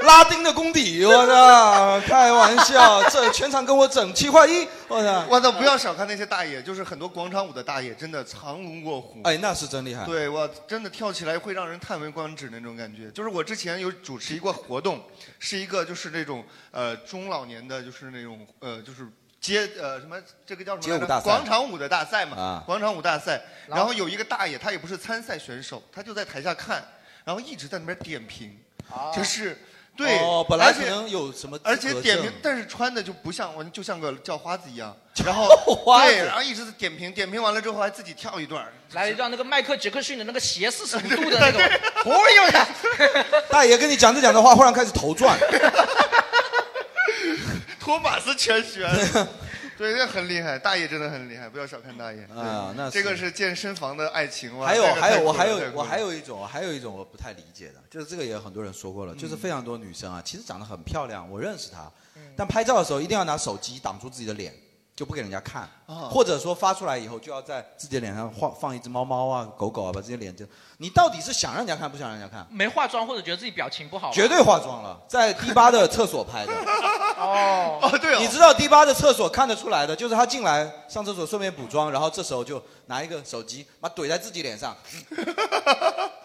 [SPEAKER 1] 拉丁的功底，我操！开玩笑，这全场跟我整七块一， 我操！
[SPEAKER 12] 我操，不要小看那些大爷，就是很多广场舞的大爷，真的藏龙卧虎。
[SPEAKER 1] 哎，那是真厉害。
[SPEAKER 12] 对，我真的跳起来会让人叹为观止那种感觉。就是我之前有主持一个活动，是一个就是那种呃中老年的，就是那种呃就是街呃什么这个叫什么来
[SPEAKER 1] 街舞
[SPEAKER 12] 着
[SPEAKER 1] 大赛
[SPEAKER 12] 广场舞的大赛嘛，
[SPEAKER 1] 啊
[SPEAKER 12] 广场舞大赛。
[SPEAKER 1] 然后
[SPEAKER 12] 然后有一个大爷，他也不是参赛选手，他就在台下看，然后一直在那边点评，就是。对，
[SPEAKER 1] 啊哦，本来
[SPEAKER 12] 而
[SPEAKER 1] 可
[SPEAKER 12] 且
[SPEAKER 1] 能有什么资
[SPEAKER 12] 而
[SPEAKER 1] 格证，
[SPEAKER 12] 且点评，但是穿的就不像我，就像个叫花子一样。然后
[SPEAKER 4] 花子
[SPEAKER 12] 对，然后一直在点评，点评完了之后还自己跳一段儿。
[SPEAKER 4] 来了一段那个迈克尔·杰克逊的那个斜四十五度的那种， 哎呦呀！
[SPEAKER 1] 大爷跟你讲着讲着话，忽然开始头转。
[SPEAKER 12] 托马斯全 旋，对，这很厉害，大爷真的很厉害，不要小看大爷。对
[SPEAKER 1] 啊那是
[SPEAKER 12] 这个是健身房的爱 情哇啊
[SPEAKER 1] 还有
[SPEAKER 12] 这个
[SPEAKER 1] 还
[SPEAKER 12] 太
[SPEAKER 1] 有
[SPEAKER 12] 酷
[SPEAKER 1] 我
[SPEAKER 12] 了
[SPEAKER 1] 还有
[SPEAKER 12] 太酷了
[SPEAKER 1] 我还有一种还有一种我不太理解的，就是这个也有很多人说过了，
[SPEAKER 12] 嗯
[SPEAKER 1] 就是非常多女生啊，其实长得很漂亮，我认识她，
[SPEAKER 12] 嗯
[SPEAKER 1] 但拍照的时候一定要拿手机挡住自己的脸，就不给人家看，
[SPEAKER 4] 嗯
[SPEAKER 12] 啊
[SPEAKER 7] 哦
[SPEAKER 1] 或者说发出来以后就要在自己的脸上放放一只猫猫啊、狗狗啊，把自己的脸就，你到底是想让人家看，不想让人
[SPEAKER 12] 嗯
[SPEAKER 1] 家看？
[SPEAKER 4] 没化妆或者觉得自己表情不好，
[SPEAKER 1] 绝对化。妆了，在 D 八的厕所拍的。
[SPEAKER 4] 哦
[SPEAKER 12] 哦，对
[SPEAKER 1] 你知道 D 八的厕所看得出来的，就是他进来上厕所顺便补妆，然后这时候就拿一个手机，妈怼在自 己脸上，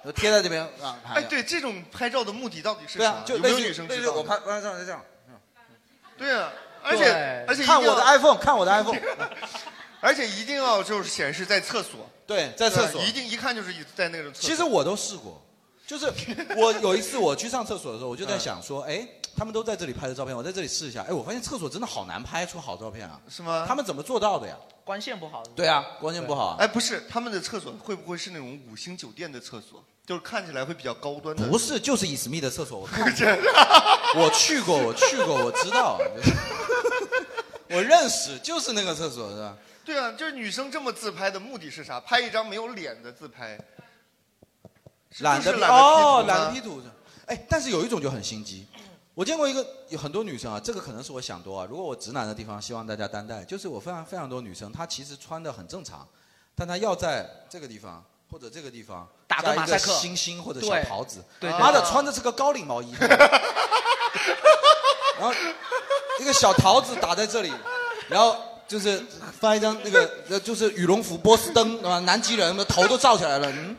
[SPEAKER 1] 就贴在这边啊。拍
[SPEAKER 12] 哎，对，这种拍照的目的到底是
[SPEAKER 1] 对
[SPEAKER 12] 啥
[SPEAKER 1] 啊？，就
[SPEAKER 12] 有
[SPEAKER 1] 类
[SPEAKER 12] 没
[SPEAKER 1] 似
[SPEAKER 12] 有
[SPEAKER 1] 于
[SPEAKER 12] 女生
[SPEAKER 1] 类似
[SPEAKER 12] 知
[SPEAKER 1] 于
[SPEAKER 12] 道
[SPEAKER 1] 我
[SPEAKER 12] 呢？
[SPEAKER 1] 拍拍照就这样，
[SPEAKER 12] 对啊，而且
[SPEAKER 1] 对
[SPEAKER 12] 而且一定
[SPEAKER 1] 看我的
[SPEAKER 12] 要
[SPEAKER 1] iPhone，看我的 iPhone，
[SPEAKER 12] 而且一定要就是显示在厕所。
[SPEAKER 1] 对，在厕所
[SPEAKER 12] 一定一看就是在那种厕所。
[SPEAKER 1] 其实我都试过，就是我有一次我去上厕所的时候，我就在想说，哎，他们都在这里拍的照片，我在这里试一下。哎，我发现厕所真的好难拍出好照片啊。
[SPEAKER 12] 是吗？
[SPEAKER 1] 他们怎么做到的呀？
[SPEAKER 4] 光线不好。
[SPEAKER 1] 对啊，光线不好啊。
[SPEAKER 12] 哎，不是，他们的厕所会不会是那种五星酒店的厕所？就是看起来会比较高端的。
[SPEAKER 1] 不是，就是以史密的厕所，我看见我去过，我去过，我知道，啊我认识，就是那个厕所是吧？
[SPEAKER 12] 对啊，就是女生这么自拍的目的是啥？拍一张没有脸的自拍，是不是
[SPEAKER 1] 懒得 P-
[SPEAKER 12] 懒得 P 图
[SPEAKER 1] 哦，
[SPEAKER 12] 呢
[SPEAKER 1] 懒得 P 图。哎，但是有一种就很心机，我见过一个有很多女生啊，这个可能是我想多啊。如果我直男的地方，希望大家担待。就是我非常非常多女生，她其实穿的很正常，但她要在这个地方或者这个地方
[SPEAKER 4] 打个
[SPEAKER 1] 加一
[SPEAKER 4] 马赛克
[SPEAKER 1] 星星或者小
[SPEAKER 4] 对
[SPEAKER 1] 桃子，
[SPEAKER 4] 对对
[SPEAKER 1] 妈的
[SPEAKER 4] 对
[SPEAKER 1] 穿的是个高领 毛衣，然后 一个小桃子打在这里，然后。就是发一张那个，呃就是羽绒服、波司登啊，南极人的头都罩起来了，嗯，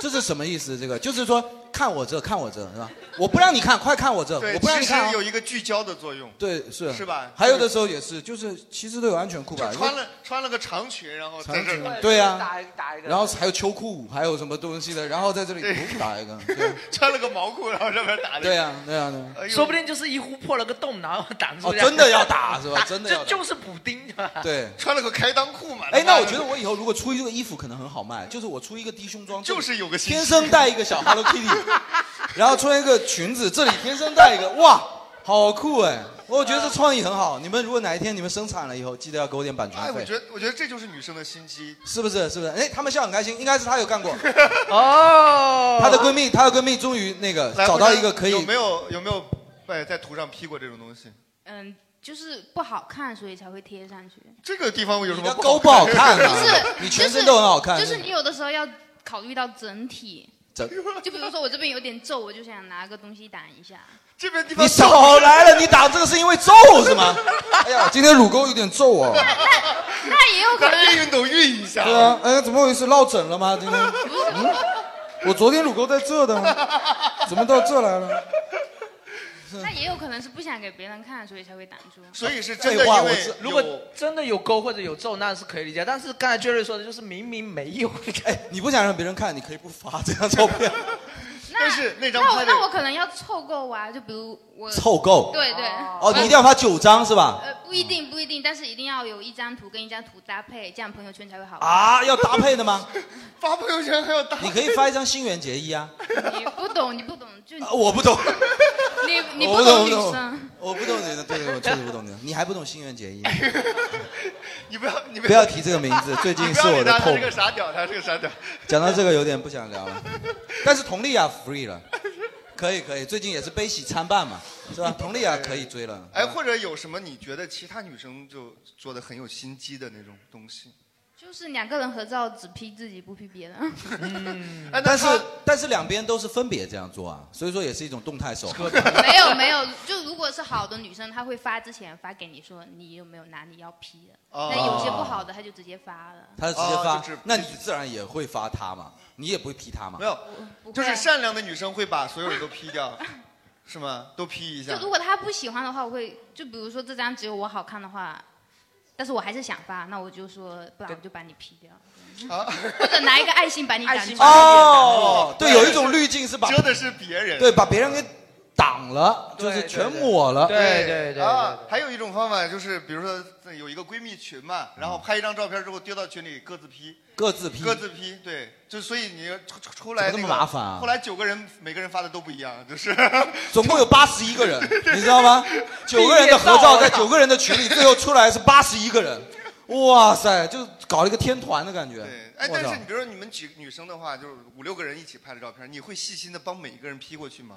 [SPEAKER 1] 这是什么意思？这个就是说，看我这，看我这，是吧？我不让你看，快看我这，
[SPEAKER 12] 对，
[SPEAKER 1] 我不让
[SPEAKER 12] 其
[SPEAKER 1] 你
[SPEAKER 12] 实
[SPEAKER 1] 看、啊。
[SPEAKER 12] 有一个聚焦的作用。
[SPEAKER 1] 对，是
[SPEAKER 12] 是吧
[SPEAKER 1] 还有的时候也是，就是其实都有安全裤吧
[SPEAKER 12] 就，穿了穿了个长裙，然后
[SPEAKER 1] 啊长
[SPEAKER 12] 在这
[SPEAKER 1] 裙
[SPEAKER 12] 儿
[SPEAKER 1] 对呀打然后还有秋裤，还有什么东西的，然后在这里
[SPEAKER 12] 对
[SPEAKER 1] 噗打一个， 对啊
[SPEAKER 12] 穿了个毛裤，然后这边打的。
[SPEAKER 4] 啊
[SPEAKER 1] 对呀、对呀、对
[SPEAKER 12] 哎
[SPEAKER 1] 呀、
[SPEAKER 4] 说不定就是一呼破了个洞，然后挡住
[SPEAKER 1] 哦
[SPEAKER 4] 这样。
[SPEAKER 1] 真的要打是吧真的要
[SPEAKER 4] 就
[SPEAKER 1] 打
[SPEAKER 4] 就是补丁，是吧
[SPEAKER 1] 对
[SPEAKER 12] 穿了个开裆裤嘛。他
[SPEAKER 1] 哎，那
[SPEAKER 12] 妈
[SPEAKER 1] 我
[SPEAKER 12] 的
[SPEAKER 1] 觉得我以后如果出一个衣服可能很好卖，就是我出一个低胸装，
[SPEAKER 12] 就是有个信息
[SPEAKER 1] 天生带一个小 Hello Kitty，然 后穿一个裙子，这里天生带一个，哇，好酷哎！我觉得这创意很好。你们如果哪一天你们生产了以后，记得要给我点版权
[SPEAKER 12] 哎，我
[SPEAKER 1] 费，
[SPEAKER 12] 觉得我觉得这就是女生的心机。
[SPEAKER 1] 是不是？是不是？哎，他们笑很开心，应该是她有干 过。
[SPEAKER 4] 哦
[SPEAKER 1] 她的闺蜜，她的闺蜜终于那个
[SPEAKER 12] 来
[SPEAKER 1] 找到一个可以
[SPEAKER 12] 有没有有没有哎在图上 P 过这种东西？
[SPEAKER 16] 嗯，就是不好看，所以才会贴上去。
[SPEAKER 12] 这个地方有什么
[SPEAKER 1] 你的沟不好看啊
[SPEAKER 12] 不
[SPEAKER 1] 是你全身都很好看嗯
[SPEAKER 16] 就是你有的时候要考虑到整体。
[SPEAKER 1] 整
[SPEAKER 16] 就比如说我这边有点皱，我就想拿个东西挡一下。
[SPEAKER 12] 这边地
[SPEAKER 1] 你少来了，你打这个是因为皱是 吗？哎呀，今天乳沟有点皱哦。
[SPEAKER 16] 那也有可能，
[SPEAKER 12] 运动运一下
[SPEAKER 1] 对啊，哎，怎么回事？落枕了吗？今天，
[SPEAKER 16] 不是
[SPEAKER 1] 嗯，我昨天乳沟在这的，怎么到这来了？
[SPEAKER 16] 那也有可能是不想给别人看，所以才会挡住。
[SPEAKER 12] 所以是
[SPEAKER 1] 真的废话因为我知
[SPEAKER 4] 如果真的有沟或者有皱，那是可以理解。但是刚才 Jerry 说的就是明明没有，
[SPEAKER 1] 哎你不想让别人看，你可以不发这 张照片。
[SPEAKER 16] 那
[SPEAKER 12] 但是那张
[SPEAKER 16] 那
[SPEAKER 12] 拍
[SPEAKER 16] 我
[SPEAKER 12] 的
[SPEAKER 16] 那我可能要凑够啊，就比如我
[SPEAKER 1] 凑够
[SPEAKER 16] 对对。
[SPEAKER 1] 哦哦，你一定要发九张是吧？
[SPEAKER 16] 呃，不不一定，不一定，但是一定要有一张图跟一张图搭配，这样朋友圈才会好玩
[SPEAKER 1] 啊，要搭配的吗？
[SPEAKER 12] 发朋友圈还要搭
[SPEAKER 1] 你可以发一张新垣结 衣啊，
[SPEAKER 16] 你不懂，你不懂，就
[SPEAKER 1] 啊我不懂，
[SPEAKER 16] 你 你
[SPEAKER 1] 我不
[SPEAKER 16] 懂
[SPEAKER 1] 懂，
[SPEAKER 16] 女
[SPEAKER 1] 我
[SPEAKER 16] 生
[SPEAKER 1] 不懂。，我不懂女生，对对，我确实不懂女生，你还不懂新垣结衣，
[SPEAKER 12] 你不要你
[SPEAKER 1] 不要提这个名字，最近
[SPEAKER 12] 你不
[SPEAKER 1] 是
[SPEAKER 12] 要
[SPEAKER 1] 我
[SPEAKER 12] 理
[SPEAKER 1] 的
[SPEAKER 12] 他，他
[SPEAKER 1] 痛
[SPEAKER 12] 是。个傻屌，他是个傻屌。
[SPEAKER 1] 讲到这个有点不想聊了，但是佟丽娅 free 了，可以可以，最近也是悲喜参半嘛，是 吧？佟丽娅可以追了，
[SPEAKER 12] 哎，
[SPEAKER 1] 是吧
[SPEAKER 12] 或者有什么你觉得其他女生就做的很有心机的那种东西？
[SPEAKER 16] 就是两个人合照只 P 自己不 P 别人，嗯
[SPEAKER 12] 哎
[SPEAKER 16] 哎
[SPEAKER 1] 但是但是两边都是分别这样做啊，所以说也是一种动态手。
[SPEAKER 16] 没有没有，就如果是好的女生，她会发之前发给你说你有没有拿你要 P 的，
[SPEAKER 1] 哦
[SPEAKER 16] 那有些不好的她就直接发了。
[SPEAKER 1] 他是直接发，
[SPEAKER 12] 哦就是
[SPEAKER 1] 那你自然也会发他嘛，啊你也不会 P 他嘛。
[SPEAKER 12] 没有
[SPEAKER 16] 不，会啊
[SPEAKER 12] 就是善良的女生会把所有人都 P 掉， 是吗？都 P 一
[SPEAKER 16] 就
[SPEAKER 12] 下。
[SPEAKER 16] 如果她不喜欢的话，我会就比如说这张只有我好看的话，但是我还是想发，那我就说不然我就把你 P 掉，或者拿一个爱心把你挡住。
[SPEAKER 1] 哦，对，有一种滤镜是把遮
[SPEAKER 12] 的是别人，
[SPEAKER 1] 对，把别人给挡了，就是全抹了。
[SPEAKER 12] 啊，还有一种方法就是，比如说有一个闺蜜群嘛，然后拍一张照片之后丢到群里各自 P。
[SPEAKER 1] 嗯各自 P
[SPEAKER 12] 各自 P，对，就所以你出出出来
[SPEAKER 1] 怎
[SPEAKER 12] 那个
[SPEAKER 1] 么那么麻烦啊
[SPEAKER 12] 后来九个人每个人发的都不一样，就是
[SPEAKER 1] 总共有八十一个 人，你知道吗？九个人的合照在九个人的群里，最后出来是八十一个人， 哇塞，就搞了一个天团的感觉。
[SPEAKER 12] 哎，
[SPEAKER 1] 我
[SPEAKER 12] 但
[SPEAKER 1] 操
[SPEAKER 12] 是你比如说你们几女生的话，就是五六个人一起拍的照片，你会细心的帮每一个人 P 过去吗？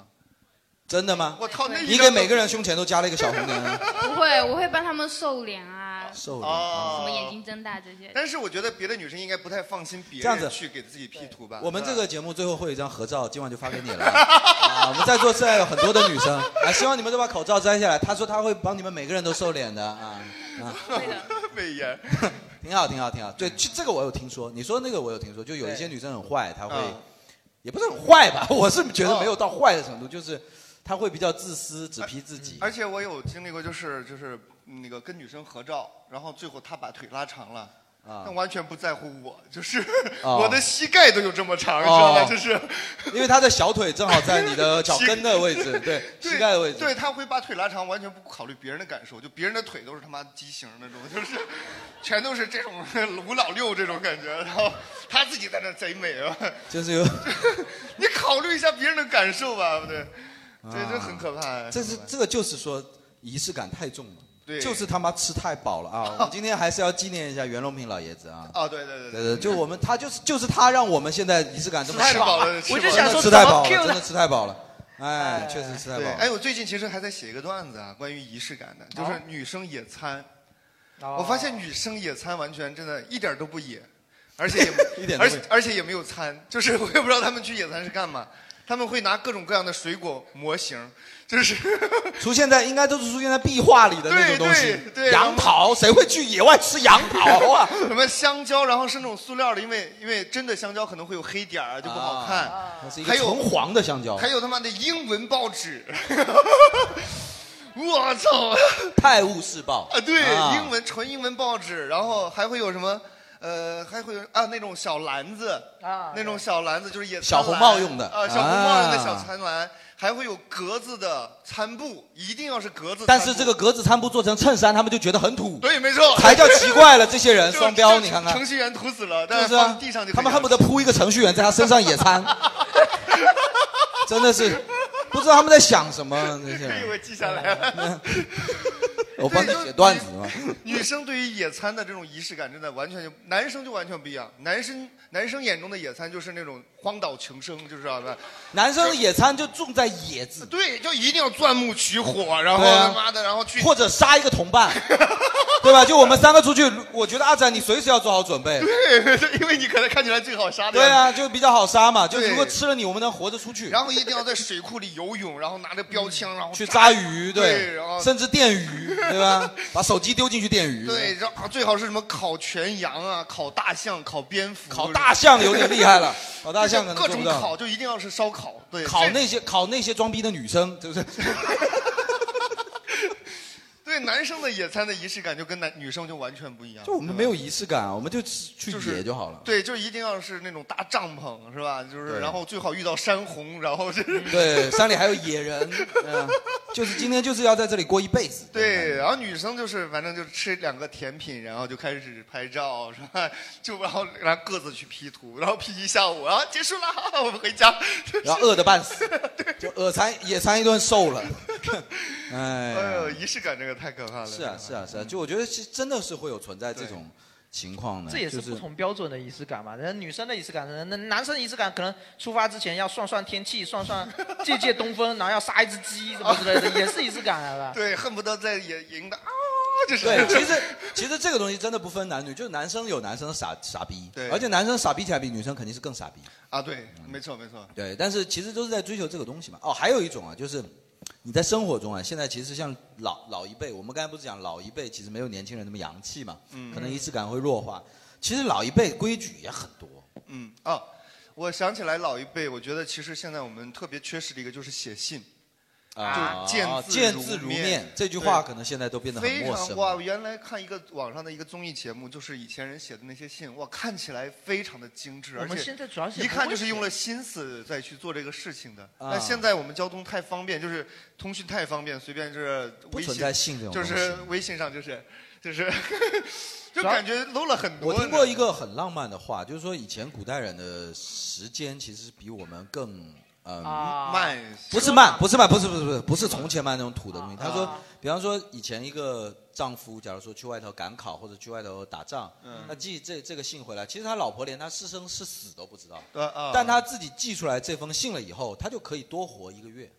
[SPEAKER 1] 真的吗？
[SPEAKER 12] 我操那一
[SPEAKER 1] 你
[SPEAKER 12] 张
[SPEAKER 1] 给
[SPEAKER 12] 都
[SPEAKER 1] 每个人胸前都加了一个小红 莲，
[SPEAKER 16] 不会，我会帮他们瘦脸啊，
[SPEAKER 1] 瘦脸
[SPEAKER 12] 哦
[SPEAKER 16] 什么眼睛睁大这 些。
[SPEAKER 12] 但是我觉得别的女生应该不太放心别
[SPEAKER 1] 这样子
[SPEAKER 12] 人去给自己 P 图吧。
[SPEAKER 1] 我们
[SPEAKER 12] 是吧
[SPEAKER 1] 这个节目最后会有一张合照，今晚就发给你 了。啊，我们在座现在有很多的女生，啊，希望你们都把口罩摘下来。她说她会帮你们每个人都瘦脸的啊啊，
[SPEAKER 12] 美颜，
[SPEAKER 1] 挺好挺好挺好。对，这这个我有听说，你说那个我有听说，就有一些
[SPEAKER 12] 嗯对
[SPEAKER 1] 女生很坏，她会
[SPEAKER 12] 嗯
[SPEAKER 1] 也不是很坏吧， 我是觉得没有到坏的程度，就是她会比较自私，只批自己。
[SPEAKER 12] 而且我有经历过，就是就是那个跟女生合照，然后最后她把腿拉长了。
[SPEAKER 1] 啊
[SPEAKER 12] 但完全不在乎我， 就是
[SPEAKER 1] 哦
[SPEAKER 12] 我的膝盖都有这么长，你知道吧？
[SPEAKER 1] 哦
[SPEAKER 12] 就是
[SPEAKER 1] 因为她的小腿正好在你的脚跟 的位置，对，膝盖的位置。
[SPEAKER 12] 对，他会把腿拉长，完全不考虑别人的感受，就别人的腿都是他妈畸形那种，就是全都是这种 五老六这种感觉，然后他自己在那贼美啊，
[SPEAKER 1] 就是有，
[SPEAKER 12] 你考虑一下别人的感受吧，对不对？对，这很可怕。
[SPEAKER 1] 啊这是这个就是说仪式感太重了，
[SPEAKER 12] 对
[SPEAKER 1] 就是他妈吃太饱 了啊！我们今天还是要纪念一下袁隆平老爷子啊。
[SPEAKER 12] 哦，对对对
[SPEAKER 1] 对对，就我们他就是就是他让我们现在仪式感这么
[SPEAKER 12] 吃太饱了
[SPEAKER 1] 真的
[SPEAKER 12] 我就想说
[SPEAKER 1] 吃太饱了，
[SPEAKER 12] 怎么 cue
[SPEAKER 1] 真
[SPEAKER 12] 的
[SPEAKER 1] 的吃太饱了，哎，确实吃太饱
[SPEAKER 12] 对，
[SPEAKER 1] 了。
[SPEAKER 12] 哎，我最近其实还在写一个段子啊，关于仪式感的，就是女生野餐。我发现女生野餐完全真的一点儿都不野，而且也
[SPEAKER 1] 一点都
[SPEAKER 12] 而
[SPEAKER 1] 不野
[SPEAKER 12] 且而且也没有餐，就是我也不知道他们去野餐是干嘛。他们会拿各种各样的水果模型，就是
[SPEAKER 1] 出现在应该都是出现在壁画里的那种东西
[SPEAKER 12] 对，对对
[SPEAKER 1] 杨桃，谁会去野外吃杨桃啊？
[SPEAKER 12] 什么香蕉，然后是那种塑料的，因为因为真的香蕉可能会有黑点儿，啊就不好看。
[SPEAKER 1] 啊那是一
[SPEAKER 12] 还
[SPEAKER 1] 个
[SPEAKER 12] 有
[SPEAKER 1] 橙黄的香蕉，
[SPEAKER 12] 还有他妈的英文报 纸， 我操！
[SPEAKER 1] 《泰晤士报》
[SPEAKER 12] 啊，对，
[SPEAKER 1] 啊
[SPEAKER 12] 英文纯英文报纸，然后还会有什么？呃，还会有啊那种小篮子
[SPEAKER 4] 啊
[SPEAKER 12] 那种小篮子就是野餐
[SPEAKER 1] 小红
[SPEAKER 12] 篮
[SPEAKER 1] 帽用的
[SPEAKER 12] 啊，小红帽用的
[SPEAKER 1] 啊
[SPEAKER 12] 小餐篮，还会有格子的餐布，一定要是格子餐布。
[SPEAKER 1] 但是这个格子餐布做成衬衫，他们就觉得很土，
[SPEAKER 12] 对，没错，
[SPEAKER 1] 才叫奇怪了。这些 人
[SPEAKER 12] 就
[SPEAKER 1] 双标，
[SPEAKER 12] 就
[SPEAKER 1] 你看看，
[SPEAKER 12] 程序员土死了，但
[SPEAKER 1] 就是是
[SPEAKER 12] 放
[SPEAKER 1] 啊
[SPEAKER 12] 地上就，可以
[SPEAKER 1] 他们恨不得
[SPEAKER 12] 了
[SPEAKER 1] 扑一个程序员在他身上 野餐，真的是不知道他们在想什么那些
[SPEAKER 12] 被
[SPEAKER 1] 人。
[SPEAKER 12] 我记下来 了。
[SPEAKER 1] 我帮他写段子嘛，
[SPEAKER 12] 女生对于野餐的这种仪式感，真的完全就男生就完全不一样。男生男生眼中的野餐就是那种荒岛求生，就知道吧？
[SPEAKER 1] 男生的野餐就重在野字，
[SPEAKER 12] 对，就一定要钻木取火，然后
[SPEAKER 1] 对啊
[SPEAKER 12] 他妈的，然后去
[SPEAKER 1] 或者杀一个同伴，对吧？就我们三个出去，我觉得阿展你随时要做好准备。
[SPEAKER 12] 对，因为你可能看起来最好杀的。
[SPEAKER 1] 对啊，，就比较好杀嘛。就
[SPEAKER 12] 对
[SPEAKER 1] 如果吃了你，我们能活着出去。
[SPEAKER 12] 然后一定要在水库里游泳，然后拿着标枪，然后
[SPEAKER 1] 嗯去扎鱼，
[SPEAKER 12] 对，然后
[SPEAKER 1] 甚至电鱼，对 吧？把手机丢进去电鱼。
[SPEAKER 12] 对，然后啊最好是什么烤全羊啊，烤大象，烤蝙蝠，烤
[SPEAKER 1] 大象有点厉害 了，烤大象可能
[SPEAKER 12] 各
[SPEAKER 1] 做
[SPEAKER 12] 种
[SPEAKER 1] 不到
[SPEAKER 12] 烤，就一定要是烧烤，对，
[SPEAKER 1] 考
[SPEAKER 12] 这
[SPEAKER 1] 那些考那些装逼的女生，对不对？
[SPEAKER 12] 对男生的野餐的仪式感就跟男女生就完全不一样。
[SPEAKER 1] 就我们没有仪式感啊，我们就去野就好了。
[SPEAKER 12] 对，就一定要是那种大帐篷，是吧？就是，
[SPEAKER 1] 对
[SPEAKER 12] 然后最好遇到山洪，然后是，
[SPEAKER 1] 对，山里还有野人，嗯就是今天就是要在这里过一辈 子。
[SPEAKER 12] 对，然后女生就是反正就吃两个甜品，然后就开始拍照，是吧？ 就然后然后各自去 P 图，然后 P 一下午，然后结束了， 我们回家。
[SPEAKER 1] 然后饿得半死，就饿餐野餐一顿 瘦了。哎
[SPEAKER 12] 哎呦，仪式感这个太可怕了。
[SPEAKER 1] 是啊，是啊，是啊，就我觉得是真的是会有存在这种情况的。
[SPEAKER 4] 这也
[SPEAKER 1] 就是
[SPEAKER 4] 不同标准的仪式感嘛。人家女生的仪式感是，那男生的仪式感可能出发之前要算算天气，算算借借东风，然后要杀一只鸡什么之类的，也 是仪式感来了。
[SPEAKER 12] 对，恨不得在也赢的啊，就是。
[SPEAKER 1] 对，其实其实这个东西真的不分男女，就是男生有男生的傻傻逼，
[SPEAKER 12] 对
[SPEAKER 1] 而且男生傻逼起来比女生肯定是更傻逼。
[SPEAKER 12] 啊，对，没错没错。
[SPEAKER 1] 对，但是其实都是在追求这个东西嘛。哦，还有一种啊，就是你在生活中啊，现在其实像老老一辈，我们刚才不是讲老一辈其实没有年轻人那么洋气嘛，
[SPEAKER 12] 嗯
[SPEAKER 1] 可能仪式感会弱化。其实老一辈规矩也很多，
[SPEAKER 12] 嗯啊，我想起来老一辈，我觉得其实现在我们特别缺失的一个就是写信，
[SPEAKER 1] 啊
[SPEAKER 12] 就是见
[SPEAKER 1] 见
[SPEAKER 12] 字
[SPEAKER 1] 字如
[SPEAKER 12] 面
[SPEAKER 1] 面这句话
[SPEAKER 12] 对
[SPEAKER 1] 可能现在都变得很
[SPEAKER 12] 非
[SPEAKER 1] 陌
[SPEAKER 12] 常
[SPEAKER 1] 生
[SPEAKER 12] 哇！
[SPEAKER 1] 了
[SPEAKER 12] 我原来看一个网上的一个综艺节目，就是以前人写的那些信，哇，看起来非常的精致，
[SPEAKER 4] 我
[SPEAKER 12] 而
[SPEAKER 4] 们
[SPEAKER 12] 且
[SPEAKER 4] 现在主要是
[SPEAKER 12] 一
[SPEAKER 4] 不
[SPEAKER 12] 看
[SPEAKER 4] 会
[SPEAKER 12] 就是
[SPEAKER 4] 写
[SPEAKER 12] 用了心思再去做这个事情的。
[SPEAKER 1] 啊
[SPEAKER 12] 但现在我们交通太方便，就是通讯太方便，随便就是
[SPEAKER 1] 不
[SPEAKER 12] 微
[SPEAKER 1] 存
[SPEAKER 12] 信，
[SPEAKER 1] 在信这种
[SPEAKER 12] 就
[SPEAKER 1] 东
[SPEAKER 12] 是
[SPEAKER 1] 西
[SPEAKER 12] 微信上就是就是 就感觉 low 呃了很多。
[SPEAKER 1] 我听过一个很浪漫的话，就是说以前古代人的时间其实比我们更嗯、
[SPEAKER 12] 啊慢
[SPEAKER 1] 不是慢，不是慢，不是不是不是不是从前慢那种土的东西。他说，比方说以前一个丈夫，假如说去外头赶考或者去外头打仗，
[SPEAKER 12] 嗯
[SPEAKER 1] 那寄这这个信回来，其实他老婆连他是生是死都不知道，
[SPEAKER 12] 呃啊
[SPEAKER 1] 但他自己寄出来这封信了以后，他就可以多活一个月，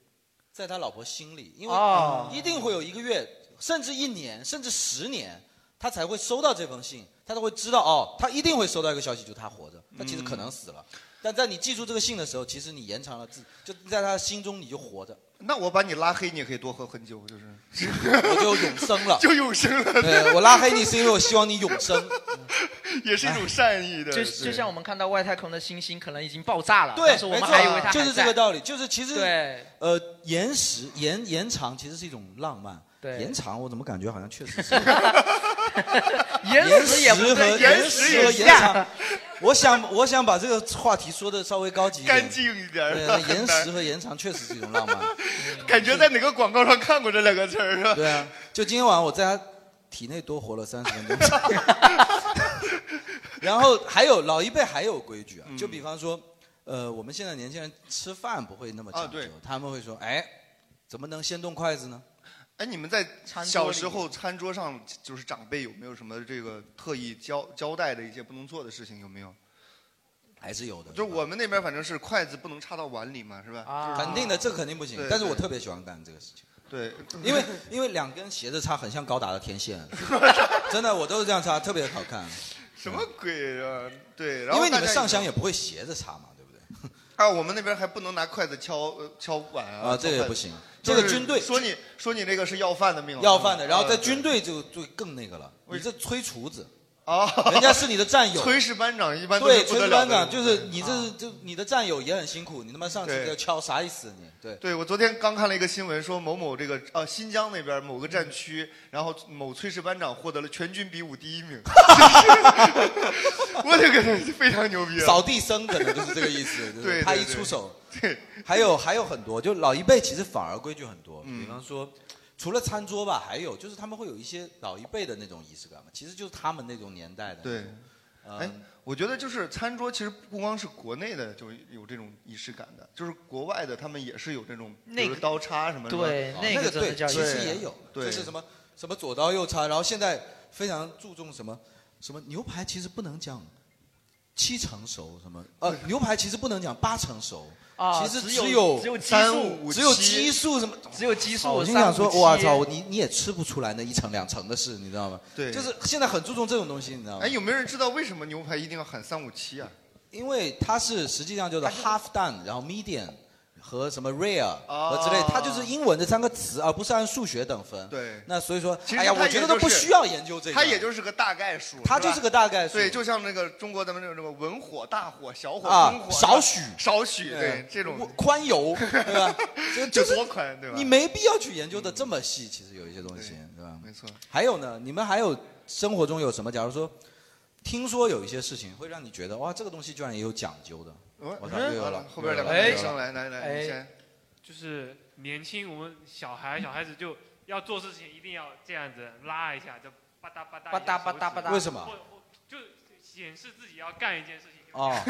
[SPEAKER 1] 在他老婆心里，因为
[SPEAKER 12] 啊
[SPEAKER 4] 哦
[SPEAKER 1] 一定会有一个月，甚至一年，甚至十年，他才会收到这封信，他才会知道哦，他一定会收到一个消息，就是他活着，
[SPEAKER 12] 嗯
[SPEAKER 1] 他其实可能死了。但在你记住这个信的时候，其实你延长了自，就在他心中你就活着，
[SPEAKER 12] 那我把你拉黑，你也可以多喝很久，就是。
[SPEAKER 1] 我就永生了，
[SPEAKER 12] 就永生了
[SPEAKER 1] 对，我拉黑你是因为我希望你永生，
[SPEAKER 12] 也是一种善意的
[SPEAKER 4] 就
[SPEAKER 12] 对
[SPEAKER 4] 就像我们看到外太空的星星可能已经爆炸了，
[SPEAKER 1] 对
[SPEAKER 4] 但是我
[SPEAKER 1] 没
[SPEAKER 4] 们
[SPEAKER 1] 错
[SPEAKER 4] 还以为它
[SPEAKER 1] 就是
[SPEAKER 4] 还在
[SPEAKER 1] 这个道理就是其实
[SPEAKER 4] 对，
[SPEAKER 1] 呃，延时延延长其实是一种浪漫。
[SPEAKER 4] 对。
[SPEAKER 1] 延长我怎么感觉好像确实是
[SPEAKER 4] 延时也
[SPEAKER 1] 延
[SPEAKER 4] 不
[SPEAKER 1] 时和
[SPEAKER 4] 对延时
[SPEAKER 1] 时
[SPEAKER 4] 也
[SPEAKER 1] 和
[SPEAKER 4] 像
[SPEAKER 1] 延长，我想我想把这个话题说的稍微高级一点，
[SPEAKER 12] 干净一点
[SPEAKER 1] 对，
[SPEAKER 12] 很
[SPEAKER 1] 那
[SPEAKER 12] 难
[SPEAKER 1] 延时和延长确实是一种浪漫。
[SPEAKER 12] 感觉在哪个广告上看过这两个词儿是吧？
[SPEAKER 1] 对啊，就今天晚上我在他体内多活了三十分钟。然后还有老一辈还有规矩啊，
[SPEAKER 12] 嗯
[SPEAKER 1] 就比方说，呃，我们现在年轻人吃饭不会那么
[SPEAKER 12] 啊
[SPEAKER 1] 讲究，他们会说，哎，怎么能先动筷子呢？
[SPEAKER 12] 哎，你们在
[SPEAKER 1] 餐桌
[SPEAKER 12] 小时
[SPEAKER 1] 里
[SPEAKER 12] 候餐桌上，就是长辈有没有什么这个特意交交代的一些不能做的事情？有没有？
[SPEAKER 1] 还是有的，
[SPEAKER 12] 就是我们那边反正是筷子不能插到碗里嘛，是吧？
[SPEAKER 1] 啊肯定的这个肯定不行但是我特别喜欢干这个事情。
[SPEAKER 12] 对，
[SPEAKER 1] 因 为因为两根斜着插很像高达的天线，啊真的我都是这样插，特别好看。啊
[SPEAKER 12] 什么鬼啊？对，然后
[SPEAKER 1] 因为你
[SPEAKER 12] 大
[SPEAKER 1] 们
[SPEAKER 12] 家
[SPEAKER 1] 上香也不会斜着插嘛，对不对？
[SPEAKER 12] 啊，我们那边还不能拿筷子敲呃敲碗啊。
[SPEAKER 1] 啊这个也
[SPEAKER 12] 敲筷子
[SPEAKER 1] 不行
[SPEAKER 12] 就
[SPEAKER 1] 这个
[SPEAKER 12] 是
[SPEAKER 1] 军队
[SPEAKER 12] 说你说你那个是要饭的命了，
[SPEAKER 1] 要饭的，
[SPEAKER 12] 是吧
[SPEAKER 1] 然后在
[SPEAKER 12] 啊
[SPEAKER 1] 军队就就更那个了，你这吹厨子
[SPEAKER 12] 啊
[SPEAKER 1] 人家是你的战友，
[SPEAKER 12] 炊事班长一般都
[SPEAKER 1] 对
[SPEAKER 12] 是不
[SPEAKER 1] 炊
[SPEAKER 12] 得了
[SPEAKER 1] 事
[SPEAKER 12] 的
[SPEAKER 1] 班长
[SPEAKER 12] 人啊
[SPEAKER 1] 就是你这就你的战友也很辛苦，你他妈上去
[SPEAKER 12] 对
[SPEAKER 1] 就敲啥意思你？对
[SPEAKER 12] 对，我昨天刚看了一个新闻，说某某这个呃新疆那边某个战区，然后某炊事班长获得了全军比武第一名， 我这个非常牛逼啊，
[SPEAKER 1] 扫地僧可能就是这个意 思，就是
[SPEAKER 12] 对对
[SPEAKER 1] 他一
[SPEAKER 12] 对
[SPEAKER 1] 出手，
[SPEAKER 12] 对，
[SPEAKER 1] 还有还有很多，就老一辈其实反而规矩很多，
[SPEAKER 12] 嗯
[SPEAKER 1] 比方说。除了餐桌吧，还有就是他们会有一些老一辈的那种仪式感嘛，其实就是他们那种年代的。
[SPEAKER 12] 对，
[SPEAKER 1] 啊
[SPEAKER 12] 哎，我觉得就是餐桌，其实不光是国内的就有这种仪式感的，就是国外的他们也是有这种，
[SPEAKER 1] 那
[SPEAKER 12] 比如
[SPEAKER 1] 个
[SPEAKER 12] 刀叉什么的。
[SPEAKER 1] 哦那个对，其实也有，
[SPEAKER 12] 对，
[SPEAKER 1] 就是什么什么左刀右叉，然后现在非常注重什么什么牛排，其实不能讲七成熟，什么呃牛排其实不能讲八成熟。
[SPEAKER 4] 啊
[SPEAKER 1] 其实
[SPEAKER 4] 只有
[SPEAKER 1] 有
[SPEAKER 4] 只有激素
[SPEAKER 1] 只有激素什么，
[SPEAKER 4] 只有激素
[SPEAKER 1] 我心想说，
[SPEAKER 4] 三五七
[SPEAKER 1] 我操，你你也吃不出来那一层两层的事，你知道吗？
[SPEAKER 12] 对
[SPEAKER 1] 就是现在很注重这种东西，你知道吗
[SPEAKER 12] 哎，？有没有人知道为什么牛排一定要喊三五七啊？
[SPEAKER 1] 因为它是实际上叫做 half done，然后 medium 和什么 rare
[SPEAKER 12] 哦
[SPEAKER 1] 和之类，它就是英文的三个词，而不是按数学等分。
[SPEAKER 12] 对
[SPEAKER 1] 那所以说，
[SPEAKER 12] 其实
[SPEAKER 1] 哎呀，
[SPEAKER 12] 它
[SPEAKER 1] 我觉
[SPEAKER 12] 也
[SPEAKER 1] 得
[SPEAKER 12] 就
[SPEAKER 1] 都不
[SPEAKER 12] 是
[SPEAKER 1] 需要研究这个。
[SPEAKER 12] 它也就是个大概数，
[SPEAKER 1] 它
[SPEAKER 12] 吧
[SPEAKER 1] 就是个大概数
[SPEAKER 12] 对，就像那个中国咱们这种什么文火、大火、小火、
[SPEAKER 1] 啊
[SPEAKER 12] 中火、
[SPEAKER 1] 少许
[SPEAKER 12] 少许，对
[SPEAKER 1] 对
[SPEAKER 12] 这种
[SPEAKER 1] 我 宽油，对吧？就
[SPEAKER 12] 就
[SPEAKER 1] 就是
[SPEAKER 12] 多宽，对吧？
[SPEAKER 1] 你没必要去研究的这么细，其实有一些东西，对吧？
[SPEAKER 12] 没错。
[SPEAKER 1] 还有呢，你们还有生活中有什么？假如说，听说有一些事情会让你觉得哇，这个东西居然也有讲究的。
[SPEAKER 12] 哦
[SPEAKER 1] 我操，又有了
[SPEAKER 12] 嗯，后边两
[SPEAKER 1] 又有了
[SPEAKER 12] 位
[SPEAKER 1] 又有
[SPEAKER 12] 女生
[SPEAKER 1] 了
[SPEAKER 12] 来来来你先
[SPEAKER 2] 就是年轻，我们小孩小孩子就要做事情一定要这样子拉一下，就吧嗒吧嗒
[SPEAKER 4] 吧嗒
[SPEAKER 2] 一下手指
[SPEAKER 4] 吧嗒吧嗒
[SPEAKER 1] 为什么
[SPEAKER 2] 或或就显示自己要干一件事情。
[SPEAKER 1] 哦哦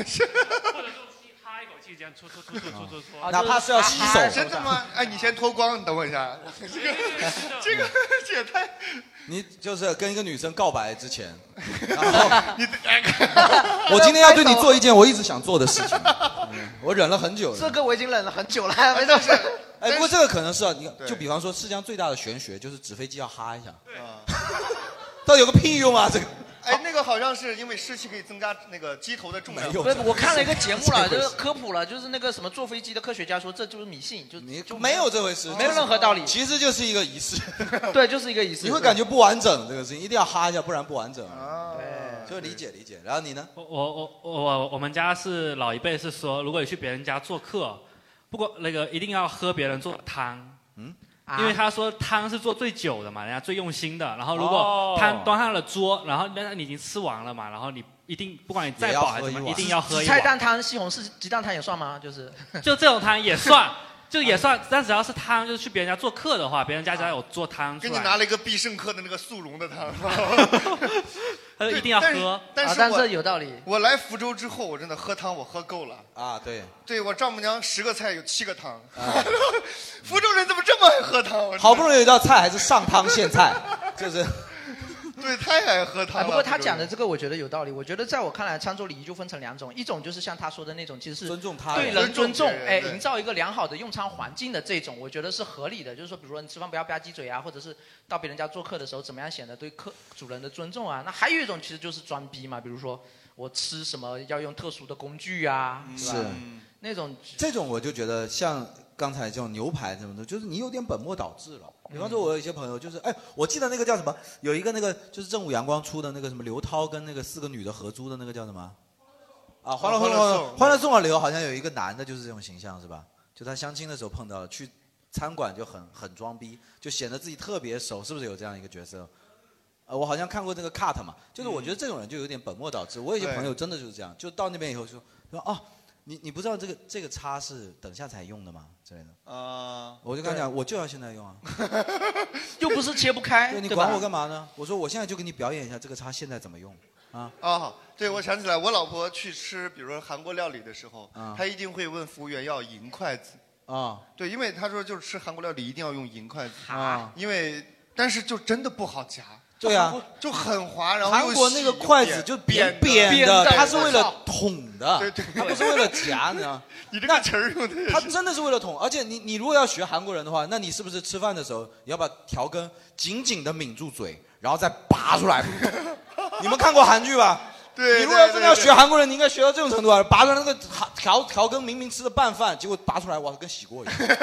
[SPEAKER 2] 或者说吸哈一口气这样搓搓搓搓搓搓
[SPEAKER 12] 啊
[SPEAKER 2] 搓，
[SPEAKER 1] 哪怕是要洗手，
[SPEAKER 12] 真的吗？哎，你先脱光，你等我一下。这 个这个 这也太……
[SPEAKER 1] 你就是跟一个女生告白之 前，
[SPEAKER 12] 你
[SPEAKER 1] 哎 我今天要对你做一件我一直想做的事情，嗯 我忍了很久
[SPEAKER 4] 这
[SPEAKER 1] 了。
[SPEAKER 4] 个我已经忍了很久了， 没事事。
[SPEAKER 1] 哎，不过这个可能是啊，你
[SPEAKER 4] 对
[SPEAKER 1] 就比方说，世界上最大的玄学就是纸飞机要哈一下，到底有个屁用啊？这个
[SPEAKER 12] 哎，那个好像是因为湿气可以增加那个机头的重量。
[SPEAKER 4] 不是我看了一个节目 了，
[SPEAKER 12] 这
[SPEAKER 4] 就
[SPEAKER 12] 回
[SPEAKER 4] 是
[SPEAKER 12] 事
[SPEAKER 4] 科普了，就是那个什么坐飞机的科学家说这就是迷信，就就
[SPEAKER 1] 没有这回事，
[SPEAKER 4] 没有任何道理。
[SPEAKER 1] 其实就是一个仪 式，
[SPEAKER 4] 对，就是一个仪式
[SPEAKER 1] 你会
[SPEAKER 4] 对
[SPEAKER 1] 感觉不完整这个事情，一定要哈一下，不然不完整。对，哦就理解理解。然后你呢？
[SPEAKER 9] 我我我我我们家是老一辈是说，如果你去别人家做客，不过那个一定要喝别人做的汤，
[SPEAKER 1] 嗯，
[SPEAKER 9] 因为他说汤是做最久的嘛，人家最用心的。然后如
[SPEAKER 6] 哦
[SPEAKER 9] 果汤端上了桌，然后那你已经吃完了嘛，然后你一定不管你再饱还是怎么，一定要喝一
[SPEAKER 4] 菜
[SPEAKER 9] 碗。
[SPEAKER 4] 蛋汤、西红柿鸡蛋汤也算吗？就是
[SPEAKER 9] 就这种汤也算，就也算，但只要是汤，就是去别人家做客的话，别人家只要有做汤出
[SPEAKER 12] 给
[SPEAKER 9] 来，
[SPEAKER 12] 你拿了一个必胜客的那个速溶的汤，
[SPEAKER 9] 他
[SPEAKER 12] 对
[SPEAKER 9] 一定要
[SPEAKER 12] 但是
[SPEAKER 9] 喝。
[SPEAKER 12] 啊但是我我来福州之后，我真的喝汤我喝够了。
[SPEAKER 1] 啊，对，
[SPEAKER 12] 对我丈母娘十个菜有七个汤， 福州人怎么这么爱喝汤？啊我
[SPEAKER 1] 啊好不容易有一道菜还是上汤献 菜，就是
[SPEAKER 12] 对，太爱喝汤了。
[SPEAKER 4] 哎，不过他
[SPEAKER 12] 福州人
[SPEAKER 4] 讲的这个我觉得有道理。我觉得在我看来，餐桌礼仪就分成两种，一种就是像他说的那种，其实是尊
[SPEAKER 1] 重他
[SPEAKER 4] 对
[SPEAKER 1] 人
[SPEAKER 4] 人
[SPEAKER 1] 尊
[SPEAKER 4] 尊重
[SPEAKER 1] 重，别人
[SPEAKER 4] 哎，
[SPEAKER 1] 对
[SPEAKER 4] 营造一个良好的用餐环境的这种，我觉得是合理的。就是说，比如说你吃饭不要吧唧嘴啊，或者是到别人家做客的时候，怎么样显得对客主人的尊重啊。那还有一种其实就是装逼嘛，比如说我吃什么要用特殊的工具啊，
[SPEAKER 12] 嗯
[SPEAKER 4] 吧
[SPEAKER 1] 是
[SPEAKER 4] 那种
[SPEAKER 1] 这种我就觉得像刚才这种牛排这种东西，就是你有点本末倒置了。
[SPEAKER 7] 嗯
[SPEAKER 1] 比方说，我有一些朋友就是，哎，我记得那个叫什么，有一个那个就是正午阳光出的那个什么刘涛跟那个四个女的合租的那个叫什么？啊，欢
[SPEAKER 7] 哦
[SPEAKER 1] 乐
[SPEAKER 7] 欢
[SPEAKER 1] 颂，
[SPEAKER 7] 乐
[SPEAKER 1] 欢
[SPEAKER 7] 颂
[SPEAKER 1] 乐欢乐颂啊，刘好像有一个男的就是这种形象是吧？就他相亲的时候碰到了，去餐馆就很很装逼，就显得自己特别熟，是不是有这样一个角色？呃，我好像看过那个 cut 嘛，就是我觉得这种人就有点本末倒置。我有些
[SPEAKER 7] 对
[SPEAKER 1] 朋友真的就是这样，就到那边以后说说哦，你你不知道这个这个叉是等下才用的吗？之类的。
[SPEAKER 12] 啊，
[SPEAKER 1] 我就跟他讲，我就要现在用啊，
[SPEAKER 4] 又不是切不开，
[SPEAKER 12] 哎
[SPEAKER 1] 对你
[SPEAKER 4] 对
[SPEAKER 1] 管
[SPEAKER 4] 吧
[SPEAKER 1] 我干嘛呢？我说我现在就给你表演一下这个叉现在怎么用啊。
[SPEAKER 12] 啊，对，我想起来，我老婆去吃，比如说韩国料理的时候，
[SPEAKER 1] 啊
[SPEAKER 12] 她一定会问服务员要银筷子。
[SPEAKER 1] 啊，
[SPEAKER 12] 对，因为她说就是吃韩国料理一定要用银筷子，
[SPEAKER 1] 啊
[SPEAKER 12] 因为但是就真的不好夹。
[SPEAKER 1] 对啊
[SPEAKER 12] 就很滑，然后又
[SPEAKER 1] 韩国那个
[SPEAKER 12] 细又
[SPEAKER 1] 筷子就
[SPEAKER 12] 扁
[SPEAKER 1] 扁
[SPEAKER 12] 的，
[SPEAKER 1] 它是为了捅的，
[SPEAKER 12] 对对对
[SPEAKER 1] 它不是为了夹，你知道吗？
[SPEAKER 12] 你这个词儿用的，
[SPEAKER 1] 它真的是为了捅。而且你你如果要学韩国人的话，那你是不是吃饭的时候也要把调羹紧紧的抿住嘴，然后再拔出 来？你们看过韩剧吧？
[SPEAKER 12] 对
[SPEAKER 1] 你如果要真的要
[SPEAKER 12] 对对
[SPEAKER 1] 学韩国人，你应该学到这种程度啊！拔出来那个调调羹，明明吃的拌饭，结果拔出来，哇，跟洗过一样。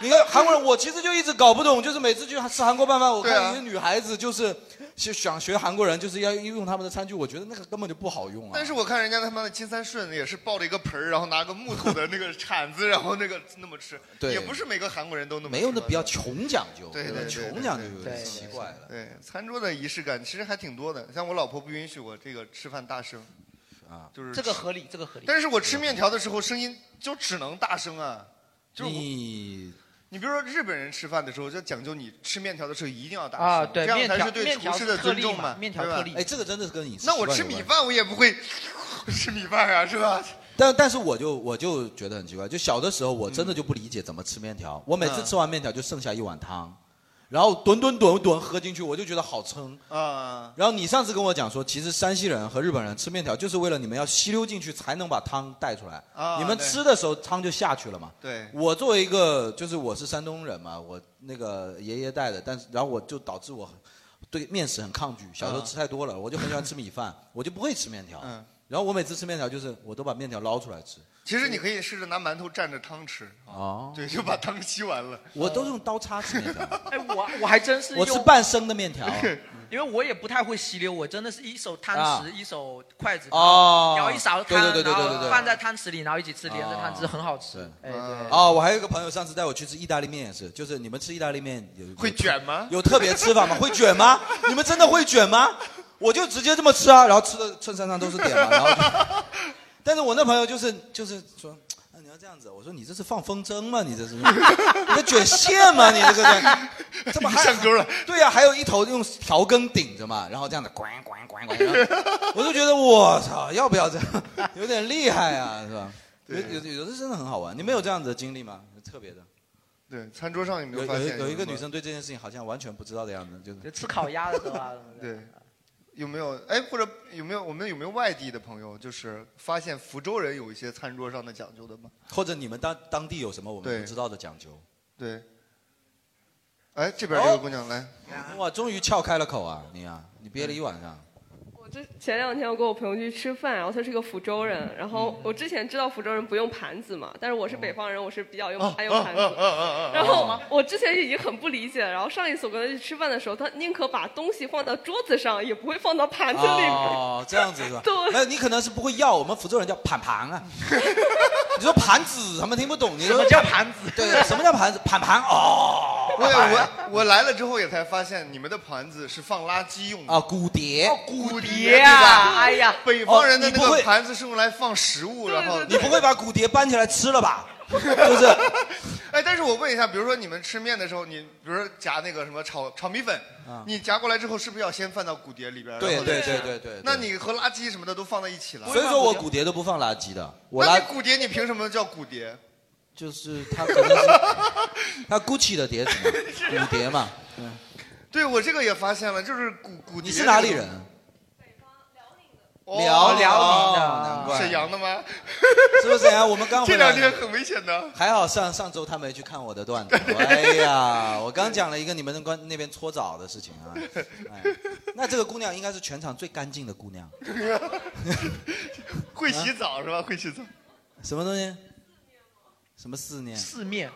[SPEAKER 1] 你看韩国人，我其实就一直搞不懂，就是每次去吃韩国拌饭，我
[SPEAKER 12] 对啊
[SPEAKER 1] 看一个女孩子就是想想学韩国人，就是要用他们的餐具，我觉得那个根本就不好用啊。
[SPEAKER 12] 但是我看人家他妈的金三顺也是抱着一个盆儿，然后拿个木头的那个铲子， 然后那个那么吃，
[SPEAKER 1] 对
[SPEAKER 12] 也不是每个韩国人都那么
[SPEAKER 1] 没有那
[SPEAKER 12] 吃吧
[SPEAKER 1] 比较穷讲究，
[SPEAKER 12] 对
[SPEAKER 1] 吧
[SPEAKER 12] 对，
[SPEAKER 1] 穷讲
[SPEAKER 12] 讲
[SPEAKER 1] 究
[SPEAKER 12] 究
[SPEAKER 1] 有点奇怪了。
[SPEAKER 12] 对，餐桌的仪式感其实还挺多的，像我老婆不允许我这个吃饭大声，
[SPEAKER 1] 啊，
[SPEAKER 12] 就是
[SPEAKER 4] 这个合理，这个合理。
[SPEAKER 12] 但是我吃面条的时候声音就只能大声啊，就是我
[SPEAKER 1] 你
[SPEAKER 12] 你比如说日本人吃饭的时候就讲究你吃面条的时候一定要大声
[SPEAKER 4] 啊对
[SPEAKER 12] 这样
[SPEAKER 4] 面
[SPEAKER 12] 才
[SPEAKER 4] 条
[SPEAKER 12] 是对
[SPEAKER 4] 面
[SPEAKER 12] 厨
[SPEAKER 4] 条
[SPEAKER 12] 师的
[SPEAKER 4] 是特
[SPEAKER 12] 尊
[SPEAKER 4] 例
[SPEAKER 12] 重
[SPEAKER 4] 嘛
[SPEAKER 12] 嘛，
[SPEAKER 4] 面条
[SPEAKER 12] 对吧
[SPEAKER 4] 特例
[SPEAKER 1] 哎，这个真的是跟你
[SPEAKER 12] 那我
[SPEAKER 1] 习惯
[SPEAKER 12] 吃
[SPEAKER 1] 有关
[SPEAKER 12] 米饭我也不会 吃米饭啊，是吧？
[SPEAKER 1] 但但是我就我就觉得很奇怪，就小的时候我真的就不理解怎么吃面条，我每次
[SPEAKER 12] 嗯
[SPEAKER 1] 吃完面条就剩下一碗汤，然后吨吨吨吨喝进去，我就觉得好撑。
[SPEAKER 12] 啊，
[SPEAKER 1] 然后你上次跟我讲说，其实山西人和日本人吃面条就是为了你们要吸溜进去才能把汤带出来，
[SPEAKER 12] 啊
[SPEAKER 1] 你们
[SPEAKER 12] 对
[SPEAKER 1] 吃的时候汤就下去了嘛。
[SPEAKER 12] 对，
[SPEAKER 1] 我作为一个就是我是山东人嘛，我那个爷爷带的，但是然后我就导致我很对面食很抗拒，小时候
[SPEAKER 12] 啊
[SPEAKER 1] 吃太多了，我就很喜欢吃米饭，我就不会吃面条。
[SPEAKER 12] 嗯
[SPEAKER 1] 然后我每次吃面条就是我都把面条捞出来吃。
[SPEAKER 12] 其实你可以试着拿馒头蘸着汤吃，
[SPEAKER 1] 哦，
[SPEAKER 12] 对，就把
[SPEAKER 4] 啊
[SPEAKER 12] 汤吸完了。
[SPEAKER 1] 我都是用刀叉吃 面条，
[SPEAKER 4] 哎，我我还真是
[SPEAKER 1] 我
[SPEAKER 4] 用
[SPEAKER 1] 吃半生的面条。
[SPEAKER 4] 因为我也不太会吸溜，我真的是一手汤匙，
[SPEAKER 1] 啊
[SPEAKER 4] 一手筷子，
[SPEAKER 1] 哦
[SPEAKER 4] 舀一勺汤，
[SPEAKER 1] 对对对对对对
[SPEAKER 4] 然
[SPEAKER 1] 对
[SPEAKER 4] 后放在汤匙里，然后一起吃，连着汤
[SPEAKER 1] 哦
[SPEAKER 4] 汁很好吃。哎，对。
[SPEAKER 12] 啊
[SPEAKER 1] 哦，我还有一个朋友上次带我去吃意大利面也是，就是你们吃意大利面有
[SPEAKER 12] 会卷吗
[SPEAKER 1] 有特别吃法吗？会 卷吗？你们真的会卷吗？我就直接这么 吃啊，然后吃的衬衫上都是点嘛，然后就。但是我那朋友就是就是说，啊你要这样子，我说你这是放风筝吗？你这是，你这卷线吗？你这个 这，怎么还上钩了？对呀、还有一头用调羹顶着嘛，然后这样子滚滚滚滚，然后 我就觉得我操，要不要这样？有点厉害啊，是吧？有有有的真的很好玩，你们有这样子的经历吗？特别的。
[SPEAKER 12] 对，餐桌上有没有发
[SPEAKER 1] 有
[SPEAKER 12] 现
[SPEAKER 1] 有一个
[SPEAKER 12] 什么
[SPEAKER 1] 女生对这件事情好像完全不知道的样子，就是
[SPEAKER 4] 吃烤鸭的时 候啊，
[SPEAKER 12] 对，有没有？哎，或者有没有我们有没有外地的朋友，就是发现福州人有一些餐桌上的讲究的吗？
[SPEAKER 1] 或者你们当当地有什么我们
[SPEAKER 12] 对
[SPEAKER 1] 不知道的讲究？
[SPEAKER 12] 对。哎，这边有个姑娘、来，
[SPEAKER 1] 哦哇，终于撬开了口啊，你啊，你憋了一晚上。
[SPEAKER 17] 我之前两天我跟我朋友去吃饭，然后他是个福州人，然后我之前知道福州人不用盘子嘛，但是我是北方人，我是比较用
[SPEAKER 1] 哦
[SPEAKER 17] 爱用盘子。然后我之前已经很不理解了，然后上一次我跟他去吃饭的时候，他宁可把东西放到桌子上，也不会放到盘子里面。
[SPEAKER 1] 哦，这样子是吧？
[SPEAKER 17] 对
[SPEAKER 1] 那你可能是不会要，我们福州人叫盘 盘啊。你说盘子，他们听不懂。你说
[SPEAKER 12] 什么叫盘
[SPEAKER 1] 子？对，什么叫盘子？盘盘哦。
[SPEAKER 12] 我也我我来了之后也才发现，你们的盘子是放垃圾用的
[SPEAKER 1] 啊，骨碟，
[SPEAKER 12] 哦骨
[SPEAKER 1] 碟
[SPEAKER 12] 碟
[SPEAKER 1] 啊
[SPEAKER 12] 对吧
[SPEAKER 1] 哎呀
[SPEAKER 12] 北方人的
[SPEAKER 1] 哦你
[SPEAKER 12] 那
[SPEAKER 1] 不会
[SPEAKER 12] 个盘子是用来放食物，然后
[SPEAKER 1] 你不会把骨碟搬起来吃了吧？就是，
[SPEAKER 12] 哎，但是我问一下，比如说你们吃面的时候，你比如说夹那个什么炒炒米粉
[SPEAKER 1] 啊，
[SPEAKER 12] 你夹过来之后，是不是要先放到骨碟里边？
[SPEAKER 1] 对
[SPEAKER 12] 然后再吃
[SPEAKER 1] 对对对对对
[SPEAKER 12] 那你和垃圾什么的都放在一起了。
[SPEAKER 1] 所以说我骨碟都不放垃圾的，我
[SPEAKER 12] 那
[SPEAKER 1] 垃
[SPEAKER 12] 你骨碟你凭什么叫骨碟？
[SPEAKER 1] 就是它可能是它 Gucci 的碟子嘛，骨碟嘛。
[SPEAKER 12] 对我这个也发现了，就是骨骨
[SPEAKER 1] 你
[SPEAKER 12] 碟。
[SPEAKER 1] 是哪里人？？
[SPEAKER 12] 哦
[SPEAKER 1] 辽
[SPEAKER 12] 辽宁的
[SPEAKER 1] 哦难怪
[SPEAKER 12] 沈阳的吗？
[SPEAKER 1] 是不是沈阳？我们刚回
[SPEAKER 12] 这
[SPEAKER 1] 来
[SPEAKER 12] 两天很危险的。
[SPEAKER 1] 还好上上周他没去看我的段子。哎呀，我刚讲了一个你们那关那边搓澡的事情啊。哎，那这个姑娘应该是全场最干净的姑娘。啊
[SPEAKER 12] 会
[SPEAKER 4] 啊
[SPEAKER 12] 洗澡是吧？会洗澡。
[SPEAKER 1] 什么东西？什么四面？
[SPEAKER 4] 四面，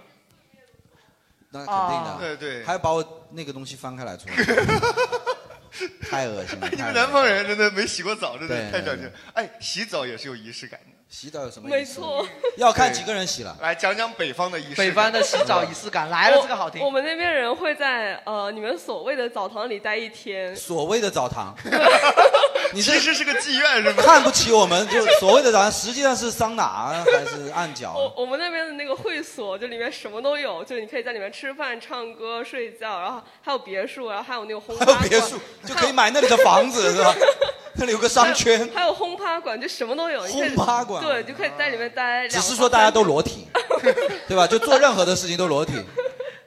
[SPEAKER 1] 那肯定
[SPEAKER 4] 啊
[SPEAKER 1] 的。
[SPEAKER 4] 对对
[SPEAKER 1] 还把我那个东西翻开来搓。 太恶心了。
[SPEAKER 12] 哎你
[SPEAKER 1] 嗯
[SPEAKER 12] 们
[SPEAKER 1] 太恶心了
[SPEAKER 12] 南方人真的没洗过澡，真
[SPEAKER 1] 对
[SPEAKER 12] 的太长
[SPEAKER 1] 对
[SPEAKER 12] 进。哎，洗澡也是有仪式感的。
[SPEAKER 1] 洗澡有什
[SPEAKER 12] 么
[SPEAKER 17] 没错，
[SPEAKER 1] 要看几个人洗了。
[SPEAKER 12] 来讲讲北方的仪式感。嗯
[SPEAKER 4] 北方的洗澡仪式感来了，这个好听
[SPEAKER 17] 我。们那边人会在呃你们所谓的澡堂里待一天，
[SPEAKER 1] 所谓的 澡堂，你这
[SPEAKER 12] 其实是个妓院是吗？
[SPEAKER 1] 看不起我们，就所谓的澡堂，实际上是桑拿还是按脚？
[SPEAKER 12] 哦
[SPEAKER 17] 我我们那边的那个会所，就里面什么都有，就你可以在里面吃饭、唱歌、睡觉，然后还有别墅，然后还有那个轰趴馆，
[SPEAKER 1] 别墅就可以买那里的房 子是吧？那里有个商圈，
[SPEAKER 17] 还有轰趴馆，就什么都有。你可以
[SPEAKER 1] 轰趴馆
[SPEAKER 17] 对，就可以在里面待两个
[SPEAKER 1] 只
[SPEAKER 17] 小时。
[SPEAKER 1] 是说大家都裸体，对吧？就做任何的事情 都裸体，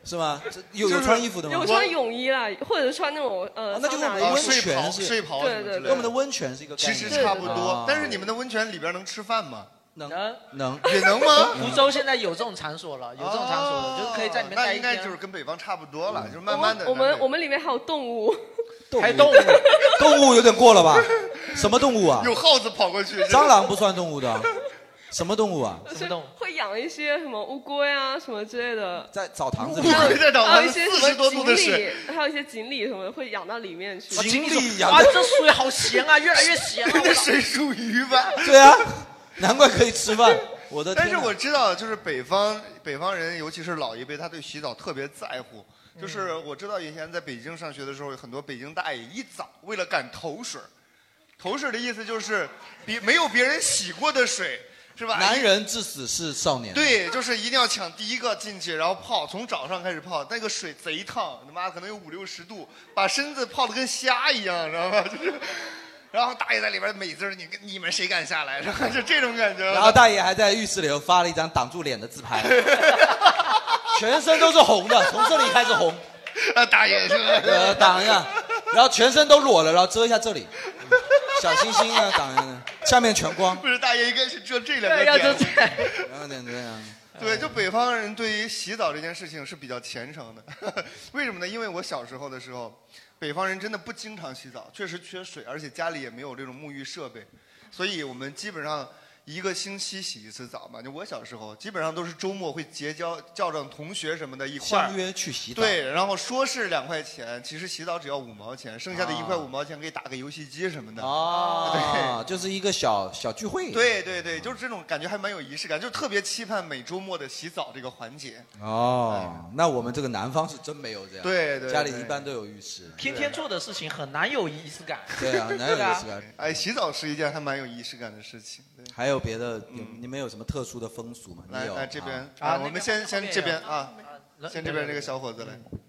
[SPEAKER 1] 是吗？这有
[SPEAKER 17] 就
[SPEAKER 1] 有
[SPEAKER 17] 是
[SPEAKER 1] 穿衣服的吗？哦
[SPEAKER 17] 有穿泳衣啦，或者穿那种呃，
[SPEAKER 1] 那就
[SPEAKER 17] 桑拿
[SPEAKER 1] 跟
[SPEAKER 17] 衣
[SPEAKER 1] 温泉是
[SPEAKER 12] 睡袍
[SPEAKER 17] 对对
[SPEAKER 1] 跟我们的温泉是一个概
[SPEAKER 12] 其
[SPEAKER 1] 念
[SPEAKER 12] 实差不多
[SPEAKER 1] 啊，
[SPEAKER 12] 但是你们的温泉里边能吃饭吗？
[SPEAKER 1] 能能嗯
[SPEAKER 12] 能也能吗？
[SPEAKER 4] 福州现在有这种场所了，有这种场所了，就是可以在里面
[SPEAKER 12] 哦那
[SPEAKER 4] 待一
[SPEAKER 12] 应该
[SPEAKER 4] 天
[SPEAKER 12] 就。是跟北方差不多了，
[SPEAKER 1] 嗯
[SPEAKER 12] 就是
[SPEAKER 17] 我
[SPEAKER 12] 慢慢
[SPEAKER 17] 们
[SPEAKER 12] 的。
[SPEAKER 17] 我们我们里面还有动物，
[SPEAKER 4] 还动
[SPEAKER 1] 啊
[SPEAKER 4] 物，
[SPEAKER 1] 动物有点过 了吧？什么动物啊？
[SPEAKER 12] 有耗子跑过去，
[SPEAKER 1] 蟑螂不算动物的啊，什么动物 啊？
[SPEAKER 17] 就是会养一些什么乌龟啊什么之类的，
[SPEAKER 1] 在澡堂子里
[SPEAKER 17] 还有
[SPEAKER 1] 在澡堂
[SPEAKER 17] 还有一些什么
[SPEAKER 1] 40多度的
[SPEAKER 17] 锦
[SPEAKER 1] 水
[SPEAKER 17] 鲤，还有一些锦鲤什么的会养到里面去。
[SPEAKER 1] 锦鲤呀
[SPEAKER 4] 啊，这水好咸啊，越来越 咸了。
[SPEAKER 12] 水属鱼吧？
[SPEAKER 1] 对啊，难怪可以吃 饭。我的天
[SPEAKER 12] 但
[SPEAKER 1] 哪，
[SPEAKER 12] 是我知道，就是北方北方人，尤其是老一辈，他对洗澡特别在乎。就是
[SPEAKER 1] 嗯
[SPEAKER 12] 我知道以前在北京上学的时候，有很多北京大爷一早为了赶头水儿，头水儿的意思就是比没有别人洗过的水，是吧？
[SPEAKER 1] 男人至死是少年。
[SPEAKER 12] 对，就是一定要抢第一个进去，然后泡，从早上开始泡，那个水贼烫，他妈可能有五六十度，把身子泡的跟虾一样，知道吗？ 就是，然后大爷在里边美滋儿，你跟你们谁敢下来？然 后就这种感觉。
[SPEAKER 1] 然后大爷还在浴室里头发了一张挡住脸的自拍， 全身都是红的，从这里开始红。
[SPEAKER 12] 啊，大爷是吧
[SPEAKER 1] 呃，挡一下，然后全身都裸了，然后遮一下 这里，小星星啊，挡一下，下面全光。
[SPEAKER 12] 不是大爷应该是遮这两个
[SPEAKER 1] 对要
[SPEAKER 12] 点，
[SPEAKER 1] 遮这然后点这样，
[SPEAKER 12] 对，就北方人对于洗澡这件事情是比较虔诚的， 为什么呢？因为我小时候的时候，北方人真的不经常洗澡，确实缺水，而且家里也没有这种沐浴设备，所以我们基本上一个星期洗一次澡嘛。就我小时候，基本上都是周末会结交叫上同学什么的一块儿
[SPEAKER 1] 相约去洗澡。
[SPEAKER 12] 对，然后说是两块钱，其实洗澡只要五毛钱，剩下的一块
[SPEAKER 1] 啊
[SPEAKER 12] 五毛钱可以打个游戏机什么的。
[SPEAKER 1] 啊，就是一个小小聚会。
[SPEAKER 12] 对对对，就是这种感觉还蛮有仪式感，就特别期盼每周末的洗澡这个环节。
[SPEAKER 1] 哦，那我们这个南方是真没有这样。
[SPEAKER 12] 对对
[SPEAKER 1] 家里
[SPEAKER 12] 对
[SPEAKER 1] 一般都有浴室。
[SPEAKER 4] 天天做的事情很难有仪式感。
[SPEAKER 1] 对啊，哪有
[SPEAKER 4] 对吧
[SPEAKER 1] 仪式感？
[SPEAKER 12] 哎，洗澡是一件还蛮有仪式感的事情。对
[SPEAKER 1] 还有有别的，有你们有什么特殊的风俗吗？
[SPEAKER 12] 来
[SPEAKER 1] 你有
[SPEAKER 12] 来这边
[SPEAKER 1] 啊
[SPEAKER 12] 啊，我们先先这边啊，先这边这个小伙子来。
[SPEAKER 6] 嗯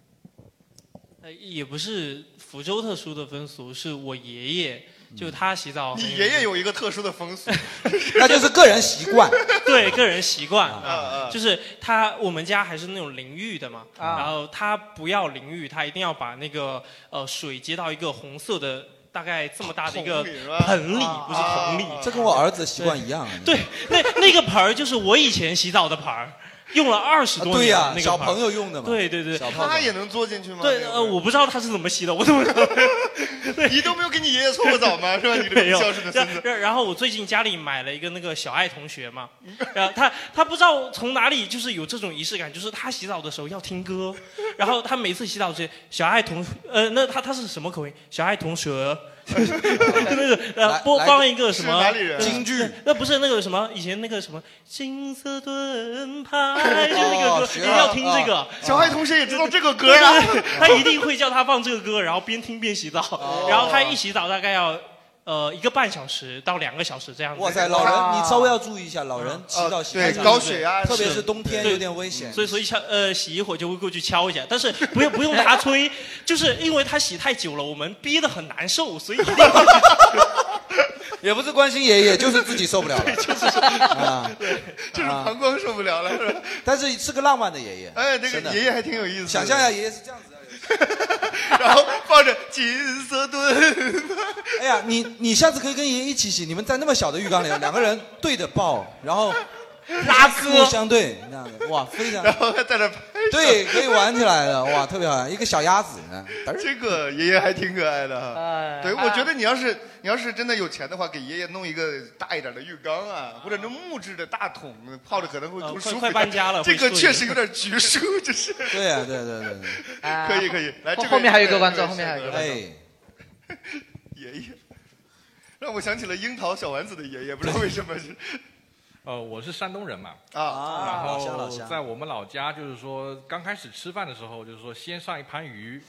[SPEAKER 6] 呃，也不是福州特殊的风俗，是我爷爷，
[SPEAKER 1] 嗯
[SPEAKER 6] 就他洗澡。
[SPEAKER 12] 你爷爷有一个特殊的 风俗，
[SPEAKER 1] 那就是个人习惯。
[SPEAKER 6] 对，个人习 惯，
[SPEAKER 12] 啊
[SPEAKER 6] 就是他我们家还是那种淋浴的嘛，
[SPEAKER 4] 啊
[SPEAKER 6] 然后他不要淋浴，他一定要把那个呃水接到一个红色的。大概这么大的一个
[SPEAKER 1] 啊桶里是吧
[SPEAKER 6] 盆里，
[SPEAKER 12] 啊
[SPEAKER 6] 不是桶里，
[SPEAKER 1] 这跟我儿子习惯一样。啊
[SPEAKER 6] 对，那那个盆儿就是我以前洗澡的盆儿，用了二十多年。
[SPEAKER 1] 啊对呀
[SPEAKER 6] 那个
[SPEAKER 1] 小
[SPEAKER 6] 盆儿
[SPEAKER 1] 朋友用的嘛
[SPEAKER 6] 对对对，
[SPEAKER 12] 他也能坐进去吗？
[SPEAKER 6] 对，
[SPEAKER 12] 那
[SPEAKER 6] 呃，我不知道他是怎么洗的，我怎么知道？
[SPEAKER 12] 个你都没有跟你爷爷搓过澡吗？是吧？你这
[SPEAKER 6] 没
[SPEAKER 12] 个
[SPEAKER 6] 有
[SPEAKER 12] 孝顺的孙子。
[SPEAKER 6] 然然后我最近家里买了一个那个小爱同学嘛，然后他他不知道从哪里就是有这种仪式感，就是他洗澡的时候要听歌，然后他每次洗澡之前，小爱同呃，那他他是什么口音？小爱同学。那个呃，播
[SPEAKER 9] 来
[SPEAKER 6] 放一个什
[SPEAKER 9] 是哪
[SPEAKER 6] 么
[SPEAKER 9] 里人
[SPEAKER 6] 京剧？那不是那个什么以前那个什么金色盾牌，就那
[SPEAKER 1] 哦
[SPEAKER 6] 个歌，哎一定
[SPEAKER 1] 啊
[SPEAKER 6] 要听这个。
[SPEAKER 12] 小爱同学也知道这个歌啊
[SPEAKER 6] 对对对 他一定会叫他放这个歌，然后边听边洗澡，
[SPEAKER 1] 哦
[SPEAKER 6] 然后他一洗澡大概要呃一个半小时到两个小时这样子。
[SPEAKER 1] 哇哦塞，老人你稍微要注意一下，老
[SPEAKER 12] 嗯
[SPEAKER 1] 人洗
[SPEAKER 12] 哦
[SPEAKER 1] 澡洗澡特别是冬天有点危险。
[SPEAKER 6] 所以所以敲呃洗一会儿就会过去敲一下，但是不用不用他 催，就是因为他洗太久了，我们憋得很难受，所以一定要去
[SPEAKER 1] 也不是关心爷爷，就是自己受不了了， 啊，
[SPEAKER 12] 就是
[SPEAKER 1] 啊
[SPEAKER 12] 膀胱受不了了，是吧？
[SPEAKER 1] 但是是个浪漫的爷爷，
[SPEAKER 12] 哎，这
[SPEAKER 1] 真
[SPEAKER 12] 个
[SPEAKER 1] 的
[SPEAKER 12] 爷爷还挺有意思的。
[SPEAKER 1] 想象一下，爷爷是这样子，
[SPEAKER 12] 然后抱着金色盾，
[SPEAKER 1] 哎呀，你你下次可以跟爷爷一起洗，你们在那么小的浴缸里，两个人对着抱，然后
[SPEAKER 4] 拉
[SPEAKER 1] 四目
[SPEAKER 4] 歌
[SPEAKER 1] 相对，那样啊的，哇，非常，
[SPEAKER 12] 然后还在那拍手。
[SPEAKER 1] 对，可以玩起来的，哇，特别好玩，一个小鸭子，
[SPEAKER 12] 这个爷爷还挺可爱的哈
[SPEAKER 1] 哎，
[SPEAKER 12] 对，
[SPEAKER 1] 啊
[SPEAKER 12] 我觉得你要是你要是真的有钱的话，给爷爷弄一个大一点的浴缸啊，或者那木质的大桶，泡着可能会
[SPEAKER 6] 呃
[SPEAKER 12] 更
[SPEAKER 6] 快
[SPEAKER 12] 舒服一点。
[SPEAKER 6] 快搬家了
[SPEAKER 12] 这个
[SPEAKER 6] 会睡
[SPEAKER 12] 确实有 点局促，这是。
[SPEAKER 1] 对呀、对对对对，
[SPEAKER 4] 啊
[SPEAKER 12] 可以可以，来
[SPEAKER 4] 后
[SPEAKER 12] 这边
[SPEAKER 4] 后面还有一个
[SPEAKER 12] 对
[SPEAKER 4] 观众
[SPEAKER 12] 对
[SPEAKER 4] 后面还有一个观众
[SPEAKER 1] 哎，
[SPEAKER 12] 爷爷，让我想起了樱桃小丸子的爷爷，不知道为什么是
[SPEAKER 18] 呃，我是山东人嘛，
[SPEAKER 12] 啊
[SPEAKER 18] 然
[SPEAKER 12] 老乡老
[SPEAKER 18] 后
[SPEAKER 12] 乡
[SPEAKER 18] 在我们老家，就是说刚开始吃饭的时候，就是说先上一盘鱼，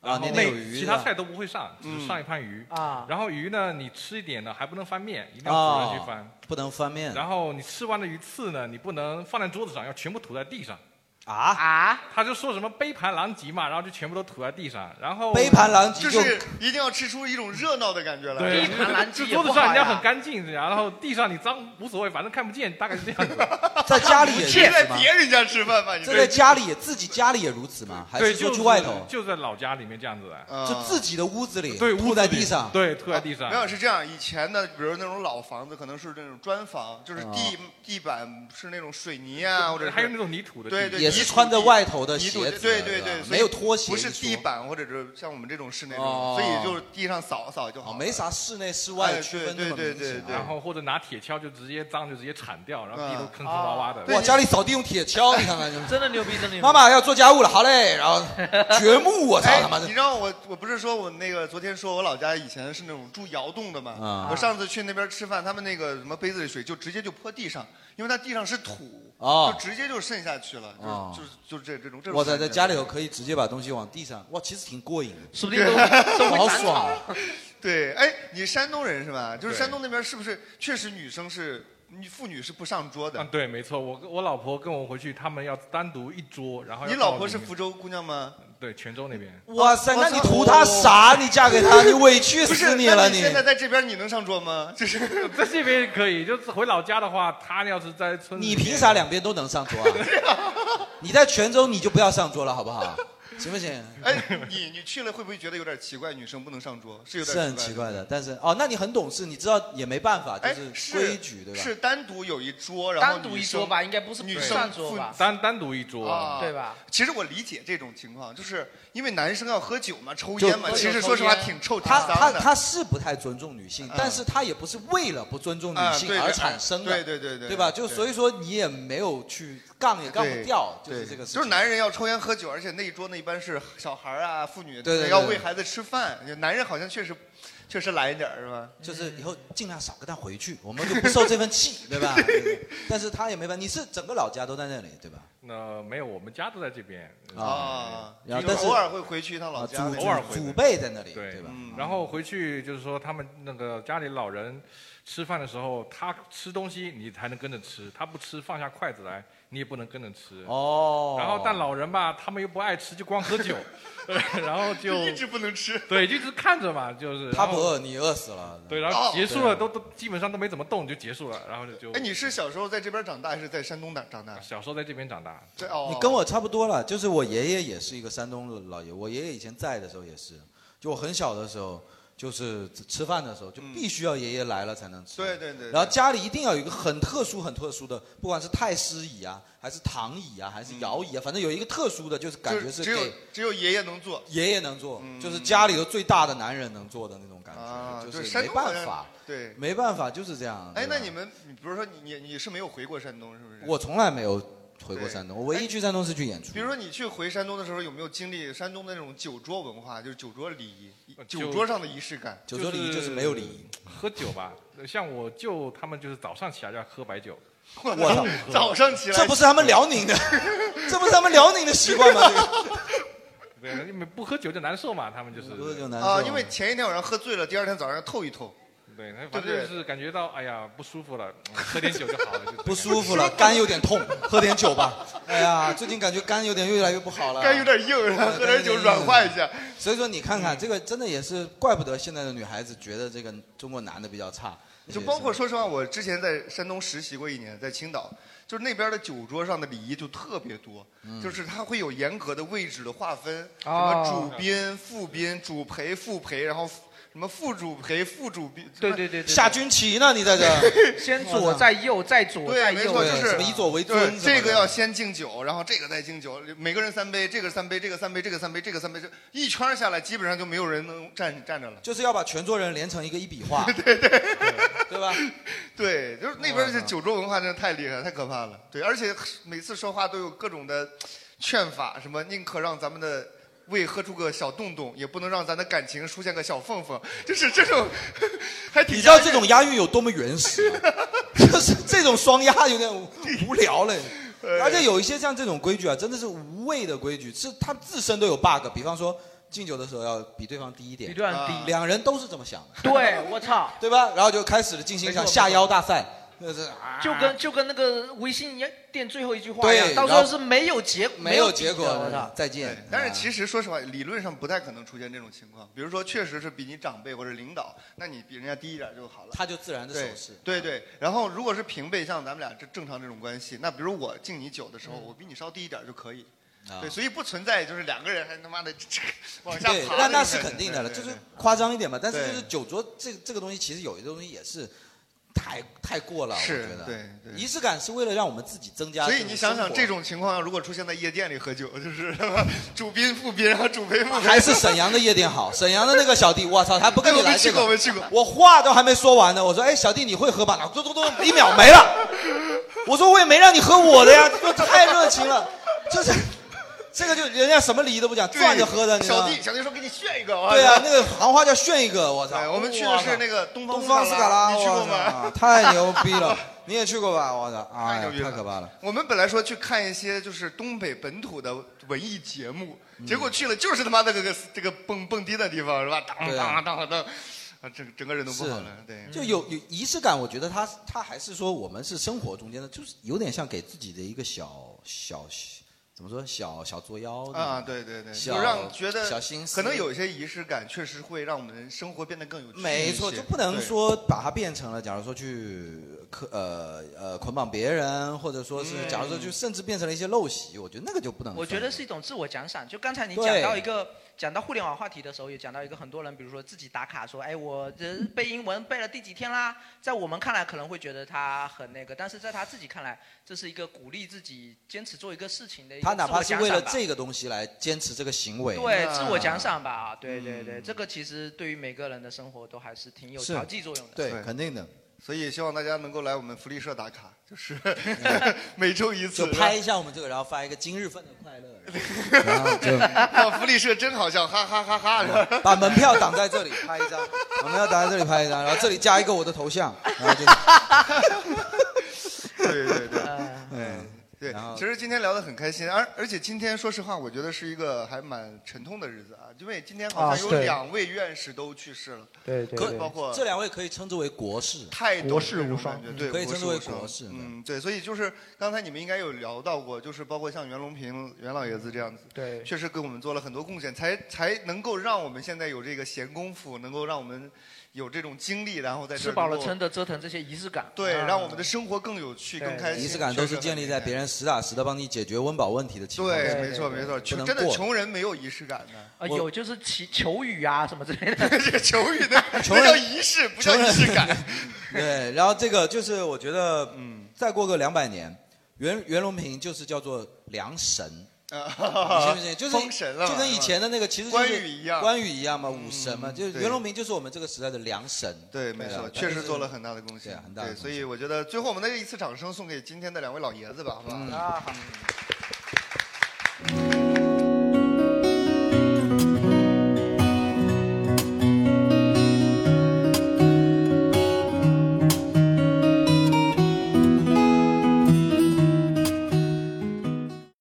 [SPEAKER 1] 啊
[SPEAKER 18] 然后
[SPEAKER 1] 那
[SPEAKER 18] 那
[SPEAKER 1] 那有鱼
[SPEAKER 18] 其他
[SPEAKER 1] 的
[SPEAKER 18] 菜都不会上，只
[SPEAKER 1] 嗯
[SPEAKER 18] 是上一盘鱼
[SPEAKER 1] 啊
[SPEAKER 18] 然后鱼呢，你吃一点呢还不能翻面，一定要主人去翻
[SPEAKER 1] 啊。，不能翻面，
[SPEAKER 18] 然后你吃完的鱼刺呢，你不能放在桌子上，要全部吐在地上。
[SPEAKER 1] 啊
[SPEAKER 4] 啊！
[SPEAKER 18] 他就说什么杯盘狼藉嘛，然后就全部都吐在地上，然后
[SPEAKER 1] 杯盘狼藉
[SPEAKER 18] 就
[SPEAKER 12] 就是一定要吃出一种热闹的感觉来。
[SPEAKER 18] 对，就桌子上人家很干净，然后地上你脏无所谓，反正看不见，大概是这样子。
[SPEAKER 1] 在家里也
[SPEAKER 18] 是
[SPEAKER 1] 是吗？
[SPEAKER 12] 人家吃饭吧
[SPEAKER 1] 这在家里也自己家里也如此吗？还
[SPEAKER 18] 对，
[SPEAKER 1] 是
[SPEAKER 18] 就
[SPEAKER 1] 说
[SPEAKER 18] 是
[SPEAKER 1] 去外头？
[SPEAKER 18] 就在老家里面这样子的，
[SPEAKER 1] 就自己的屋子里，
[SPEAKER 18] 对，
[SPEAKER 1] 吐在地上，
[SPEAKER 18] 对，吐在地上。
[SPEAKER 12] 啊没有是这样，以前的比如那种老房子，可能是那种砖房，
[SPEAKER 1] 哦
[SPEAKER 12] 就是地、地板是那种水泥啊，或者是
[SPEAKER 18] 还有那种泥土的地
[SPEAKER 12] 对对，
[SPEAKER 1] 也是
[SPEAKER 12] 泥土
[SPEAKER 1] 穿着外头的
[SPEAKER 12] 泥土
[SPEAKER 1] 鞋子
[SPEAKER 12] 对对对
[SPEAKER 1] 是，吧
[SPEAKER 12] 所以
[SPEAKER 1] 没有拖鞋
[SPEAKER 12] 不是
[SPEAKER 1] 一说
[SPEAKER 12] 地板或者是像我们这种室内这种，
[SPEAKER 1] 哦
[SPEAKER 12] 所以就是地上扫扫就好了，
[SPEAKER 1] 没啥室内室外
[SPEAKER 12] 哎
[SPEAKER 1] 区
[SPEAKER 12] 对
[SPEAKER 1] 分那
[SPEAKER 12] 对
[SPEAKER 1] 么
[SPEAKER 12] 对
[SPEAKER 1] 明
[SPEAKER 12] 对
[SPEAKER 1] 显啊
[SPEAKER 12] 对，
[SPEAKER 18] 然后或者拿铁锹就直接脏就直接铲掉，然后地都
[SPEAKER 12] 嗯
[SPEAKER 18] 坑坑洼洼的。
[SPEAKER 1] 哇，家里扫地用铁锹，
[SPEAKER 12] 哎
[SPEAKER 1] 你看看，
[SPEAKER 18] 真的牛逼，真的
[SPEAKER 1] 妈妈要做家务了，好嘞，然后 掘墓，我操
[SPEAKER 12] 哎
[SPEAKER 1] 他妈的
[SPEAKER 12] 你，知道我我不是说我那个昨天说我老家以前是那种住窑洞的嘛？
[SPEAKER 1] 啊
[SPEAKER 12] 我上次去那边吃饭，他们那个什么杯子里水就直接就泼地上，因为它地上是土，
[SPEAKER 1] 哦
[SPEAKER 12] 就直接就渗下去了，就是、
[SPEAKER 1] 哦
[SPEAKER 12] 就是就是这这种这种。
[SPEAKER 1] 哇塞，在家里头可以直接把东西往地上，哇，其实挺过瘾的，
[SPEAKER 12] 说不定都都会
[SPEAKER 1] 好
[SPEAKER 12] 长
[SPEAKER 1] 爽啊，
[SPEAKER 12] 对，哎，你山东人是吧？就是
[SPEAKER 18] 对
[SPEAKER 12] 山东那边是不是确实女生是女妇女 是不上桌的？
[SPEAKER 18] 啊，对，没错，我我老婆跟我回去，他们要单独一桌，然后
[SPEAKER 12] 你
[SPEAKER 18] 要
[SPEAKER 12] 老
[SPEAKER 18] 到
[SPEAKER 12] 婆
[SPEAKER 18] 里
[SPEAKER 12] 是
[SPEAKER 18] 面
[SPEAKER 12] 福州姑娘吗？
[SPEAKER 18] 对泉州那边。
[SPEAKER 1] 哇塞，那你图他啥？你嫁给 他，你委屈
[SPEAKER 12] 哦不是
[SPEAKER 1] 死你
[SPEAKER 12] 那
[SPEAKER 1] 了，
[SPEAKER 12] 你现在在这边你能上桌吗？就是
[SPEAKER 18] 在这边可以，就是回老家的话，他要是在村，
[SPEAKER 1] 你凭啥？两边都能 上桌啊？ 你在泉州你就不要上桌了，好 不好？行不行？
[SPEAKER 12] 哎，你你去了会不会觉得有点奇怪？女生不能上桌是有点
[SPEAKER 1] 是很奇怪的，但是哦，那你很懂事，你知道也没办法，
[SPEAKER 12] 哎
[SPEAKER 1] 啊就是规矩对吧？
[SPEAKER 12] 是单独有一桌，然后
[SPEAKER 4] 单独
[SPEAKER 12] 女
[SPEAKER 4] 一
[SPEAKER 12] 生
[SPEAKER 4] 桌吧应该不是
[SPEAKER 12] 女
[SPEAKER 4] 不
[SPEAKER 12] 生
[SPEAKER 4] 上桌吧
[SPEAKER 18] 单单独一桌
[SPEAKER 12] 啊，
[SPEAKER 4] 对吧？
[SPEAKER 12] 其实我理解这种情况，就是因为男生要喝酒嘛、抽
[SPEAKER 1] 就
[SPEAKER 12] 烟嘛，其实说实话挺臭、挺
[SPEAKER 1] 他
[SPEAKER 12] 脏的。
[SPEAKER 1] 他他是不太尊重女性
[SPEAKER 12] 嗯，
[SPEAKER 1] 但是他也不是为了不尊重
[SPEAKER 12] 嗯
[SPEAKER 1] 女性
[SPEAKER 12] 对对
[SPEAKER 1] 而产生的，
[SPEAKER 12] 哎对对对对
[SPEAKER 1] 对吧？就
[SPEAKER 12] 对
[SPEAKER 1] 所以说你也没有去杠也杠不掉，就是这个。
[SPEAKER 12] 个。就是男人要抽烟喝酒，而且那一桌呢一般般是小孩儿啊、妇女
[SPEAKER 1] 对对对
[SPEAKER 12] 要喂孩子吃饭，就男人好像确实确实懒一点儿是吧？
[SPEAKER 1] 就是以后尽量少跟他回去，我们就不受这 份气，对吧？对对但是他也没办法，你是整个老家都在那里，对吧？
[SPEAKER 18] 那没有，我们家都在这边
[SPEAKER 12] 啊
[SPEAKER 18] 嗯然后
[SPEAKER 12] 就是
[SPEAKER 18] 但是
[SPEAKER 12] 偶尔会回去一趟老家
[SPEAKER 18] 啊祖
[SPEAKER 12] 那种
[SPEAKER 18] 偶尔回
[SPEAKER 1] 祖辈在那里
[SPEAKER 18] 对
[SPEAKER 1] 对吧嗯
[SPEAKER 18] 然后回去就是说，他们那个家里老人吃饭的时候，他吃东西你才能跟着吃，他不吃放下筷子来，你也不能跟着吃。
[SPEAKER 1] 哦
[SPEAKER 18] 然后但老人吧，他们又不爱吃，就光喝 酒， 对然后就
[SPEAKER 12] 就一直不能吃。
[SPEAKER 18] 对，就一直看着嘛，就是
[SPEAKER 1] 他不饿，
[SPEAKER 18] 然后
[SPEAKER 1] 你饿死了。
[SPEAKER 18] 对，然后结束了，
[SPEAKER 1] 对啊
[SPEAKER 18] 都都基本上都没怎么动就结束了，然后就就
[SPEAKER 12] 哦哎，你是小时候在这边长大，还是在山东长长大？
[SPEAKER 18] 小时候在这边长大。
[SPEAKER 12] 对哦，
[SPEAKER 1] 你跟我差不多了，就是我爷爷也是一个山东老爷，我爷爷以前在的时候也是，就我很小的时候，就是吃饭的时候就必须要爷爷来了才能吃。
[SPEAKER 12] 对对对。
[SPEAKER 1] 然后家里一定要有一个很特殊、很特殊的，不管是太师椅啊，还是躺椅啊，还是摇椅啊，反正有一个特殊的，就是感
[SPEAKER 12] 就
[SPEAKER 1] 觉是
[SPEAKER 12] 嗯只有
[SPEAKER 1] 给
[SPEAKER 12] 只有爷爷能做，
[SPEAKER 1] 爷爷能做，就是家里头最大的男人能做的那种感觉，
[SPEAKER 12] 嗯啊，
[SPEAKER 1] 就
[SPEAKER 12] 对
[SPEAKER 1] 是
[SPEAKER 12] 山
[SPEAKER 1] 没
[SPEAKER 12] 东好
[SPEAKER 1] 办
[SPEAKER 12] 像
[SPEAKER 1] 法，
[SPEAKER 12] 对。
[SPEAKER 1] 没办法就是这样。
[SPEAKER 12] 哎，
[SPEAKER 1] 对吧
[SPEAKER 12] 那你们，你比如说你你你是没有回过山东是不是？
[SPEAKER 1] 我从来没有回过
[SPEAKER 12] 对
[SPEAKER 1] 山东，我唯一去山东是去演出。
[SPEAKER 12] 比如说你去回山东的时候，有没有经历山东的那种酒桌文化，就是酒桌礼仪、酒桌上的仪式感？
[SPEAKER 18] 喝酒吧，像我舅他们就是早上起来就要喝白酒。
[SPEAKER 12] 我
[SPEAKER 1] 操
[SPEAKER 12] 早上起来
[SPEAKER 1] 这不是他们辽宁的 这不是他们辽宁的习惯吗这个？
[SPEAKER 18] 对，你们不喝酒就难受嘛，他们就是不喝
[SPEAKER 1] 酒
[SPEAKER 12] 啊，因为前一天晚上喝醉了，第二天早上要透一透。
[SPEAKER 18] 对，
[SPEAKER 12] 对
[SPEAKER 18] 反
[SPEAKER 12] 不
[SPEAKER 18] 正
[SPEAKER 12] 对
[SPEAKER 18] 就是感觉到哎呀不舒服了，嗯喝点酒就好了。就这样
[SPEAKER 1] 不舒服了，肝有 点痛，喝点酒吧。哎呀，最近感觉肝有点越来越不好了，
[SPEAKER 12] 肝有点硬
[SPEAKER 1] 对
[SPEAKER 12] 喝点酒软化一下。嗯
[SPEAKER 1] 所以说你看看这个，真的也是怪不得现在的女孩子觉得这个中国男的比较差，
[SPEAKER 12] 就包括说实话，我之前在山东实习过一年，在青岛，就是那边的酒桌上的礼仪就特别多，
[SPEAKER 1] 嗯
[SPEAKER 12] 就是它会有严格的位置的划分，什
[SPEAKER 18] 哦
[SPEAKER 12] 么主宾、副宾、主陪、副陪，然后什么副主陪、副主宾，
[SPEAKER 4] 对对对对对
[SPEAKER 1] 下军旗呢，你在这儿
[SPEAKER 4] 先左再右，再左再
[SPEAKER 12] 对，没
[SPEAKER 4] 右，
[SPEAKER 12] 错，就是
[SPEAKER 1] 尊
[SPEAKER 12] 就是
[SPEAKER 1] 什么的
[SPEAKER 12] 这个要先敬酒，然后这个再敬酒，每个人三杯，这个三杯，这个三杯，这个三杯，这个三杯，这一圈儿下来，基本上就没有人能站站着了。
[SPEAKER 1] 就是要把全桌人连成一个一笔画。对吧？
[SPEAKER 12] 对，就是那边的酒桌文化真的太厉害了，太可怕了。对，而且每次说话都有各种的劝法，什么宁可让咱们的胃喝出个小洞洞，也不能让咱的感情出现个小缝缝，就是这种， 还挺
[SPEAKER 1] 你知道这种押韵有多么原始吗？就是 这种双押有点无聊了。而且有一些像这种规矩啊，真的是无谓的规矩，是它自身都有 bug。比方说敬酒的时候要比对方低一点，
[SPEAKER 4] 比对方低
[SPEAKER 1] 两人都是这么想的，
[SPEAKER 4] 对，我操，
[SPEAKER 1] 对吧？然后就开始了进行一场下腰大赛，那是啊
[SPEAKER 4] 就跟就跟那个微信店最后一句话一样，
[SPEAKER 1] 对，
[SPEAKER 4] 到时
[SPEAKER 1] 然
[SPEAKER 4] 候
[SPEAKER 1] 后
[SPEAKER 4] 是没有结
[SPEAKER 1] 没有结果
[SPEAKER 4] 底的我操，
[SPEAKER 1] 再见。
[SPEAKER 12] 哎
[SPEAKER 1] 啊
[SPEAKER 12] 但是其实说实话，理论上不太可能出现这种情况。比如说，确实是比你长辈或者领导，那你比人家低一点就好了。
[SPEAKER 1] 他就自然地
[SPEAKER 12] 对
[SPEAKER 1] 手势啊
[SPEAKER 12] 对对，然后如果是平辈，像咱们俩这正常这种关系，那比如我敬你酒的时候，我比你稍低一点就可以。
[SPEAKER 1] 嗯啊
[SPEAKER 12] 对，所以不存在就是两个人还他妈的 往下爬
[SPEAKER 1] 对
[SPEAKER 12] 种，感觉。
[SPEAKER 1] 那那是肯定的了，
[SPEAKER 12] 对
[SPEAKER 1] 就
[SPEAKER 12] 对
[SPEAKER 1] 是
[SPEAKER 12] 对
[SPEAKER 1] 夸张一点嘛。但是就是
[SPEAKER 12] 对
[SPEAKER 1] 酒桌这这个东西，其实有一些东西也是太太过了，
[SPEAKER 12] 是
[SPEAKER 1] 我觉得。
[SPEAKER 12] 对对
[SPEAKER 1] 仪式感是为了让我们自己增加。
[SPEAKER 12] 所以你想想，
[SPEAKER 1] 啊
[SPEAKER 12] 这。种情况如果出现在夜店里喝酒，就是他妈主宾副宾，然后主陪副陪，
[SPEAKER 1] 还是沈阳的夜 店好，沈阳的那个小弟，我操，他不跟你
[SPEAKER 12] 哎我
[SPEAKER 1] 来
[SPEAKER 12] 没去
[SPEAKER 1] 这个，
[SPEAKER 12] 过我没去过
[SPEAKER 1] 我话都还没说完呢，我说，哎，小弟你会喝吧？然后咚咚咚，一秒没 了。我说我也没让你喝我的呀，这个太热情了，就是这个就人家什么礼仪都不讲，
[SPEAKER 12] 对
[SPEAKER 1] 转着喝的，你知道
[SPEAKER 12] 小
[SPEAKER 1] 吗
[SPEAKER 12] 弟，小弟说给你炫一个，我
[SPEAKER 1] 对啊，
[SPEAKER 12] 操
[SPEAKER 1] 那个行话叫炫一个，我操！
[SPEAKER 12] 我们去的是那个
[SPEAKER 1] 东
[SPEAKER 12] 东方
[SPEAKER 1] 方
[SPEAKER 12] 斯
[SPEAKER 1] 卡
[SPEAKER 12] 卡拉
[SPEAKER 1] 拉，
[SPEAKER 12] 你去过吗
[SPEAKER 1] 我操啊太牛逼了，你也去过吧？我操，哎
[SPEAKER 12] 太
[SPEAKER 1] 呀
[SPEAKER 12] 牛逼，了
[SPEAKER 1] 太可怕了！
[SPEAKER 12] 我们本来说去看一些就是东北本土的文艺节目，
[SPEAKER 1] 嗯
[SPEAKER 12] 结果去了就是他妈的这个这个蹦蹦迪的地方是吧？当
[SPEAKER 1] 对啊
[SPEAKER 12] 当当当，啊，整整个人都不
[SPEAKER 1] 是
[SPEAKER 12] 好了。对，
[SPEAKER 1] 就有有仪式感，我觉得它它还是说我们是生活中间的，就是有点像给自己的一个小小怎么说小小作妖
[SPEAKER 12] 啊，对对对，
[SPEAKER 1] 小
[SPEAKER 12] 就让觉得
[SPEAKER 1] 小心思，
[SPEAKER 12] 可能有一些仪式感，确实会让我们生活变得更有趣一些。
[SPEAKER 1] 没错，就不能
[SPEAKER 12] 对
[SPEAKER 1] 说把它变成了，假如说去捆呃呃捆绑别人，或者说是
[SPEAKER 4] 嗯
[SPEAKER 1] 假如说就甚至变成了一些陋习，我觉得那个就嗯不能算。
[SPEAKER 4] 我觉得是一种自我奖赏。就刚才你
[SPEAKER 1] 对
[SPEAKER 4] 讲到一个讲到互联网话题的时候，也讲到一个很多人，比如说自己打卡说，哎，我这背英文背了第几天啦？在我们看来可能会觉得他很那个，但是在他自己看来，这是一个鼓励自己坚持做一个事情的一个
[SPEAKER 1] 他哪怕是为了这
[SPEAKER 4] 个。
[SPEAKER 1] 个东西来坚持这个行为，
[SPEAKER 4] 对，
[SPEAKER 1] 那
[SPEAKER 4] 自我
[SPEAKER 12] 啊
[SPEAKER 4] 奖赏吧，对对对，
[SPEAKER 1] 嗯
[SPEAKER 4] 这个其实对于每个人的生活都还是挺有
[SPEAKER 1] 是
[SPEAKER 4] 调剂作用的。
[SPEAKER 1] 对，肯定的。
[SPEAKER 12] 所以希望大家能够来我们福利社打卡，就是 每周一
[SPEAKER 19] 就
[SPEAKER 12] 次
[SPEAKER 19] 拍一下我们这个，然后发一个今日份的快乐，
[SPEAKER 12] 然后就让福利社真好笑，哈哈哈哈！是吧
[SPEAKER 1] 把门票挡在这里拍一张， 我们要挡在这里拍一张，然后这里加一个我的头像，然后 就
[SPEAKER 12] 对对对，哎
[SPEAKER 1] 嗯，
[SPEAKER 12] 对
[SPEAKER 1] 然后，
[SPEAKER 12] 其实今天聊得很开心，而而且今天说实话，我觉得是一个还蛮沉痛的日子啊，因为今天好
[SPEAKER 19] 啊
[SPEAKER 12] 像有
[SPEAKER 19] 对
[SPEAKER 12] 两位院士都去世了，
[SPEAKER 19] 对
[SPEAKER 12] 可包括
[SPEAKER 19] 这两位可以称之为国士，
[SPEAKER 12] 太懂这种感
[SPEAKER 1] 嗯
[SPEAKER 12] 觉对，
[SPEAKER 19] 可以称之为
[SPEAKER 12] 国士无
[SPEAKER 19] 国
[SPEAKER 12] 双
[SPEAKER 19] 士。
[SPEAKER 12] 嗯，对，所以就是刚才你们应该有聊到过，就是包括像袁隆平袁老爷子这样子，
[SPEAKER 19] 对
[SPEAKER 12] 确实给我们做了很多贡献，才才能够让我们现在有这个闲工夫，能够让我们有这种精力，然后在这
[SPEAKER 4] 吃饱了
[SPEAKER 12] 能够
[SPEAKER 4] 撑的折腾这些仪式感，
[SPEAKER 12] 对，
[SPEAKER 4] 啊
[SPEAKER 12] 让我们的生活更有趣、更 开心。
[SPEAKER 1] 仪式感都是建立在别人实打实的帮你解决温饱问题的情况下。
[SPEAKER 12] 对，没错没错，
[SPEAKER 1] 不能
[SPEAKER 12] 穷真的
[SPEAKER 1] 过
[SPEAKER 12] 穷人没有仪式感的。
[SPEAKER 4] 啊，有就是祈求雨啊什么之类的，
[SPEAKER 12] 这求雨的
[SPEAKER 1] 穷人那叫
[SPEAKER 12] 仪式，不
[SPEAKER 1] 叫仪式
[SPEAKER 12] 感。
[SPEAKER 1] 对，然后这个就是我觉得，嗯，再过个两百年，袁袁隆平就是叫做梁神，你信不信？就是
[SPEAKER 12] 啊封神了嘛
[SPEAKER 1] 就跟以前的那个其实
[SPEAKER 12] 关羽一样嗯
[SPEAKER 1] 关羽一样嘛，武神嘛，就是
[SPEAKER 12] 对
[SPEAKER 1] 袁隆平就是我们这个时代的梁神。啊
[SPEAKER 12] 对，没错，确实做了很大的贡献，
[SPEAKER 1] 很大的
[SPEAKER 12] 对，
[SPEAKER 1] 贡
[SPEAKER 12] 所以我觉得最后我们的一次掌声送给今天的两位老爷子吧，好不好？
[SPEAKER 1] 嗯
[SPEAKER 12] 啊，